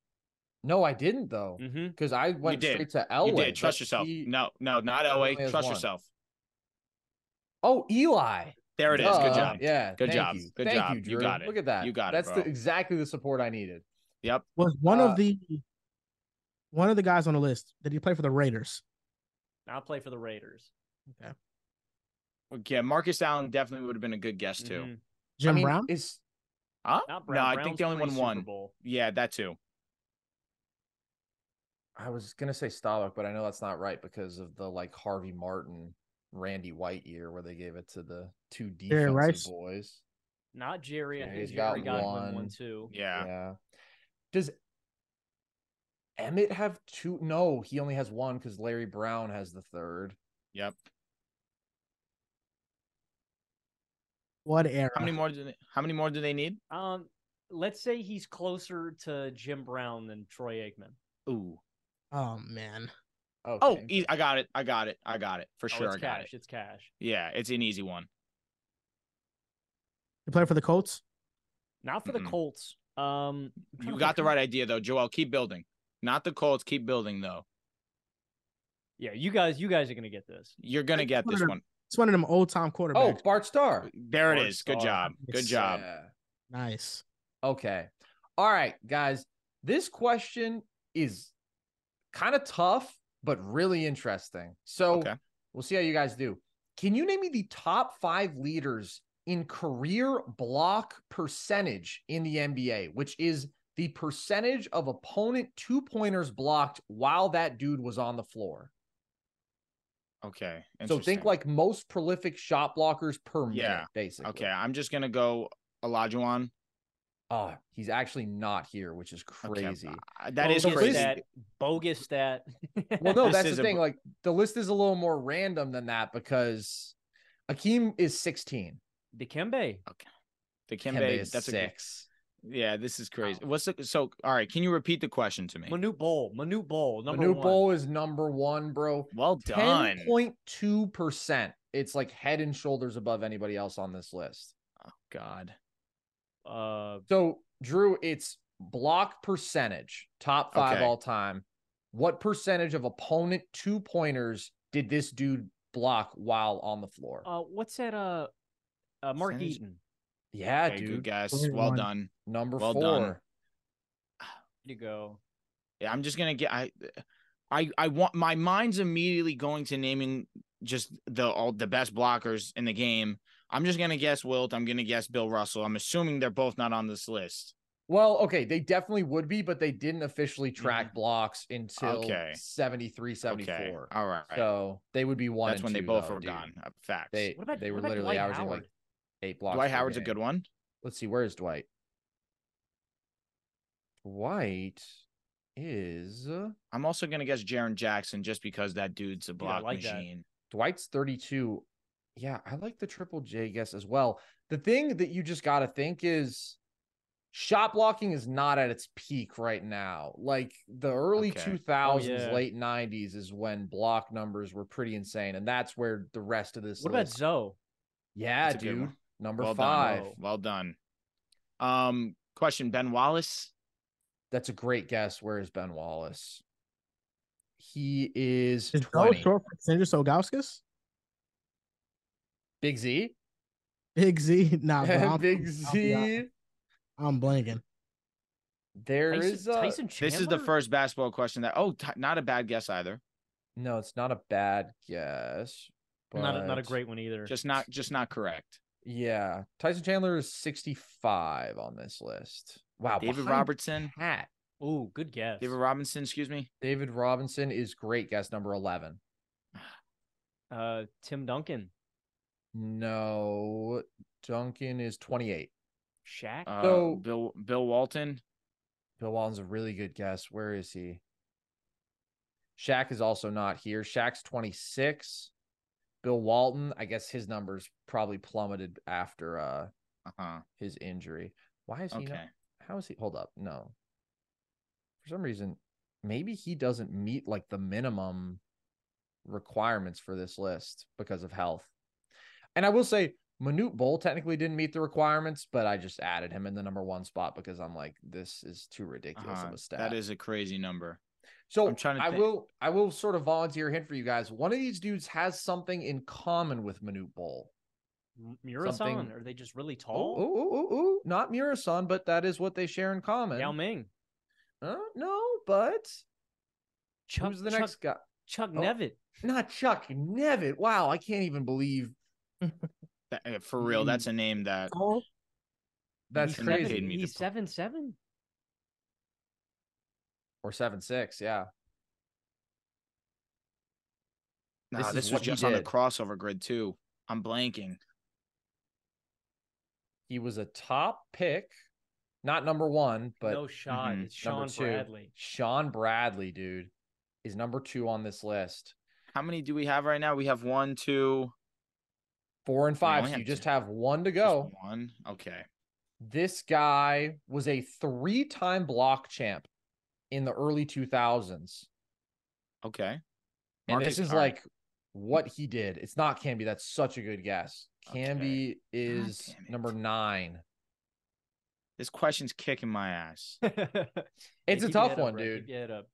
Speaker 7: no, I didn't though.
Speaker 9: Mhm.
Speaker 7: Because I
Speaker 6: Mm-hmm. you
Speaker 7: went
Speaker 6: did.
Speaker 7: straight to
Speaker 6: You
Speaker 7: Elway. E
Speaker 6: did. Trust
Speaker 7: but
Speaker 6: yourself.
Speaker 7: he-
Speaker 6: No, no, not
Speaker 7: he
Speaker 6: Elway.
Speaker 7: only has
Speaker 6: Trust
Speaker 7: one.
Speaker 6: yourself.
Speaker 7: Oh, Eli.
Speaker 6: There it is. Good
Speaker 7: Duh.
Speaker 6: job.
Speaker 7: Yeah.
Speaker 6: Good
Speaker 7: thank
Speaker 6: job.
Speaker 7: you.
Speaker 6: Good
Speaker 7: Thank
Speaker 6: job.
Speaker 7: You,
Speaker 6: You
Speaker 7: Drew.
Speaker 6: got it.
Speaker 7: Look at that.
Speaker 6: You got it,
Speaker 7: That's the,
Speaker 6: bro.
Speaker 7: exactly the support I needed.
Speaker 6: Yep.
Speaker 8: Was one
Speaker 7: Uh,
Speaker 8: of the one of the guys on the list. Did he play for the Raiders?
Speaker 9: Now play for the Raiders.
Speaker 6: Yeah, Marcus Allen definitely would have been a good guess too.
Speaker 9: Mhm.
Speaker 8: Jim
Speaker 7: I mean,
Speaker 8: Brown?
Speaker 7: Is
Speaker 6: Huh?
Speaker 9: Not
Speaker 6: no,
Speaker 9: Brown.
Speaker 6: I
Speaker 9: Brown's
Speaker 6: think the only one
Speaker 9: three Super
Speaker 6: won.
Speaker 9: Bowl.
Speaker 6: Yeah, that too.
Speaker 7: I was gonna say Staubach, but I know that's not right because of the like Harvey Martin, Randy White year where they gave it to the two
Speaker 8: Jerry
Speaker 7: defensive
Speaker 8: Rice?
Speaker 7: boys.
Speaker 9: Not Jerry. I
Speaker 7: Yeah,
Speaker 9: think
Speaker 7: he's
Speaker 9: Jerry
Speaker 7: got
Speaker 9: got one,
Speaker 7: one.
Speaker 9: one too.
Speaker 6: Yeah.
Speaker 7: Yeah. Does Emmett have two? No, he only has one because Larry Brown has the third.
Speaker 6: Yep.
Speaker 8: What era?
Speaker 6: How many more do they how many more do they need?
Speaker 9: Um, let's say he's closer to Jim Brown than Troy Aikman.
Speaker 6: Ooh.
Speaker 8: Oh man.
Speaker 6: Oh, e- I got it. I got it. I got it. For
Speaker 9: Oh,
Speaker 6: sure
Speaker 9: it's
Speaker 6: I got
Speaker 9: cash.
Speaker 6: it.
Speaker 9: It's cash.
Speaker 6: Yeah, it's an easy one.
Speaker 8: He played for the Colts.
Speaker 9: Not for the
Speaker 6: Mm-mm.
Speaker 9: Colts. Um, I'm trying
Speaker 6: Mm-hmm. You
Speaker 9: to
Speaker 6: got
Speaker 9: think
Speaker 6: the
Speaker 9: who-
Speaker 6: right idea though, Joel. Keep building. Not the Colts, keep building though.
Speaker 9: Yeah, you guys, you guys are gonna get this.
Speaker 6: You're gonna get this one.
Speaker 8: It's one of them old time
Speaker 7: Oh,
Speaker 8: quarterbacks.
Speaker 7: Bart Starr.
Speaker 6: There it
Speaker 9: Bart
Speaker 6: is. Good
Speaker 9: Starr.
Speaker 6: job. Good job.
Speaker 7: Yeah.
Speaker 8: Nice.
Speaker 7: Okay. All right, guys. This question is kind of tough, but really interesting. So
Speaker 6: Okay.
Speaker 7: we'll see how you guys do. Can you name me the top five leaders in career block percentage in the NBA, which is the percentage of opponent two pointers blocked while that dude was on the floor?
Speaker 6: Okay.
Speaker 7: So think
Speaker 6: interesting.
Speaker 7: like most prolific shot blockers per minute,
Speaker 6: Yeah.
Speaker 7: basically.
Speaker 6: Okay, I'm just gonna go Olajuwon.
Speaker 7: Oh, he's actually not here, which is crazy.
Speaker 6: Uh, That is
Speaker 9: bogus
Speaker 6: crazy.
Speaker 9: That, bogus that.
Speaker 7: Well, no,
Speaker 6: This
Speaker 7: that's the
Speaker 6: is a
Speaker 7: thing.
Speaker 6: br-
Speaker 7: Like the list is a little more random than that because Akeem is 16.
Speaker 9: Dikembe.
Speaker 6: The
Speaker 7: Kembe
Speaker 6: Kimbe,
Speaker 7: is
Speaker 6: that's a
Speaker 7: six.
Speaker 6: yeah. This is crazy. What's the so? All right, can you repeat the question to me?
Speaker 9: Manute Bowl. Manute Bowl. Number
Speaker 7: Manute
Speaker 9: one.
Speaker 7: Bol is number one, bro.
Speaker 6: Well done.
Speaker 7: 10.2%. It's like head and shoulders above anybody else on this list.
Speaker 6: Oh, God.
Speaker 9: Uh,
Speaker 7: So, Drew, it's block percentage, top five
Speaker 6: Okay.
Speaker 7: all time. What percentage of opponent two pointers did this dude block while on the floor?
Speaker 9: uh, what's that? Uh, uh Mark
Speaker 6: Percentage?
Speaker 9: Eaton.
Speaker 7: yeah,
Speaker 6: Okay,
Speaker 7: dude.
Speaker 6: good guess.
Speaker 8: Three to
Speaker 6: Well
Speaker 8: one.
Speaker 6: done.
Speaker 7: Number
Speaker 6: Well
Speaker 7: four.
Speaker 6: done.
Speaker 9: You go.
Speaker 6: Yeah, I'm just gonna get. I I I want my mind's immediately going to naming just the all the best blockers in the game. I'm just gonna guess Wilt. I'm gonna guess Bill Russell. I'm assuming they're both not on this list.
Speaker 7: Well, okay, they definitely would be, but they didn't officially track blocks until
Speaker 6: Mm. Okay.
Speaker 7: 73, 74.
Speaker 6: All right.
Speaker 7: So they would be one.
Speaker 6: That's
Speaker 7: and
Speaker 6: when they
Speaker 7: two,
Speaker 6: both
Speaker 7: though,
Speaker 6: were
Speaker 7: dude.
Speaker 6: gone. Uh, Facts.
Speaker 7: They
Speaker 6: What about-
Speaker 7: they
Speaker 6: what
Speaker 7: were
Speaker 6: about
Speaker 7: literally
Speaker 6: Dwight
Speaker 7: averaging
Speaker 6: Howard?
Speaker 7: like eight blocks.
Speaker 6: Dwight
Speaker 7: per
Speaker 6: Howard's a
Speaker 7: game.
Speaker 6: good one.
Speaker 7: Let's see, where is Dwight? Dwight is. uh,
Speaker 6: I'm also gonna guess Jaron Jackson just because that dude's a
Speaker 7: Yeah, I
Speaker 6: block
Speaker 7: like that.
Speaker 6: machine.
Speaker 7: Dwight's 32. Yeah, I like the triple J guess as well. The thing that you just got to think is shot blocking is not at its peak right now. Like the early
Speaker 6: Okay. Oh,
Speaker 7: 2000s,
Speaker 9: yeah.
Speaker 7: late 90s is when block numbers were pretty insane. And that's where the rest of this.
Speaker 9: What about
Speaker 7: list-
Speaker 9: Zoe?
Speaker 7: Yeah,
Speaker 6: That's a good
Speaker 7: dude.
Speaker 6: one.
Speaker 7: Number
Speaker 6: Well done.
Speaker 7: five.
Speaker 6: Well done. Um, question: Ben Wallace.
Speaker 7: That's a great guess. Where is Ben Wallace? He is
Speaker 8: Is Zoe
Speaker 7: 20.
Speaker 8: short for Sandra Solgauskas?
Speaker 7: Big Z.
Speaker 8: Big Z, nah, bro, I'm-
Speaker 7: Big
Speaker 8: I'll be honest.
Speaker 7: Z.
Speaker 8: I'm blanking.
Speaker 7: There is a-
Speaker 6: This is the first basketball question that. Oh, t- not a bad guess either.
Speaker 7: No, it's not a bad guess.
Speaker 9: Not a, not a
Speaker 7: but-
Speaker 9: great one either.
Speaker 6: Just not. Just not correct.
Speaker 7: Yeah, Tyson Chandler is 65 on this list. Wow,
Speaker 6: David
Speaker 7: behind
Speaker 6: Robertson.
Speaker 7: Pat.
Speaker 9: Ooh, good guess.
Speaker 6: David Robinson. Excuse me.
Speaker 7: David Robinson is great guess number 11.
Speaker 9: Uh, Tim Duncan,
Speaker 7: No, Duncan is 28.
Speaker 9: Shaq.
Speaker 6: Uh,
Speaker 7: So-
Speaker 6: Bill Bill Walton.
Speaker 7: Bill Walton's a really good guess. Where is he? Shaq is also not here. Shaq's 26. Bill Walton, I guess his numbers probably plummeted after uh
Speaker 6: uh
Speaker 7: his injury. Why is he not,
Speaker 6: Okay.
Speaker 7: how is he hold up? No. For some reason, maybe he doesn't meet like the minimum requirements for this list because of health. And I will say Manute Bowl technically didn't meet the requirements, but I just added him in the number one spot because I'm like, this is too ridiculous
Speaker 6: Uh-huh.
Speaker 7: of a stat.
Speaker 6: That is a crazy number.
Speaker 7: So
Speaker 6: I'm trying to.
Speaker 7: I
Speaker 6: think-
Speaker 7: will I will sort of volunteer a hint for you guys. One of these dudes has something in common with Manute Bowl.
Speaker 9: M- Murasan.
Speaker 7: Something-
Speaker 9: Are they just really
Speaker 7: Oh,
Speaker 9: tall?
Speaker 7: ooh, ooh, ooh, ooh. not Murasan, but that is what they share in common.
Speaker 9: Yao Ming.
Speaker 7: Uh, no, but
Speaker 9: Chuck,
Speaker 7: who's the
Speaker 9: Chuck-
Speaker 7: next guy?
Speaker 9: Chuck
Speaker 7: Oh.
Speaker 9: Nevitt.
Speaker 7: Not Chuck Nevitt. Wow, I can't even believe
Speaker 6: that- uh, for real, that's a name that.
Speaker 7: that's
Speaker 6: and that
Speaker 7: crazy.
Speaker 6: paid me to
Speaker 9: He's seven seven.
Speaker 7: Or seven six, yeah.
Speaker 6: Nah,
Speaker 7: This
Speaker 6: this,
Speaker 7: is
Speaker 6: was
Speaker 7: what he
Speaker 6: just on the
Speaker 7: did.
Speaker 6: crossover grid too. I'm blanking.
Speaker 7: He was a top pick, not number one, but
Speaker 9: no shot.
Speaker 6: Mm-hmm.
Speaker 9: It's Sean
Speaker 7: number two.
Speaker 9: Bradley.
Speaker 7: Sean Bradley, dude, is number two on this list.
Speaker 6: How many do we have right now? We have one, two,
Speaker 7: Four and five.
Speaker 6: only
Speaker 7: So
Speaker 6: have
Speaker 7: you just
Speaker 6: two.
Speaker 7: have one to go.
Speaker 6: one. Okay.
Speaker 7: This guy was a three-time block champ in the early two thousands.
Speaker 6: Okay.
Speaker 7: And
Speaker 6: Marcus
Speaker 7: this is
Speaker 6: Carr.
Speaker 7: like what he did. It's not Canby. That's such a good guess. Canby is number nine.
Speaker 6: This question's kicking my ass.
Speaker 7: It's
Speaker 9: Yeah,
Speaker 7: a
Speaker 9: keep your
Speaker 7: tough
Speaker 9: head up,
Speaker 7: one,
Speaker 9: Ray,
Speaker 7: dude.
Speaker 9: Keep your head up.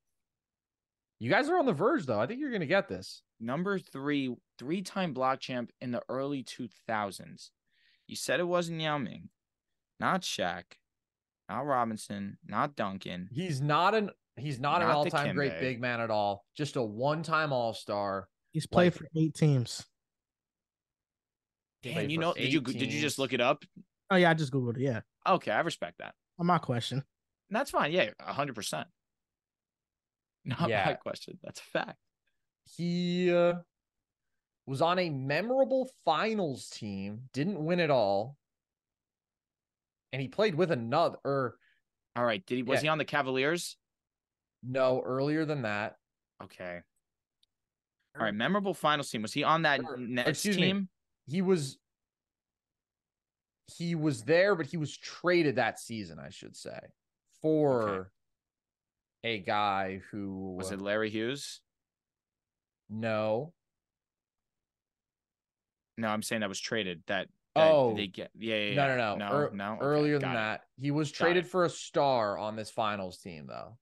Speaker 7: You guys are on the verge, though. I think you're going to get this.
Speaker 6: Number three, three time block champ in the early 2000s. You said it wasn't Yao Ming, not Shaq, not Robinson, not Duncan.
Speaker 7: He's not an he's not, an
Speaker 6: Not
Speaker 7: all time great
Speaker 6: Dikembe.
Speaker 7: big man at all. Just a one time all star.
Speaker 8: He's
Speaker 7: Like-
Speaker 8: played for eight teams.
Speaker 6: Damn,
Speaker 7: played
Speaker 6: you
Speaker 7: for
Speaker 6: know, did you did you
Speaker 7: 18.
Speaker 6: just look it up?
Speaker 8: Oh yeah, I just googled it. Yeah,
Speaker 6: Okay, I respect that.
Speaker 8: on my question.
Speaker 6: That's fine. Yeah, hundred percent. Not
Speaker 7: Yeah.
Speaker 6: my question. That's a fact.
Speaker 7: He uh, was on a memorable finals team, didn't win it all, and he played with another. Or
Speaker 6: All right. Did he was
Speaker 7: Yeah.
Speaker 6: he on the Cavaliers?
Speaker 7: no, earlier than that.
Speaker 6: Okay. All right. Memorable finals team. Was he on that Nets
Speaker 7: excuse me.
Speaker 6: team?
Speaker 7: He was he was there, but he was traded that season, I should say, for a guy who
Speaker 6: Was it Larry Hughes?
Speaker 7: no
Speaker 6: No, I'm saying that was traded. That, that
Speaker 7: oh
Speaker 6: they get yeah, yeah,
Speaker 7: no
Speaker 6: yeah.
Speaker 7: no no
Speaker 6: no
Speaker 7: ear-
Speaker 6: no okay,
Speaker 7: earlier
Speaker 6: got
Speaker 7: than
Speaker 6: it.
Speaker 7: that he was
Speaker 6: Got
Speaker 7: traded for a star on this finals team though.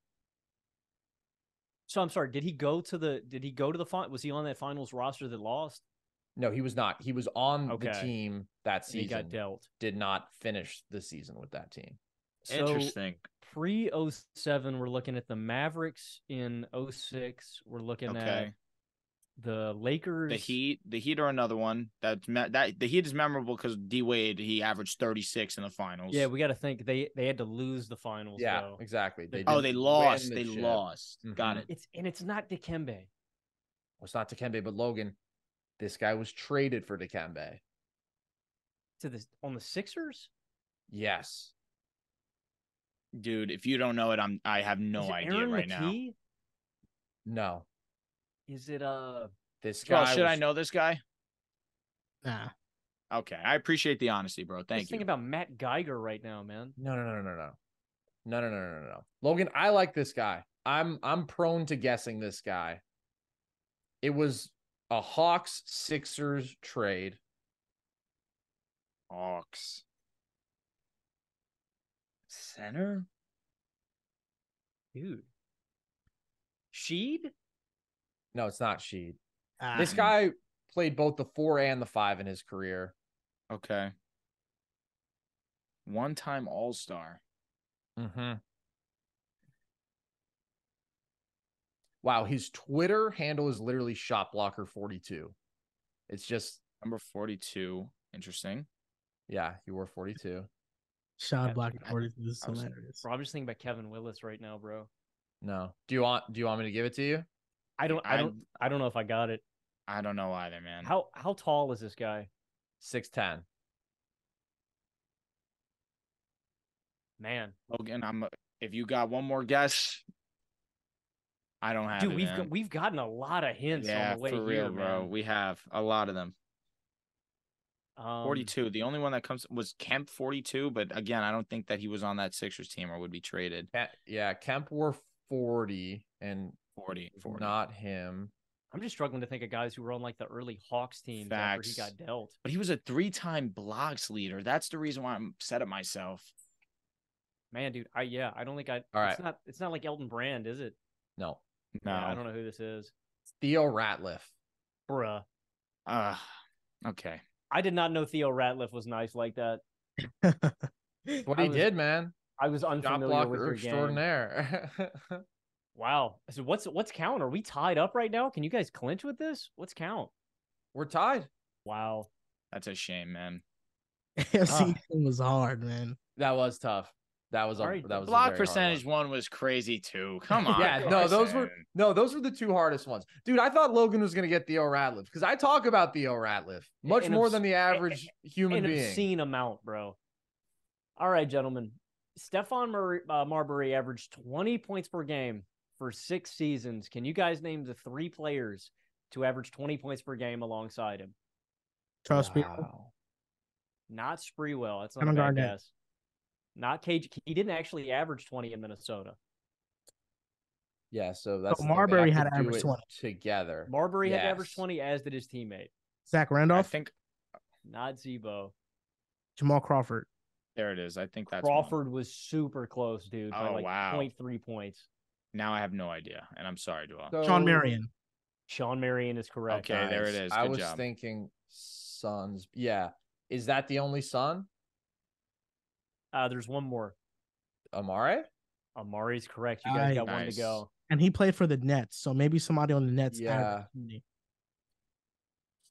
Speaker 9: So I'm sorry. Did he go to the? Did he go to the final? Was he on that finals roster that lost?
Speaker 7: No, he was not. He was on
Speaker 9: Okay.
Speaker 7: the team that
Speaker 9: And he
Speaker 7: season.
Speaker 9: got dealt.
Speaker 7: Did not finish the season with that team.
Speaker 6: Interesting.
Speaker 9: Pre 07, we're looking at the Mavericks. In 06, we're looking at
Speaker 6: Okay.
Speaker 9: the Lakers.
Speaker 6: The Heat, the Heat are another one. That's me- that the Heat is memorable because D Wade he averaged thirty six in the finals.
Speaker 9: Yeah, we got to think they they had to lose the finals.
Speaker 6: Yeah,
Speaker 9: though.
Speaker 7: exactly.
Speaker 6: They Oh, they didn't lost. win the They chip. Mm-hmm. lost. Got it.
Speaker 9: It's and it's not Dikembe.
Speaker 7: Well, it's not Dikembe, but Logan. This guy was traded for Dikembe.
Speaker 9: To the on the Sixers.
Speaker 7: Yes.
Speaker 6: dude, if you don't know it, I'm I have no
Speaker 9: Is it
Speaker 6: idea
Speaker 9: Aaron
Speaker 6: right
Speaker 9: McKee?
Speaker 7: No.
Speaker 9: Is it uh?
Speaker 7: This
Speaker 6: now.
Speaker 7: guy.
Speaker 6: Well, should I
Speaker 7: was-
Speaker 6: know this guy?
Speaker 8: Nah.
Speaker 6: Okay, I appreciate the honesty, bro.
Speaker 9: Thank
Speaker 6: Thank you.
Speaker 9: Think about Matt Geiger right now, man.
Speaker 7: No, no, no, no, no, no, no, no, no, no, no, no. Logan, I like this guy. I'm I'm prone to guessing this guy. It was a Hawks Sixers trade.
Speaker 6: Hawks center,
Speaker 9: dude. Sheed?
Speaker 7: No, it's not Sheed.
Speaker 8: Ah.
Speaker 7: This guy played both the four and the five in his career.
Speaker 6: Okay. One time All Star.
Speaker 7: Mm-hmm. Wow, his Twitter handle is literally shotblocker42. It's just
Speaker 6: number 42. Interesting.
Speaker 7: Yeah, you were 42.
Speaker 8: Shot block recorded. This is
Speaker 7: I was-
Speaker 8: hilarious.
Speaker 9: Bro, I'm just thinking about Kevin Willis right now, bro.
Speaker 7: No. Do you want do you want me to give it to you?
Speaker 9: I don't I don't I don't know if I got it.
Speaker 6: I don't know either, man.
Speaker 9: How how tall is this guy?
Speaker 7: 6'10.
Speaker 9: Man.
Speaker 6: Logan, I'm if you got one more guess, I don't have
Speaker 9: Dude,
Speaker 6: it,
Speaker 9: we've
Speaker 6: man.
Speaker 9: got, we've gotten a lot of hints on
Speaker 6: yeah,
Speaker 9: the way
Speaker 6: for real,
Speaker 9: here,
Speaker 6: bro.
Speaker 9: man.
Speaker 6: We have a lot of them.
Speaker 9: Um,
Speaker 6: 42. The only one that comes was Kemp 42, but again, I don't think that he was on that Sixers team or would be traded.
Speaker 7: Ke- Yeah, Kemp wore 40 and
Speaker 6: 40, 40.
Speaker 7: not him.
Speaker 9: I'm just struggling to think of guys who were on like the early Hawks teams after he
Speaker 6: Facts.
Speaker 9: got dealt.
Speaker 6: But he was a three-time blocks leader. That's the reason why I'm set at myself.
Speaker 9: Man, dude, I yeah, I don't think I.
Speaker 6: All
Speaker 9: It's
Speaker 6: right.
Speaker 9: not it's not like Elton Brand, is it?
Speaker 7: No.
Speaker 9: Yeah, I don't know who this is,
Speaker 7: Theo Ratliff.
Speaker 9: bruh.
Speaker 6: Uh, okay.
Speaker 9: I did not know Theo Ratliff was nice like that.
Speaker 7: What
Speaker 9: I
Speaker 7: he
Speaker 9: was-
Speaker 7: did, man.
Speaker 9: I was
Speaker 7: Shot
Speaker 9: unfamiliar with
Speaker 7: blocker
Speaker 9: your game.
Speaker 7: extraordinaire.
Speaker 9: Wow. So what's what's count? Are we tied up right now? Can you guys clinch with this? What's count?
Speaker 7: We're tied.
Speaker 9: Wow.
Speaker 6: That's a shame, man.
Speaker 8: AFC was hard, man.
Speaker 7: that was tough. That was a,
Speaker 6: Alright,
Speaker 7: that was
Speaker 6: block
Speaker 7: a very hard one.
Speaker 6: percentage one was crazy too. Come on.
Speaker 7: yeah, no, those were
Speaker 6: Carson.
Speaker 7: no, those were the two hardest ones, dude. I thought Logan was gonna get Theo Ratliff because I talk about Theo Ratliff much
Speaker 9: An
Speaker 7: more
Speaker 9: obs-
Speaker 7: than the average human
Speaker 9: an
Speaker 7: being.
Speaker 9: obscene amount, bro. All right, gentlemen. Stefan Murray, uh, Marbury averaged 20 points per game for six seasons. Can you guys name the three players to average 20 points per game alongside him?
Speaker 8: Charles
Speaker 9: Not Spreewell. That's not a
Speaker 8: Kevin
Speaker 9: bad
Speaker 8: Garnett.
Speaker 9: guess. Not Cage. He didn't actually average 20 in Minnesota.
Speaker 7: Yeah, so that's the thing, they
Speaker 8: Marbury
Speaker 7: have
Speaker 8: had
Speaker 7: to
Speaker 8: an
Speaker 7: do
Speaker 8: average
Speaker 7: it
Speaker 8: 20.
Speaker 7: together.
Speaker 9: Marbury had to
Speaker 7: Yes.
Speaker 9: average 20, as did his teammate.
Speaker 8: Zach Randolph,
Speaker 6: think
Speaker 9: Not Zebo.
Speaker 8: Jamal Crawford.
Speaker 6: there it is. I think that's one.
Speaker 9: Crawford was super close, dude. by
Speaker 6: Oh,
Speaker 9: like
Speaker 6: wow.
Speaker 9: 0.3 points.
Speaker 6: Now I have no idea, and I'm sorry, Duval.
Speaker 8: Sean Marion.
Speaker 9: Sean Marion is correct.
Speaker 6: Okay, there it
Speaker 7: Nice.
Speaker 6: is.
Speaker 7: I
Speaker 6: Good
Speaker 7: was
Speaker 6: job.
Speaker 7: thinking Suns. Yeah, is that the only Sun?
Speaker 9: Uh, there's one more.
Speaker 7: Amare.
Speaker 9: Amari's correct. You
Speaker 8: Nice.
Speaker 9: guys got one to go.
Speaker 8: And he played for the Nets, so maybe somebody on the Nets.
Speaker 7: Yeah.
Speaker 8: averaged 20.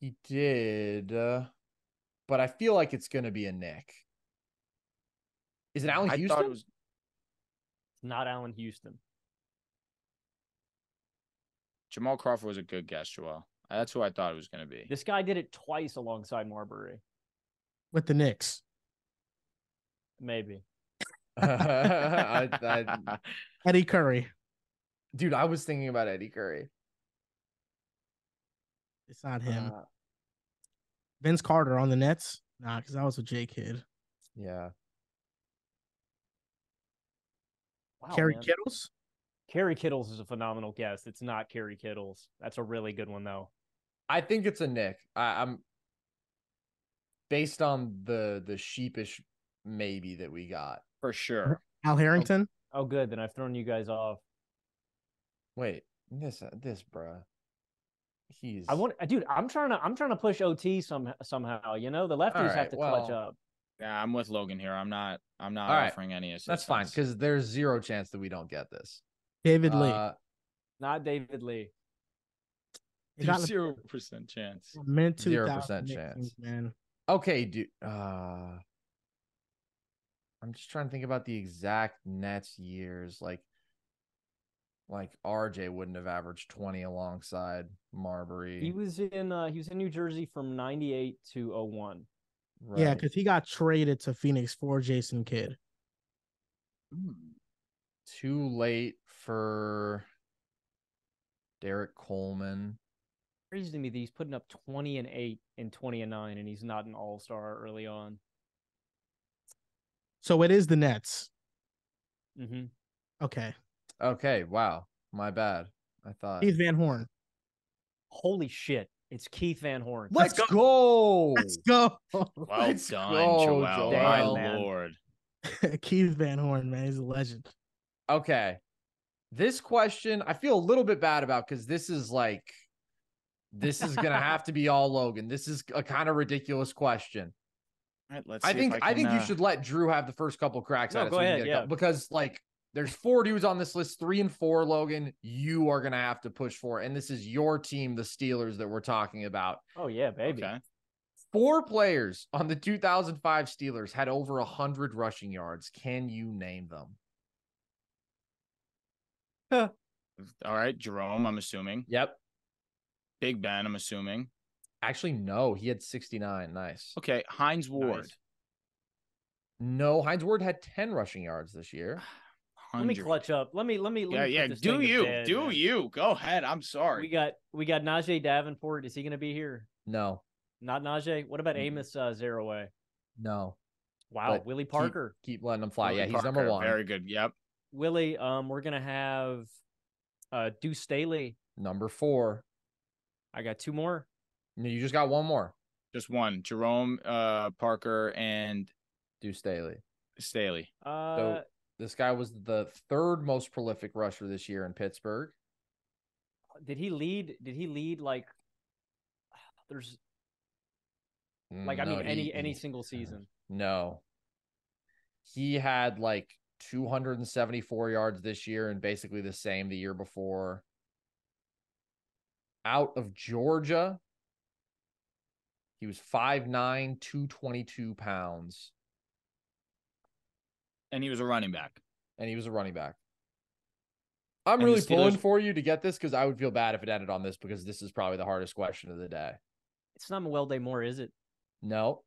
Speaker 7: He did, uh, but I feel like it's gonna be a Nick. Is it Allen
Speaker 6: I
Speaker 7: Houston?
Speaker 6: thought it was
Speaker 9: It's not Allen Houston.
Speaker 6: Jamal Crawford was a good guess, Joel. That's who I thought it was going to be.
Speaker 9: This guy did it twice alongside Marbury.
Speaker 8: with the Knicks.
Speaker 9: Maybe.
Speaker 7: I, I,
Speaker 8: Eddie Curry.
Speaker 7: dude, I was thinking about Eddie Curry.
Speaker 8: It's not him.
Speaker 7: Uh,
Speaker 8: Vince Carter on the Nets. Nah, because I was a J kid.
Speaker 7: yeah.
Speaker 9: Wow,
Speaker 8: Kerry
Speaker 9: Oh, man.
Speaker 8: Kittles.
Speaker 9: Kerry Kittles is a phenomenal guess. It's not Kerry Kittles. That's a really good one though.
Speaker 7: I think it's a Nick. I, I'm based on the the sheepish maybe that we got.
Speaker 6: For sure.
Speaker 8: Al Harrington.
Speaker 9: Oh, good. Then I've thrown you guys off.
Speaker 7: Wait, this uh, this bruh. He's
Speaker 9: I want, uh, dude. I'm trying to. I'm trying to push OT some somehow. You know, the lefties
Speaker 6: All right,
Speaker 9: have to
Speaker 6: well,
Speaker 9: clutch up.
Speaker 6: Yeah, I'm with Logan here. I'm not. I'm not
Speaker 7: All right.
Speaker 6: offering any assistance.
Speaker 7: That's fine because there's zero chance that we don't get this.
Speaker 8: David Lee.
Speaker 7: Uh,
Speaker 9: Not David Lee.
Speaker 8: It got
Speaker 6: zero percent chance.
Speaker 8: Mint
Speaker 7: Zero
Speaker 8: 2000
Speaker 7: percent
Speaker 8: mixes,
Speaker 7: chance.
Speaker 8: man.
Speaker 7: Okay, dude. Uh, I'm just trying to think about the exact Nets years. Like, like RJ wouldn't have averaged 20 alongside Marbury.
Speaker 9: He was in uh, he was in New Jersey from '98 to 01.
Speaker 8: Yeah, because he got traded to Phoenix for Jason Kidd.
Speaker 7: too late for Derek Coleman.
Speaker 9: Crazy to me that he's putting up 20 and eight and 20 and nine, and he's not an All Star early on.
Speaker 8: So it is the Nets.
Speaker 9: Mm-hmm.
Speaker 8: Okay.
Speaker 7: Okay, wow. My bad. I thought
Speaker 8: Keith Van Horn.
Speaker 9: Holy shit! It's Keith Van Horn.
Speaker 7: Let's go.
Speaker 8: Let's go.
Speaker 6: Well
Speaker 8: Let's
Speaker 6: done,
Speaker 8: go,
Speaker 6: Joel.
Speaker 8: Joel.
Speaker 6: My
Speaker 8: Damn, man.
Speaker 6: lord.
Speaker 8: Keith Van Horn, man. He's a legend.
Speaker 7: Okay. This question I feel a little bit bad about because this is like this is gonna have to be all Logan. This is a kind of ridiculous question.
Speaker 6: All right, let's
Speaker 7: I
Speaker 6: see if
Speaker 7: think I,
Speaker 6: can,
Speaker 7: think
Speaker 6: uh,
Speaker 7: you should let Drew have the first couple cracks
Speaker 6: No,
Speaker 7: at it
Speaker 6: go
Speaker 7: we can
Speaker 6: ahead,
Speaker 7: get a couple-
Speaker 6: yeah.
Speaker 7: because like there's four dudes on this list, three and four, Logan. You are gonna have to push for, and this is your team, the Steelers, that we're talking about.
Speaker 9: Oh yeah, baby.
Speaker 7: Four players on the 2005 Steelers had over 100 rushing yards. Can you name them?
Speaker 6: All right, Jerome, I'm assuming.
Speaker 7: Yep.
Speaker 6: Big Ben, I'm assuming.
Speaker 7: Actually, no. He had 69. Nice.
Speaker 6: Okay, Heinz Ward.
Speaker 7: No, Heinz Ward had 10 rushing yards this year.
Speaker 9: Let me clutch up. Let me let me. Let
Speaker 6: Yeah, yeah.
Speaker 9: me put this
Speaker 6: Do
Speaker 9: thing to
Speaker 6: you?
Speaker 9: bed,
Speaker 6: do
Speaker 9: man.
Speaker 6: you? Go ahead. I'm sorry.
Speaker 9: We got we got Najee Davenport. Is he going to be here?
Speaker 7: No,
Speaker 9: Not Najee. What about
Speaker 7: Mm-mm.
Speaker 9: Amos uh, Zeroaway?
Speaker 7: no.
Speaker 9: Wow,
Speaker 7: Mm-hmm. But
Speaker 9: Willie
Speaker 7: keep-
Speaker 9: Parker.
Speaker 7: Keep, letting him fly.
Speaker 6: Willie
Speaker 7: yeah, he's number
Speaker 6: Parker,
Speaker 7: one.
Speaker 6: Very good. Yep.
Speaker 9: Willie, um, we're gonna have uh Deuce Staley.
Speaker 7: Number four.
Speaker 9: I got two more.
Speaker 7: No, you just got one more.
Speaker 6: Just one. Jerome uh, Parker and
Speaker 7: Deuce Staley.
Speaker 6: Staley.
Speaker 9: Uh,
Speaker 7: So this guy was the third most prolific rusher this year in Pittsburgh.
Speaker 9: did he lead? Did he lead like? There's like I
Speaker 7: No,
Speaker 9: mean
Speaker 7: he-
Speaker 9: any any
Speaker 7: he-
Speaker 9: single season.
Speaker 7: No. He had like 274 yards this year and basically the same the year before. Out of Georgia, he was 5'9, 222 pounds,
Speaker 6: And he was a running back.
Speaker 7: and he was a running back. I'm
Speaker 6: And the
Speaker 7: really pulling
Speaker 6: Steelers-
Speaker 7: for you to get this because I would feel bad if it ended on this because this is probably the hardest question of the day.
Speaker 9: It's not Moel Day Moore, is it?
Speaker 7: No,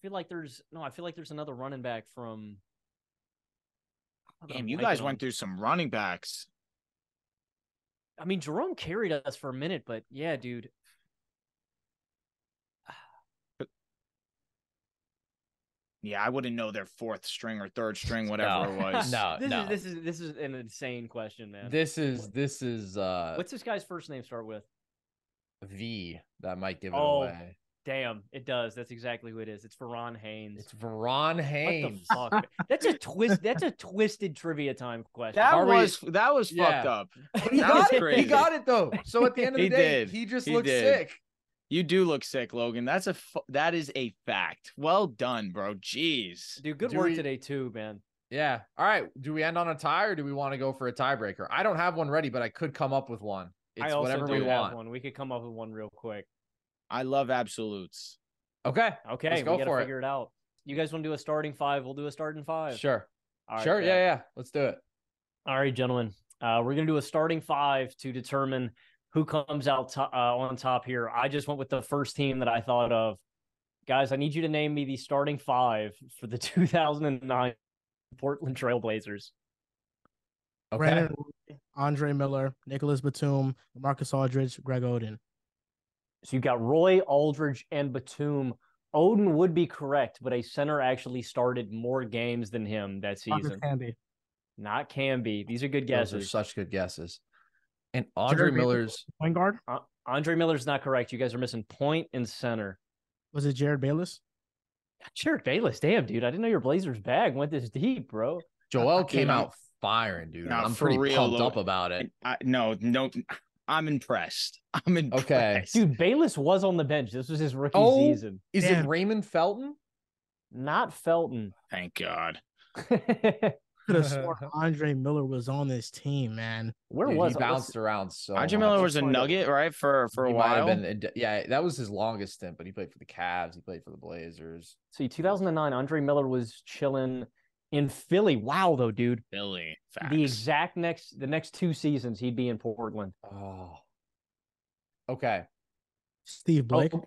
Speaker 9: I feel like there's no. I feel like there's another running back from.
Speaker 6: Damn, you guys went through some running backs.
Speaker 9: I mean, Jerome carried us for a minute, but yeah, dude.
Speaker 6: Yeah, I wouldn't know their fourth string or third string, whatever it was.
Speaker 9: this is this is this is an insane question, man.
Speaker 7: this is this is uh
Speaker 9: What's this guy's first name start with?
Speaker 7: V that might give it
Speaker 9: Oh,
Speaker 7: away.
Speaker 9: damn, it does. That's exactly who it is. It's Veron Haynes. It's
Speaker 7: Veron Haynes.
Speaker 9: What the fuck? that's a twist. That's a twisted trivia time question.
Speaker 6: That was that was fucked
Speaker 9: Yeah.
Speaker 6: up.
Speaker 7: He
Speaker 6: That was
Speaker 7: got it.
Speaker 6: crazy.
Speaker 7: He got it though. So at the end of the
Speaker 6: He
Speaker 7: day,
Speaker 6: did.
Speaker 7: he just
Speaker 6: He
Speaker 7: looked
Speaker 6: did.
Speaker 7: sick.
Speaker 6: You do look sick, Logan. That's a fu- that is a fact. Well done, bro. Jeez,
Speaker 9: dude. Good
Speaker 7: Do
Speaker 9: work
Speaker 7: we-
Speaker 9: today too, man.
Speaker 7: Yeah. All right. Do we end on a tie or do we want to go for a tiebreaker? I don't have one ready, but I could come up with one. It's
Speaker 9: I also
Speaker 7: whatever
Speaker 9: don't
Speaker 7: we
Speaker 9: have
Speaker 7: want.
Speaker 9: one. We could come up with one real quick.
Speaker 6: I love absolutes.
Speaker 7: Okay.
Speaker 9: Okay,
Speaker 7: Let's go
Speaker 9: we gotta
Speaker 7: for it.
Speaker 9: figure it. out. You guys want to do a starting five? We'll do a starting five.
Speaker 7: Sure.
Speaker 9: All right,
Speaker 7: sure.
Speaker 9: bet.
Speaker 7: Yeah. Yeah. Let's do it.
Speaker 9: All right, gentlemen. Uh, we're gonna do a starting five to determine who comes out to- uh, on top here. I just went with the first team that I thought of. Guys, I need you to name me the starting five for the 2009 Portland Trailblazers.
Speaker 8: Brandon, Roy, Andre Miller, Nicholas Batum, Marcus Aldridge, Greg Oden.
Speaker 9: So you've got Roy, Aldridge, and Batum. Odin would be correct, but a center actually started more games than him that
Speaker 8: Marcus
Speaker 9: season.
Speaker 8: Camby.
Speaker 9: Not Camby. These are good
Speaker 7: Those are
Speaker 9: guesses.
Speaker 7: such good guesses. And Andre
Speaker 8: Jeremy Lin-
Speaker 7: Miller's
Speaker 8: point guard.
Speaker 9: Uh, Andre Miller's not correct. You guys are missing point and center.
Speaker 8: Was it Jared Bayless?
Speaker 9: Jared Bayless, damn dude, I didn't know your Blazers bag went this deep, bro.
Speaker 6: Uh,
Speaker 7: Joel came
Speaker 9: Dude, I'm-
Speaker 7: out firing, dude.
Speaker 6: Nah,
Speaker 7: I'm
Speaker 6: for
Speaker 7: pretty
Speaker 6: real,
Speaker 7: pumped
Speaker 6: Logan.
Speaker 7: up about it.
Speaker 6: I, no, no, I'm impressed. I'm impressed.
Speaker 7: Okay.
Speaker 9: Dude, Bayless was on the bench. This was his rookie
Speaker 7: Oh,
Speaker 9: season.
Speaker 7: is
Speaker 9: Damn.
Speaker 7: it Raymond Felton?
Speaker 9: Not Felton.
Speaker 6: Thank God.
Speaker 8: Could have sworn Andre Miller was on this team, man.
Speaker 9: Where Dude, was
Speaker 7: he
Speaker 9: I?
Speaker 7: bounced around so
Speaker 6: Andre
Speaker 7: much.
Speaker 6: Miller was a nugget, right? For for a
Speaker 7: He might have
Speaker 6: while.
Speaker 7: been in- yeah, that was his longest stint, but he played for the Cavs. He played for the Blazers.
Speaker 9: See, 2009, Andre Miller was chilling in Philly. Wow, though, dude.
Speaker 6: Philly.
Speaker 9: The exact next, the next two seasons, he'd be in Portland.
Speaker 7: Oh. Okay.
Speaker 8: Steve Blake.
Speaker 9: Oh,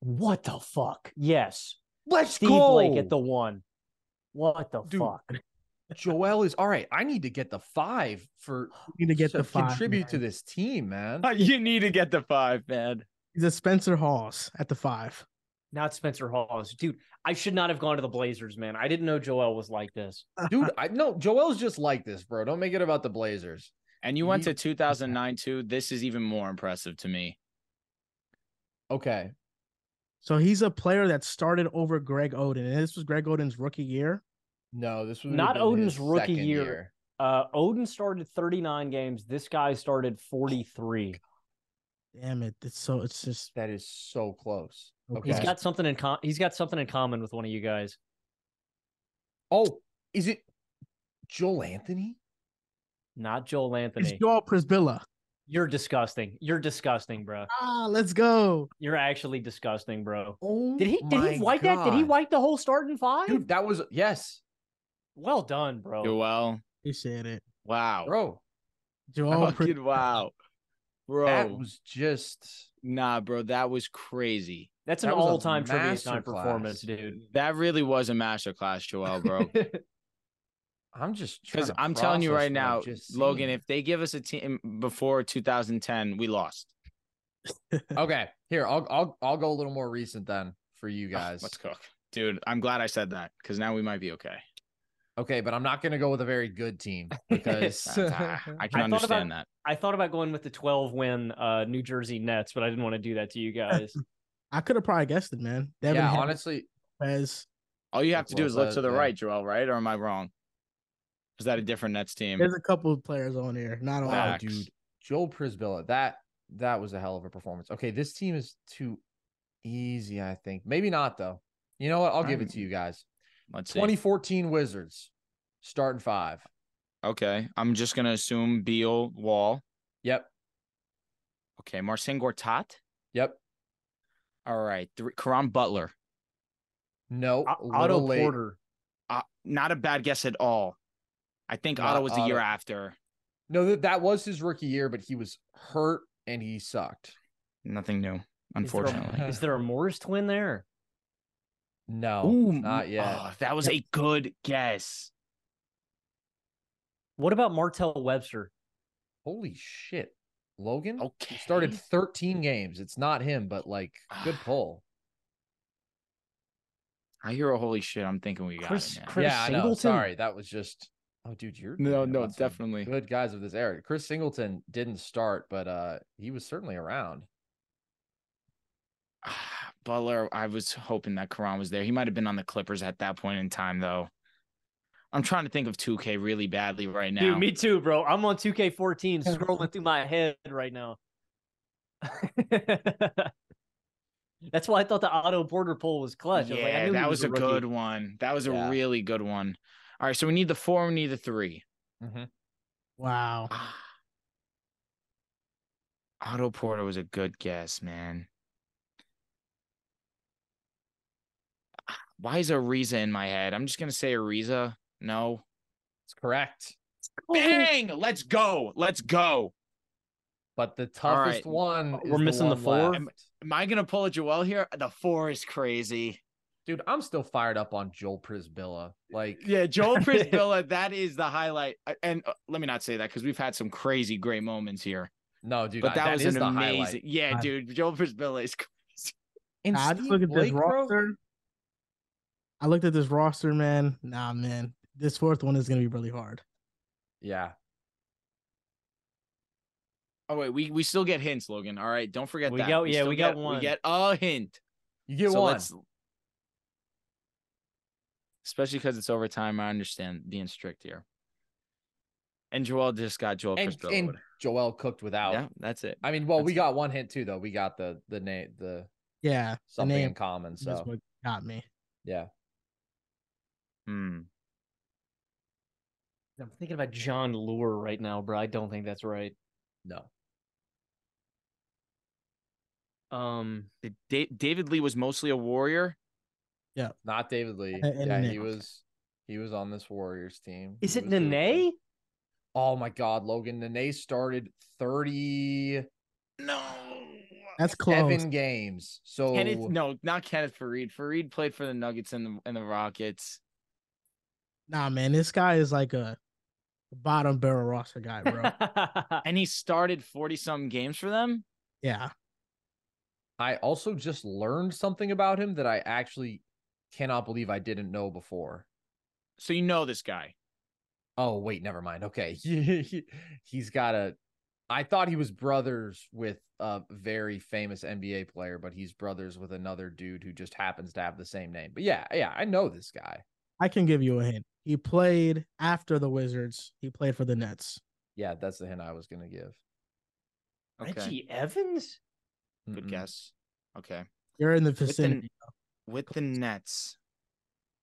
Speaker 9: what the fuck? Yes.
Speaker 7: Let's
Speaker 9: Steve Blake at the one. What the
Speaker 7: Dude.
Speaker 9: fuck?
Speaker 7: Joel is all right. I need to get the five for
Speaker 8: need to get the five,
Speaker 7: contribute
Speaker 8: man.
Speaker 7: to this team, man.
Speaker 6: You need to get the five, man.
Speaker 8: He's a Spencer Hawes at the five.
Speaker 9: Not Spencer Hawes. Dude, I should not have gone to the Blazers, man. I didn't know Joel was like this.
Speaker 7: Dude, I no, Joel's just like this, bro. Don't make it about the Blazers.
Speaker 6: And you went to 2009 too. This is even more impressive to me.
Speaker 7: Okay.
Speaker 8: So he's a player that started over Greg Oden, and this was Greg Oden's rookie year.
Speaker 7: No, this was
Speaker 9: Not Odin's rookie year. Uh, Odin started 39 games. This guy started 43.
Speaker 8: Damn it! It's so it's just
Speaker 7: that is so close.
Speaker 9: He's got something in com- he's got something in common with one of you guys.
Speaker 7: Oh, is it Joel Anthony?
Speaker 9: Not Joel
Speaker 8: It's
Speaker 9: Anthony.
Speaker 8: Joel Prisbilla.
Speaker 9: You're disgusting. You're disgusting, bro.
Speaker 8: Ah, let's go.
Speaker 9: You're actually disgusting, bro.
Speaker 7: Oh,
Speaker 9: did he did
Speaker 7: my
Speaker 9: he wipe that? Did he
Speaker 7: God.
Speaker 9: wipe the whole starting five?
Speaker 7: Dude, that was yes.
Speaker 9: Well done, bro.
Speaker 6: Joel.
Speaker 8: Appreciate it,
Speaker 6: Wow.
Speaker 7: Bro.
Speaker 8: Joel. Pris-
Speaker 6: Fucking wow. Bro.
Speaker 7: That was just
Speaker 6: Nah, bro, that was crazy.
Speaker 9: That's
Speaker 6: That
Speaker 9: an
Speaker 6: was a
Speaker 9: all-time trivia time
Speaker 7: masterclass.
Speaker 9: performance, dude.
Speaker 6: That really was a masterclass, Joel, bro.
Speaker 7: I'm just trying
Speaker 6: Because
Speaker 7: to
Speaker 6: I'm telling you
Speaker 7: process
Speaker 6: right
Speaker 7: what I've
Speaker 6: now,
Speaker 7: just
Speaker 6: Logan,
Speaker 7: seen.
Speaker 6: if they give us a team before 2010, we lost.
Speaker 7: okay, here I'll I'll I'll go a little more recent then for you guys.
Speaker 6: Let's cook. Dude, I'm glad I said that because now we might be okay.
Speaker 7: Okay, but I'm not gonna go with a very good team because uh,
Speaker 6: Ah, I can
Speaker 9: I thought
Speaker 6: understand
Speaker 9: about- I thought about going with the 12 win uh, New Jersey Nets, but I didn't want to do that to you guys.
Speaker 8: I could have probably guessed it, man. Devin
Speaker 7: yeah,
Speaker 8: Harris,
Speaker 7: honestly,
Speaker 8: Lopez.
Speaker 6: that. All you have
Speaker 7: That's
Speaker 6: to do
Speaker 7: what
Speaker 6: is look
Speaker 7: that-
Speaker 6: to the
Speaker 7: yeah.
Speaker 6: right, Joel, right? Or am I wrong? Is that a different Nets team?
Speaker 8: There's a couple of players on here. Not all.
Speaker 7: wow,
Speaker 6: Facts.
Speaker 7: dude, Joel Prisbilla, that that was a hell of a performance. Okay, this team is too easy, I think. Maybe not though. You know what? I'll give it to you guys.
Speaker 6: Let's see.
Speaker 7: 2014 Wizards, starting five.
Speaker 6: Okay. I'm just going to assume Beal, Wall.
Speaker 7: Yep.
Speaker 6: Okay. Marcin Gortat.
Speaker 7: Yep.
Speaker 6: All right. Three, Karan Butler.
Speaker 7: No,
Speaker 9: O-
Speaker 7: Oh, a little
Speaker 9: Otto
Speaker 7: late.
Speaker 9: Porter.
Speaker 6: Uh, not a bad guess at all. I think
Speaker 7: Not
Speaker 6: Otto was the year
Speaker 7: Otto.
Speaker 6: after.
Speaker 7: No, that that was his rookie year, but he was hurt and he sucked.
Speaker 6: Nothing new,
Speaker 9: Is there a- Is
Speaker 6: unfortunately.
Speaker 9: there a, Morris twin there?
Speaker 7: No,
Speaker 6: Ooh,
Speaker 7: not yet.
Speaker 6: oh, that was a good guess.
Speaker 9: What about Martell Webster?
Speaker 7: Holy shit. Logan
Speaker 6: Okay.
Speaker 7: he started 13 games. It's not him, but like good pull.
Speaker 6: I hear a holy shit. I'm thinking we got
Speaker 9: Chris-
Speaker 6: it. man.
Speaker 9: Chris-
Speaker 7: yeah, I know.
Speaker 9: Singleton?
Speaker 7: Sorry, that was just Oh dude, you're
Speaker 6: No,
Speaker 7: thinking
Speaker 6: no,
Speaker 7: about some
Speaker 6: definitely.
Speaker 7: Good guys of this era. Chris Singleton didn't start, but uh he was certainly around.
Speaker 6: Ah, Butler, I was hoping that Karan was there. He might have been on the Clippers at that point in time, though. I'm trying to think of 2K really badly right now.
Speaker 9: Dude, me too, bro. I'm on 2K14 scrolling through my head right now. That's why I thought the Otto Porter poll was clutch. I was
Speaker 6: Yeah,
Speaker 9: like, I knew he
Speaker 6: that was, a,
Speaker 9: rookie.
Speaker 6: good one. That was
Speaker 9: Yeah.
Speaker 6: a really good one. All right, so we need the four, we need the three. Mm-hmm.
Speaker 7: Mhm.
Speaker 8: Wow.
Speaker 6: Ah. Otto Porter was a good guess, man. Why is Ariza in my head? I'm just gonna say Ariza. No.
Speaker 7: It's correct.
Speaker 6: Bang! Let's go. Let's go.
Speaker 7: But the
Speaker 6: All
Speaker 7: toughest
Speaker 6: right.
Speaker 7: one is
Speaker 9: We're missing the
Speaker 7: one
Speaker 9: four?
Speaker 7: left.
Speaker 6: Am- Am I gonna pull a Joel here? The four is crazy.
Speaker 7: Dude, I'm still fired up on Joel Prisbilla. Like
Speaker 6: Yeah, Joel Prisbilla, that is the highlight. I- And uh, let me not say that because we've had some crazy great moments here.
Speaker 7: no, dude,
Speaker 6: but
Speaker 7: I-
Speaker 6: that, was
Speaker 7: is
Speaker 6: an
Speaker 7: the
Speaker 6: amazing.
Speaker 7: highlight.
Speaker 6: Yeah,
Speaker 8: I-
Speaker 6: dude, Joel Prisbilla is. cr-
Speaker 7: And
Speaker 8: Nah, I just
Speaker 7: Steve
Speaker 8: look at this
Speaker 7: Blake, bro?
Speaker 8: roster. I looked at this roster, man. Nah, man. This fourth one is gonna be really hard.
Speaker 7: Yeah.
Speaker 6: Oh wait, we we still get hints, Logan. All right, don't forget
Speaker 9: We
Speaker 6: that.
Speaker 9: go- yeah,
Speaker 6: still
Speaker 9: we got
Speaker 6: get-
Speaker 9: one.
Speaker 6: We get a hint.
Speaker 7: You get
Speaker 6: So
Speaker 7: one.
Speaker 6: let's- Especially because it's overtime, I understand being strict here. And Joel just got Joel
Speaker 7: and,
Speaker 6: Prisbilla.
Speaker 7: and Joel cooked without.
Speaker 6: yeah, that's it.
Speaker 7: I mean, well, we
Speaker 6: That's-
Speaker 7: got one hint too, though. We got the the name, the
Speaker 8: Yeah. the
Speaker 7: something in
Speaker 8: name
Speaker 7: common.
Speaker 8: is
Speaker 7: So
Speaker 8: what got me.
Speaker 7: yeah,
Speaker 6: Hmm.
Speaker 9: I'm thinking about John Lure right now, bro. I don't think that's right.
Speaker 7: No.
Speaker 9: Um,
Speaker 6: David Lee was mostly a warrior.
Speaker 8: Yeah,
Speaker 7: not David Lee.
Speaker 9: And- and
Speaker 7: yeah,
Speaker 9: Nene.
Speaker 7: he was he was on this Warriors team.
Speaker 9: Is
Speaker 7: He
Speaker 9: it
Speaker 7: was the-
Speaker 9: Nene?
Speaker 7: Oh my God, Logan! Nene started thirty
Speaker 8: That's
Speaker 7: seven games. So
Speaker 6: Kenneth, no, not Kenneth Farid. Farid played for the Nuggets and the and the Rockets.
Speaker 8: Nah, man, this guy is like a bottom barrel roster guy, bro.
Speaker 6: and he started forty some games for them.
Speaker 8: yeah.
Speaker 7: I also just learned something about him that I actually cannot believe I didn't know before.
Speaker 6: So you know this guy.
Speaker 7: Oh wait, never mind. Okay. He- He's got a I thought he was brothers with a very famous NBA player, but he's brothers with another dude who just happens to have the same name. But yeah, yeah, I know this guy.
Speaker 8: I can give you a hint. He played after the Wizards. He played for the Nets.
Speaker 7: Yeah, that's the hint I was gonna give.
Speaker 9: Reggie Evans?
Speaker 6: Good guess. Okay.
Speaker 8: You're in the
Speaker 6: With the-
Speaker 8: vicinity.
Speaker 6: With the Nets.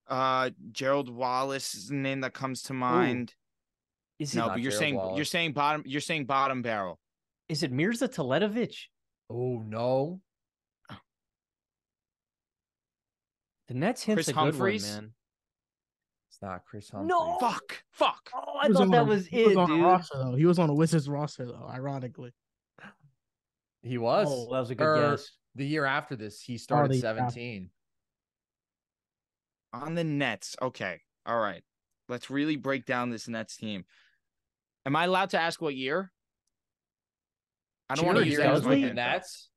Speaker 6: Uh Gerald Wallace is the name that comes to mind.
Speaker 9: Is it
Speaker 6: no,
Speaker 9: not
Speaker 6: but you're
Speaker 9: Gerald
Speaker 6: saying you're
Speaker 9: Wallace?
Speaker 6: saying bottom you're saying bottom barrel.
Speaker 9: Is it Mirza Teletovic?
Speaker 7: Oh no.
Speaker 9: The Nets hint's
Speaker 6: Chris
Speaker 9: a good
Speaker 6: Humphries?
Speaker 9: one, man.
Speaker 7: It's not Chris Humphries.
Speaker 9: No,
Speaker 6: fuck, fuck.
Speaker 9: Oh,
Speaker 8: He
Speaker 9: I thought
Speaker 8: on
Speaker 9: that
Speaker 8: the-
Speaker 9: was
Speaker 8: he was
Speaker 9: it,
Speaker 8: on the
Speaker 9: dude.
Speaker 8: roster, though. He was on the Wizards roster though, ironically.
Speaker 7: He was. Er,
Speaker 9: Oh, that was a good guess. Oh,
Speaker 7: The year after this, he started
Speaker 8: the year after.
Speaker 7: 17.
Speaker 6: On the Nets. Okay. All right. Let's really break down this Nets team. Am I allowed to ask what year? I don't want to
Speaker 7: Jared
Speaker 6: use that as my
Speaker 7: Dudley?
Speaker 6: hint, though.
Speaker 7: Nets?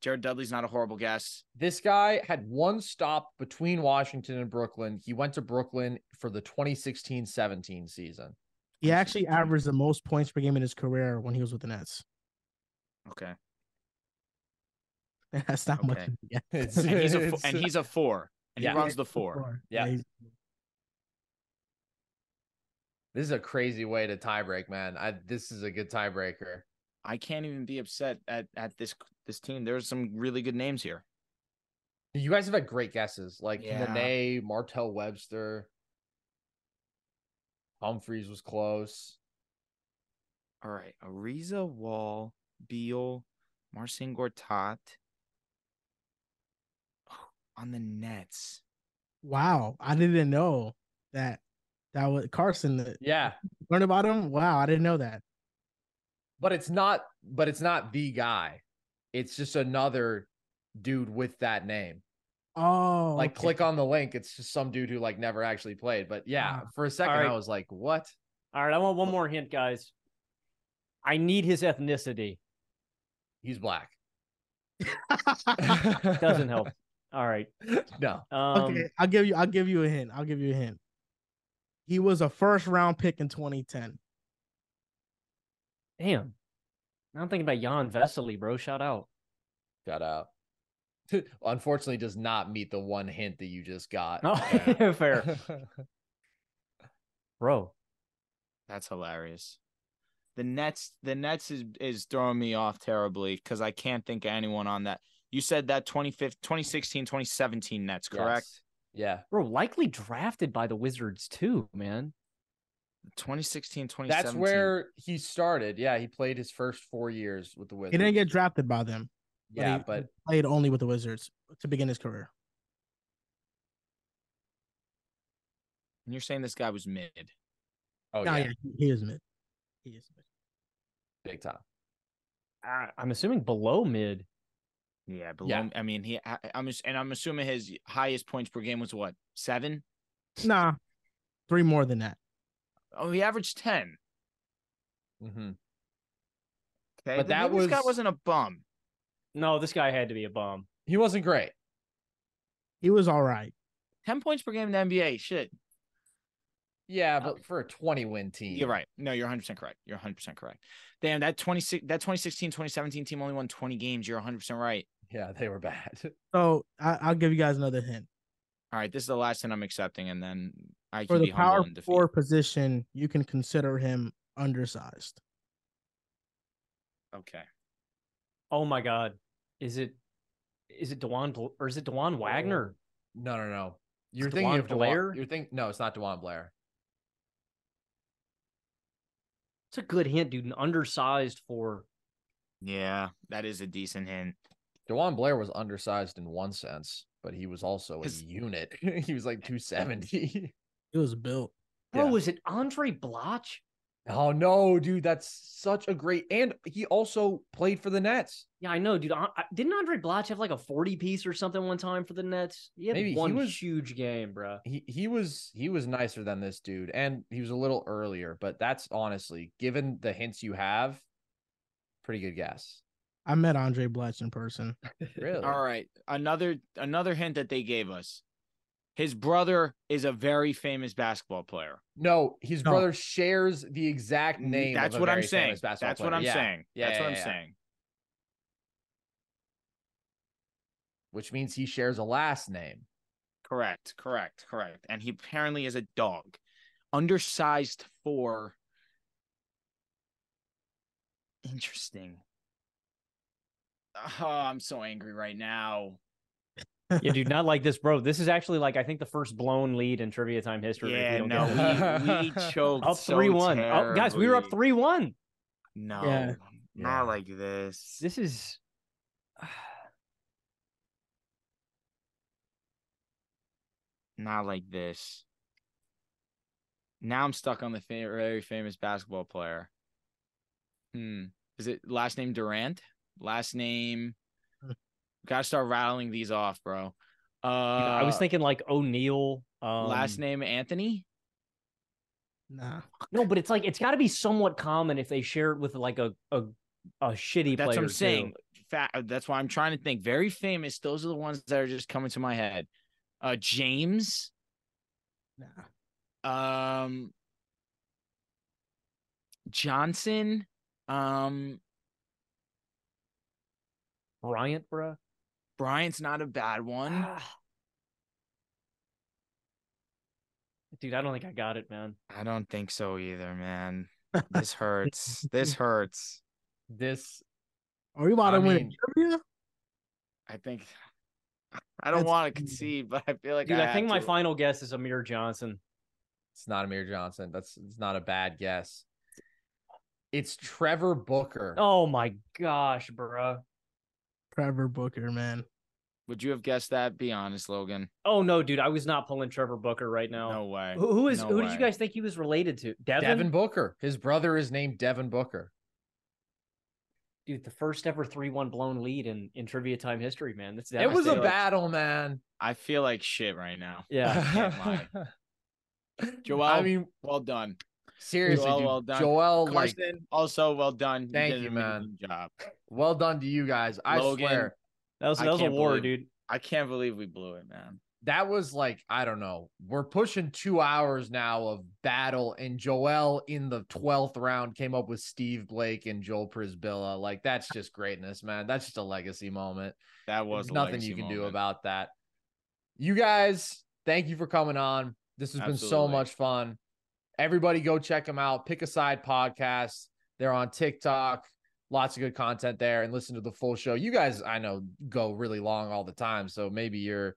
Speaker 6: Jared Dudley's not a horrible guess.
Speaker 7: This guy had one stop between Washington and Brooklyn. He went to Brooklyn for the 2016 17 season.
Speaker 8: He actually averaged the most points per game in his career when he was with the Nets.
Speaker 6: Okay.
Speaker 8: That's not much.
Speaker 6: Okay.
Speaker 8: of a guess.
Speaker 7: It's- uh,
Speaker 6: And he's a fo- and he's a four. And
Speaker 7: Yeah.
Speaker 6: he runs the four.
Speaker 7: Yeah.
Speaker 8: he's-
Speaker 7: This is a crazy way to tiebreak, man. I, this is a good tiebreaker.
Speaker 6: I can't even be upset at at this this team. There's some really good names here.
Speaker 7: You guys have had great guesses like
Speaker 6: Yeah.
Speaker 7: Nene, Martell Webster. Humphreys was close.
Speaker 6: All right, Ariza, Wall, Beal, Marcin Gortat on the Nets.
Speaker 8: Wow, I didn't know that. That was Carson. that-
Speaker 7: Yeah.
Speaker 8: Learn about him. Wow, I didn't know that.
Speaker 7: but it's not but it's not the guy it's just another dude with that name
Speaker 8: Oh,
Speaker 7: like
Speaker 8: okay.
Speaker 7: click on the link it's just some dude who like never actually played but yeah
Speaker 9: Ah,
Speaker 7: for a second
Speaker 9: alright.
Speaker 7: i was like what
Speaker 9: All right, I want one more hint, guys. I need his ethnicity.
Speaker 7: he's black
Speaker 9: Doesn't help. All right.
Speaker 7: no
Speaker 9: Um,
Speaker 8: okay, I'll give you. I'll give you a hint. I'll give you a hint. He was a first round pick in 2010.
Speaker 9: Damn. Now I'm thinking about Jan Vesely, bro. Shout out.
Speaker 7: shout out unfortunately does not meet the one hint that you just got
Speaker 9: No, fair. Bro,
Speaker 6: That's hilarious. The Nets, the Nets is is throwing me off terribly because I can't think of anyone on that. You said that 25th, 2016, 2017 Nets, correct?
Speaker 7: Yes. yeah
Speaker 9: bro, likely drafted by the Wizards too, man.
Speaker 6: 2016, 2017.
Speaker 7: that's where he started yeah he played his first four years with the
Speaker 8: He
Speaker 7: wizards
Speaker 8: didn't get drafted by them.
Speaker 7: Yeah,
Speaker 8: he
Speaker 7: but-
Speaker 8: played only with the Wizards to begin his career.
Speaker 6: And you're saying this guy was mid.
Speaker 7: oh
Speaker 8: Nah,
Speaker 7: yeah,
Speaker 8: yeah, he is mid. He is mid.
Speaker 7: big time
Speaker 9: I- I'm assuming below mid.
Speaker 6: Ah, Yeah, below.
Speaker 9: Yeah.
Speaker 6: I mean, he. I, I'm ass- and I'm assuming his highest points per game was what seven.
Speaker 8: Nah, three more than that.
Speaker 6: Oh, he averaged ten. Mm-hmm.
Speaker 7: hmm
Speaker 6: Okay,
Speaker 7: But
Speaker 6: then
Speaker 7: that
Speaker 6: maybe this guy
Speaker 7: was-
Speaker 6: wasn't a bum.
Speaker 9: No, this guy had to be a bum.
Speaker 7: he wasn't great
Speaker 8: He was all right.
Speaker 6: Ten points per game in the NBA. Shit.
Speaker 7: yeah but for a 20 win team
Speaker 6: Uh, You're right. No, you're 100 percent correct. You're 100 percent correct. Damn, that 26, that 2016, 2017 team only won 20 games. You're 100 percent right.
Speaker 7: Yeah, they were bad.
Speaker 8: So I, I'll give you guys another hint.
Speaker 6: All right, this is the last thing I'm accepting, and then I
Speaker 8: For
Speaker 6: can
Speaker 8: the
Speaker 6: be
Speaker 8: power
Speaker 6: humble and defeat.
Speaker 8: four position, you can consider him undersized.
Speaker 6: Okay.
Speaker 9: Oh my
Speaker 6: Oh.
Speaker 9: god. Is it is it Dewan Bl- or is it Dewan Wagner?
Speaker 7: No, no, no. You're thinking
Speaker 10: Dewan
Speaker 7: of Dewan,
Speaker 10: Blair?
Speaker 7: You're thinking no, it's not Dewan Blair.
Speaker 9: It's a good hint, dude. An undersized for
Speaker 6: Yeah, that is a decent hint.
Speaker 7: Dewan Blair was undersized in one sense, but he was also a unit. he was like 270.
Speaker 8: It was built.
Speaker 9: Bro, was it Andre Bloch?
Speaker 7: Oh no, dude, that's such a great and he also played for the Nets.
Speaker 9: Yeah, I know, dude. I, I- didn't Andre Bloch have like a forty piece or something one time for the Nets? He had
Speaker 7: Maybe he
Speaker 9: one
Speaker 7: was-
Speaker 9: huge game, bro.
Speaker 7: He he was he was nicer than this dude and he was a little earlier, but that's honestly, given the hints you have, pretty good guess.
Speaker 8: I met Andre Blatch in person.
Speaker 7: Really?
Speaker 6: All right. Another another hint that they gave us. His brother is a very famous basketball player.
Speaker 7: No, his
Speaker 6: No.
Speaker 7: brother shares the exact
Speaker 6: N-
Speaker 7: name.
Speaker 6: that's
Speaker 7: of a
Speaker 6: what I'm
Speaker 7: very
Speaker 6: saying.
Speaker 7: famous basketball
Speaker 6: That's what
Speaker 7: player.
Speaker 6: I'm
Speaker 7: Yeah.
Speaker 6: saying.
Speaker 7: Yeah,
Speaker 6: That's what
Speaker 7: yeah,
Speaker 6: I'm
Speaker 7: yeah.
Speaker 6: saying.
Speaker 7: Which means he shares a last name.
Speaker 6: Correct, correct, correct. And he apparently is a dog. Undersized for interesting. Oh, I'm so angry right now.
Speaker 9: yeah, dude, not like this, bro. This is actually like I think the first blown lead in trivia time history. if
Speaker 6: Yeah,
Speaker 9: you don't
Speaker 6: no,
Speaker 9: get it.
Speaker 6: we, we choked.
Speaker 9: up
Speaker 6: so
Speaker 9: three one. guys, we were up
Speaker 6: terribly.
Speaker 9: three one.
Speaker 6: No,
Speaker 9: Yeah.
Speaker 6: not like this.
Speaker 9: This is
Speaker 6: not like this. Now I'm stuck on the fa- very famous basketball player. Hmm. Is it last name Durant? Last name. Gotta start rattling these off, bro. Uh,
Speaker 9: I was thinking like O'Neal. Um,
Speaker 6: last name Anthony.
Speaker 8: Nah.
Speaker 9: No, but it's like it's got to be somewhat common if they share it with like a a, a shitty player.
Speaker 6: That's what I'm
Speaker 9: too.
Speaker 6: saying. Fa- that's why I'm trying to think. Very famous. Those are the ones that are just coming to my head. Uh, James. Nah. Um. Johnson. Um.
Speaker 9: Bryant, bruh.
Speaker 6: Bryant's not a bad one.
Speaker 9: Dude, I don't think I got it, man.
Speaker 6: I don't think so either, man. This hurts. this hurts.
Speaker 7: This.
Speaker 8: Are we about
Speaker 6: I
Speaker 8: to win?
Speaker 6: mean,
Speaker 8: a trivia?
Speaker 6: I think. I don't
Speaker 8: That's-
Speaker 7: mm.
Speaker 6: want to concede, but I feel like
Speaker 9: Dude,
Speaker 6: I,
Speaker 9: I, think
Speaker 6: have
Speaker 9: my
Speaker 6: to.
Speaker 9: final guess is Amir Johnson.
Speaker 7: It's not Amir Johnson. That's it's not a bad guess. It's Trevor Booker.
Speaker 9: Oh my gosh, bruh.
Speaker 8: Trevor Booker, man.
Speaker 6: Would you have guessed that? Be honest, Logan.
Speaker 9: Oh no, dude, I was not pulling Trevor Booker right now.
Speaker 6: No way.
Speaker 9: Who, who is
Speaker 6: No
Speaker 9: who did
Speaker 6: way.
Speaker 9: you guys think he was related to? Devin?
Speaker 7: Devin? Booker. His brother is named Devin Booker.
Speaker 9: Dude, the first ever three-one blown lead in, in trivia time history, man. That's
Speaker 7: It was a
Speaker 9: devastating.
Speaker 7: battle, man.
Speaker 6: I feel like shit right now.
Speaker 9: Yeah.
Speaker 6: I can't lie. Joel,
Speaker 7: I mean,
Speaker 6: well done.
Speaker 7: seriously,
Speaker 6: Joel,
Speaker 7: dude,
Speaker 6: well done.
Speaker 7: Joel, like-
Speaker 6: Carson, also well done.
Speaker 7: Thank
Speaker 6: did
Speaker 7: you,
Speaker 6: an amazing Job.
Speaker 7: Well done to you guys. I
Speaker 6: Logan,
Speaker 7: swear.
Speaker 9: That was
Speaker 6: I
Speaker 9: that was a
Speaker 6: can't
Speaker 9: war,
Speaker 6: believe-
Speaker 9: dude.
Speaker 6: I can't believe we blew it, man.
Speaker 7: That was like, I don't know. We're pushing two hours now of battle, and Joel in the 12th round came up with Steve Blake and Joel Prisbilla. Like, that's just greatness, man. That's just a legacy moment.
Speaker 6: That was
Speaker 7: There's
Speaker 6: a
Speaker 7: nothing
Speaker 6: legacy
Speaker 7: you can do
Speaker 6: moment.
Speaker 7: about that. You guys, thank you for coming on. This has been so
Speaker 6: Absolutely.
Speaker 7: much fun. Everybody go check them out. Pick a side podcast. They're on TikTok. Lots of good content there and listen to the full show. You guys, I know, go really long all the time. So maybe you're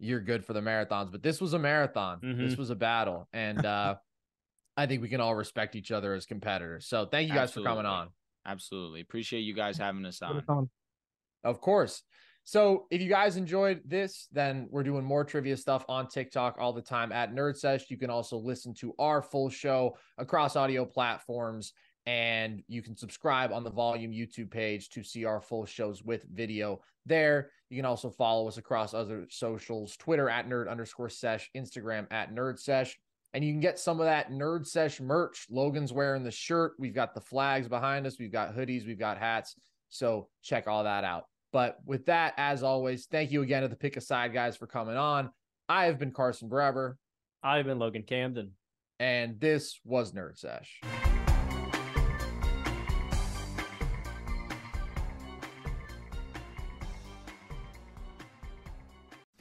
Speaker 7: you're good for the marathons, but this was a marathon. This
Speaker 9: Mhm.
Speaker 7: was a battle. And uh I think we can all respect each other as competitors. So thank you guys for coming on.
Speaker 6: Absolutely. Absolutely. Appreciate you guys having us on.
Speaker 7: Of course. So if you guys enjoyed this, then we're doing more trivia stuff on TikTok all the time at NerdSesh. You can also listen to our full show across audio platforms. And you can subscribe on the Volume YouTube page to see our full shows with video there. You can also follow us across other socials Twitter at nerd underscore sesh, Instagram at nerd sesh. And you can get some of that nerd sesh merch. Logan's wearing the shirt. We've got the flags behind us. We've got hoodies. We've got hats. So check all that out. But with that, as always, thank you again to the Pick Aside guys for coming on. I have been Carson Brever.
Speaker 9: I've been Logan Camden.
Speaker 7: And this was Nerd Sesh.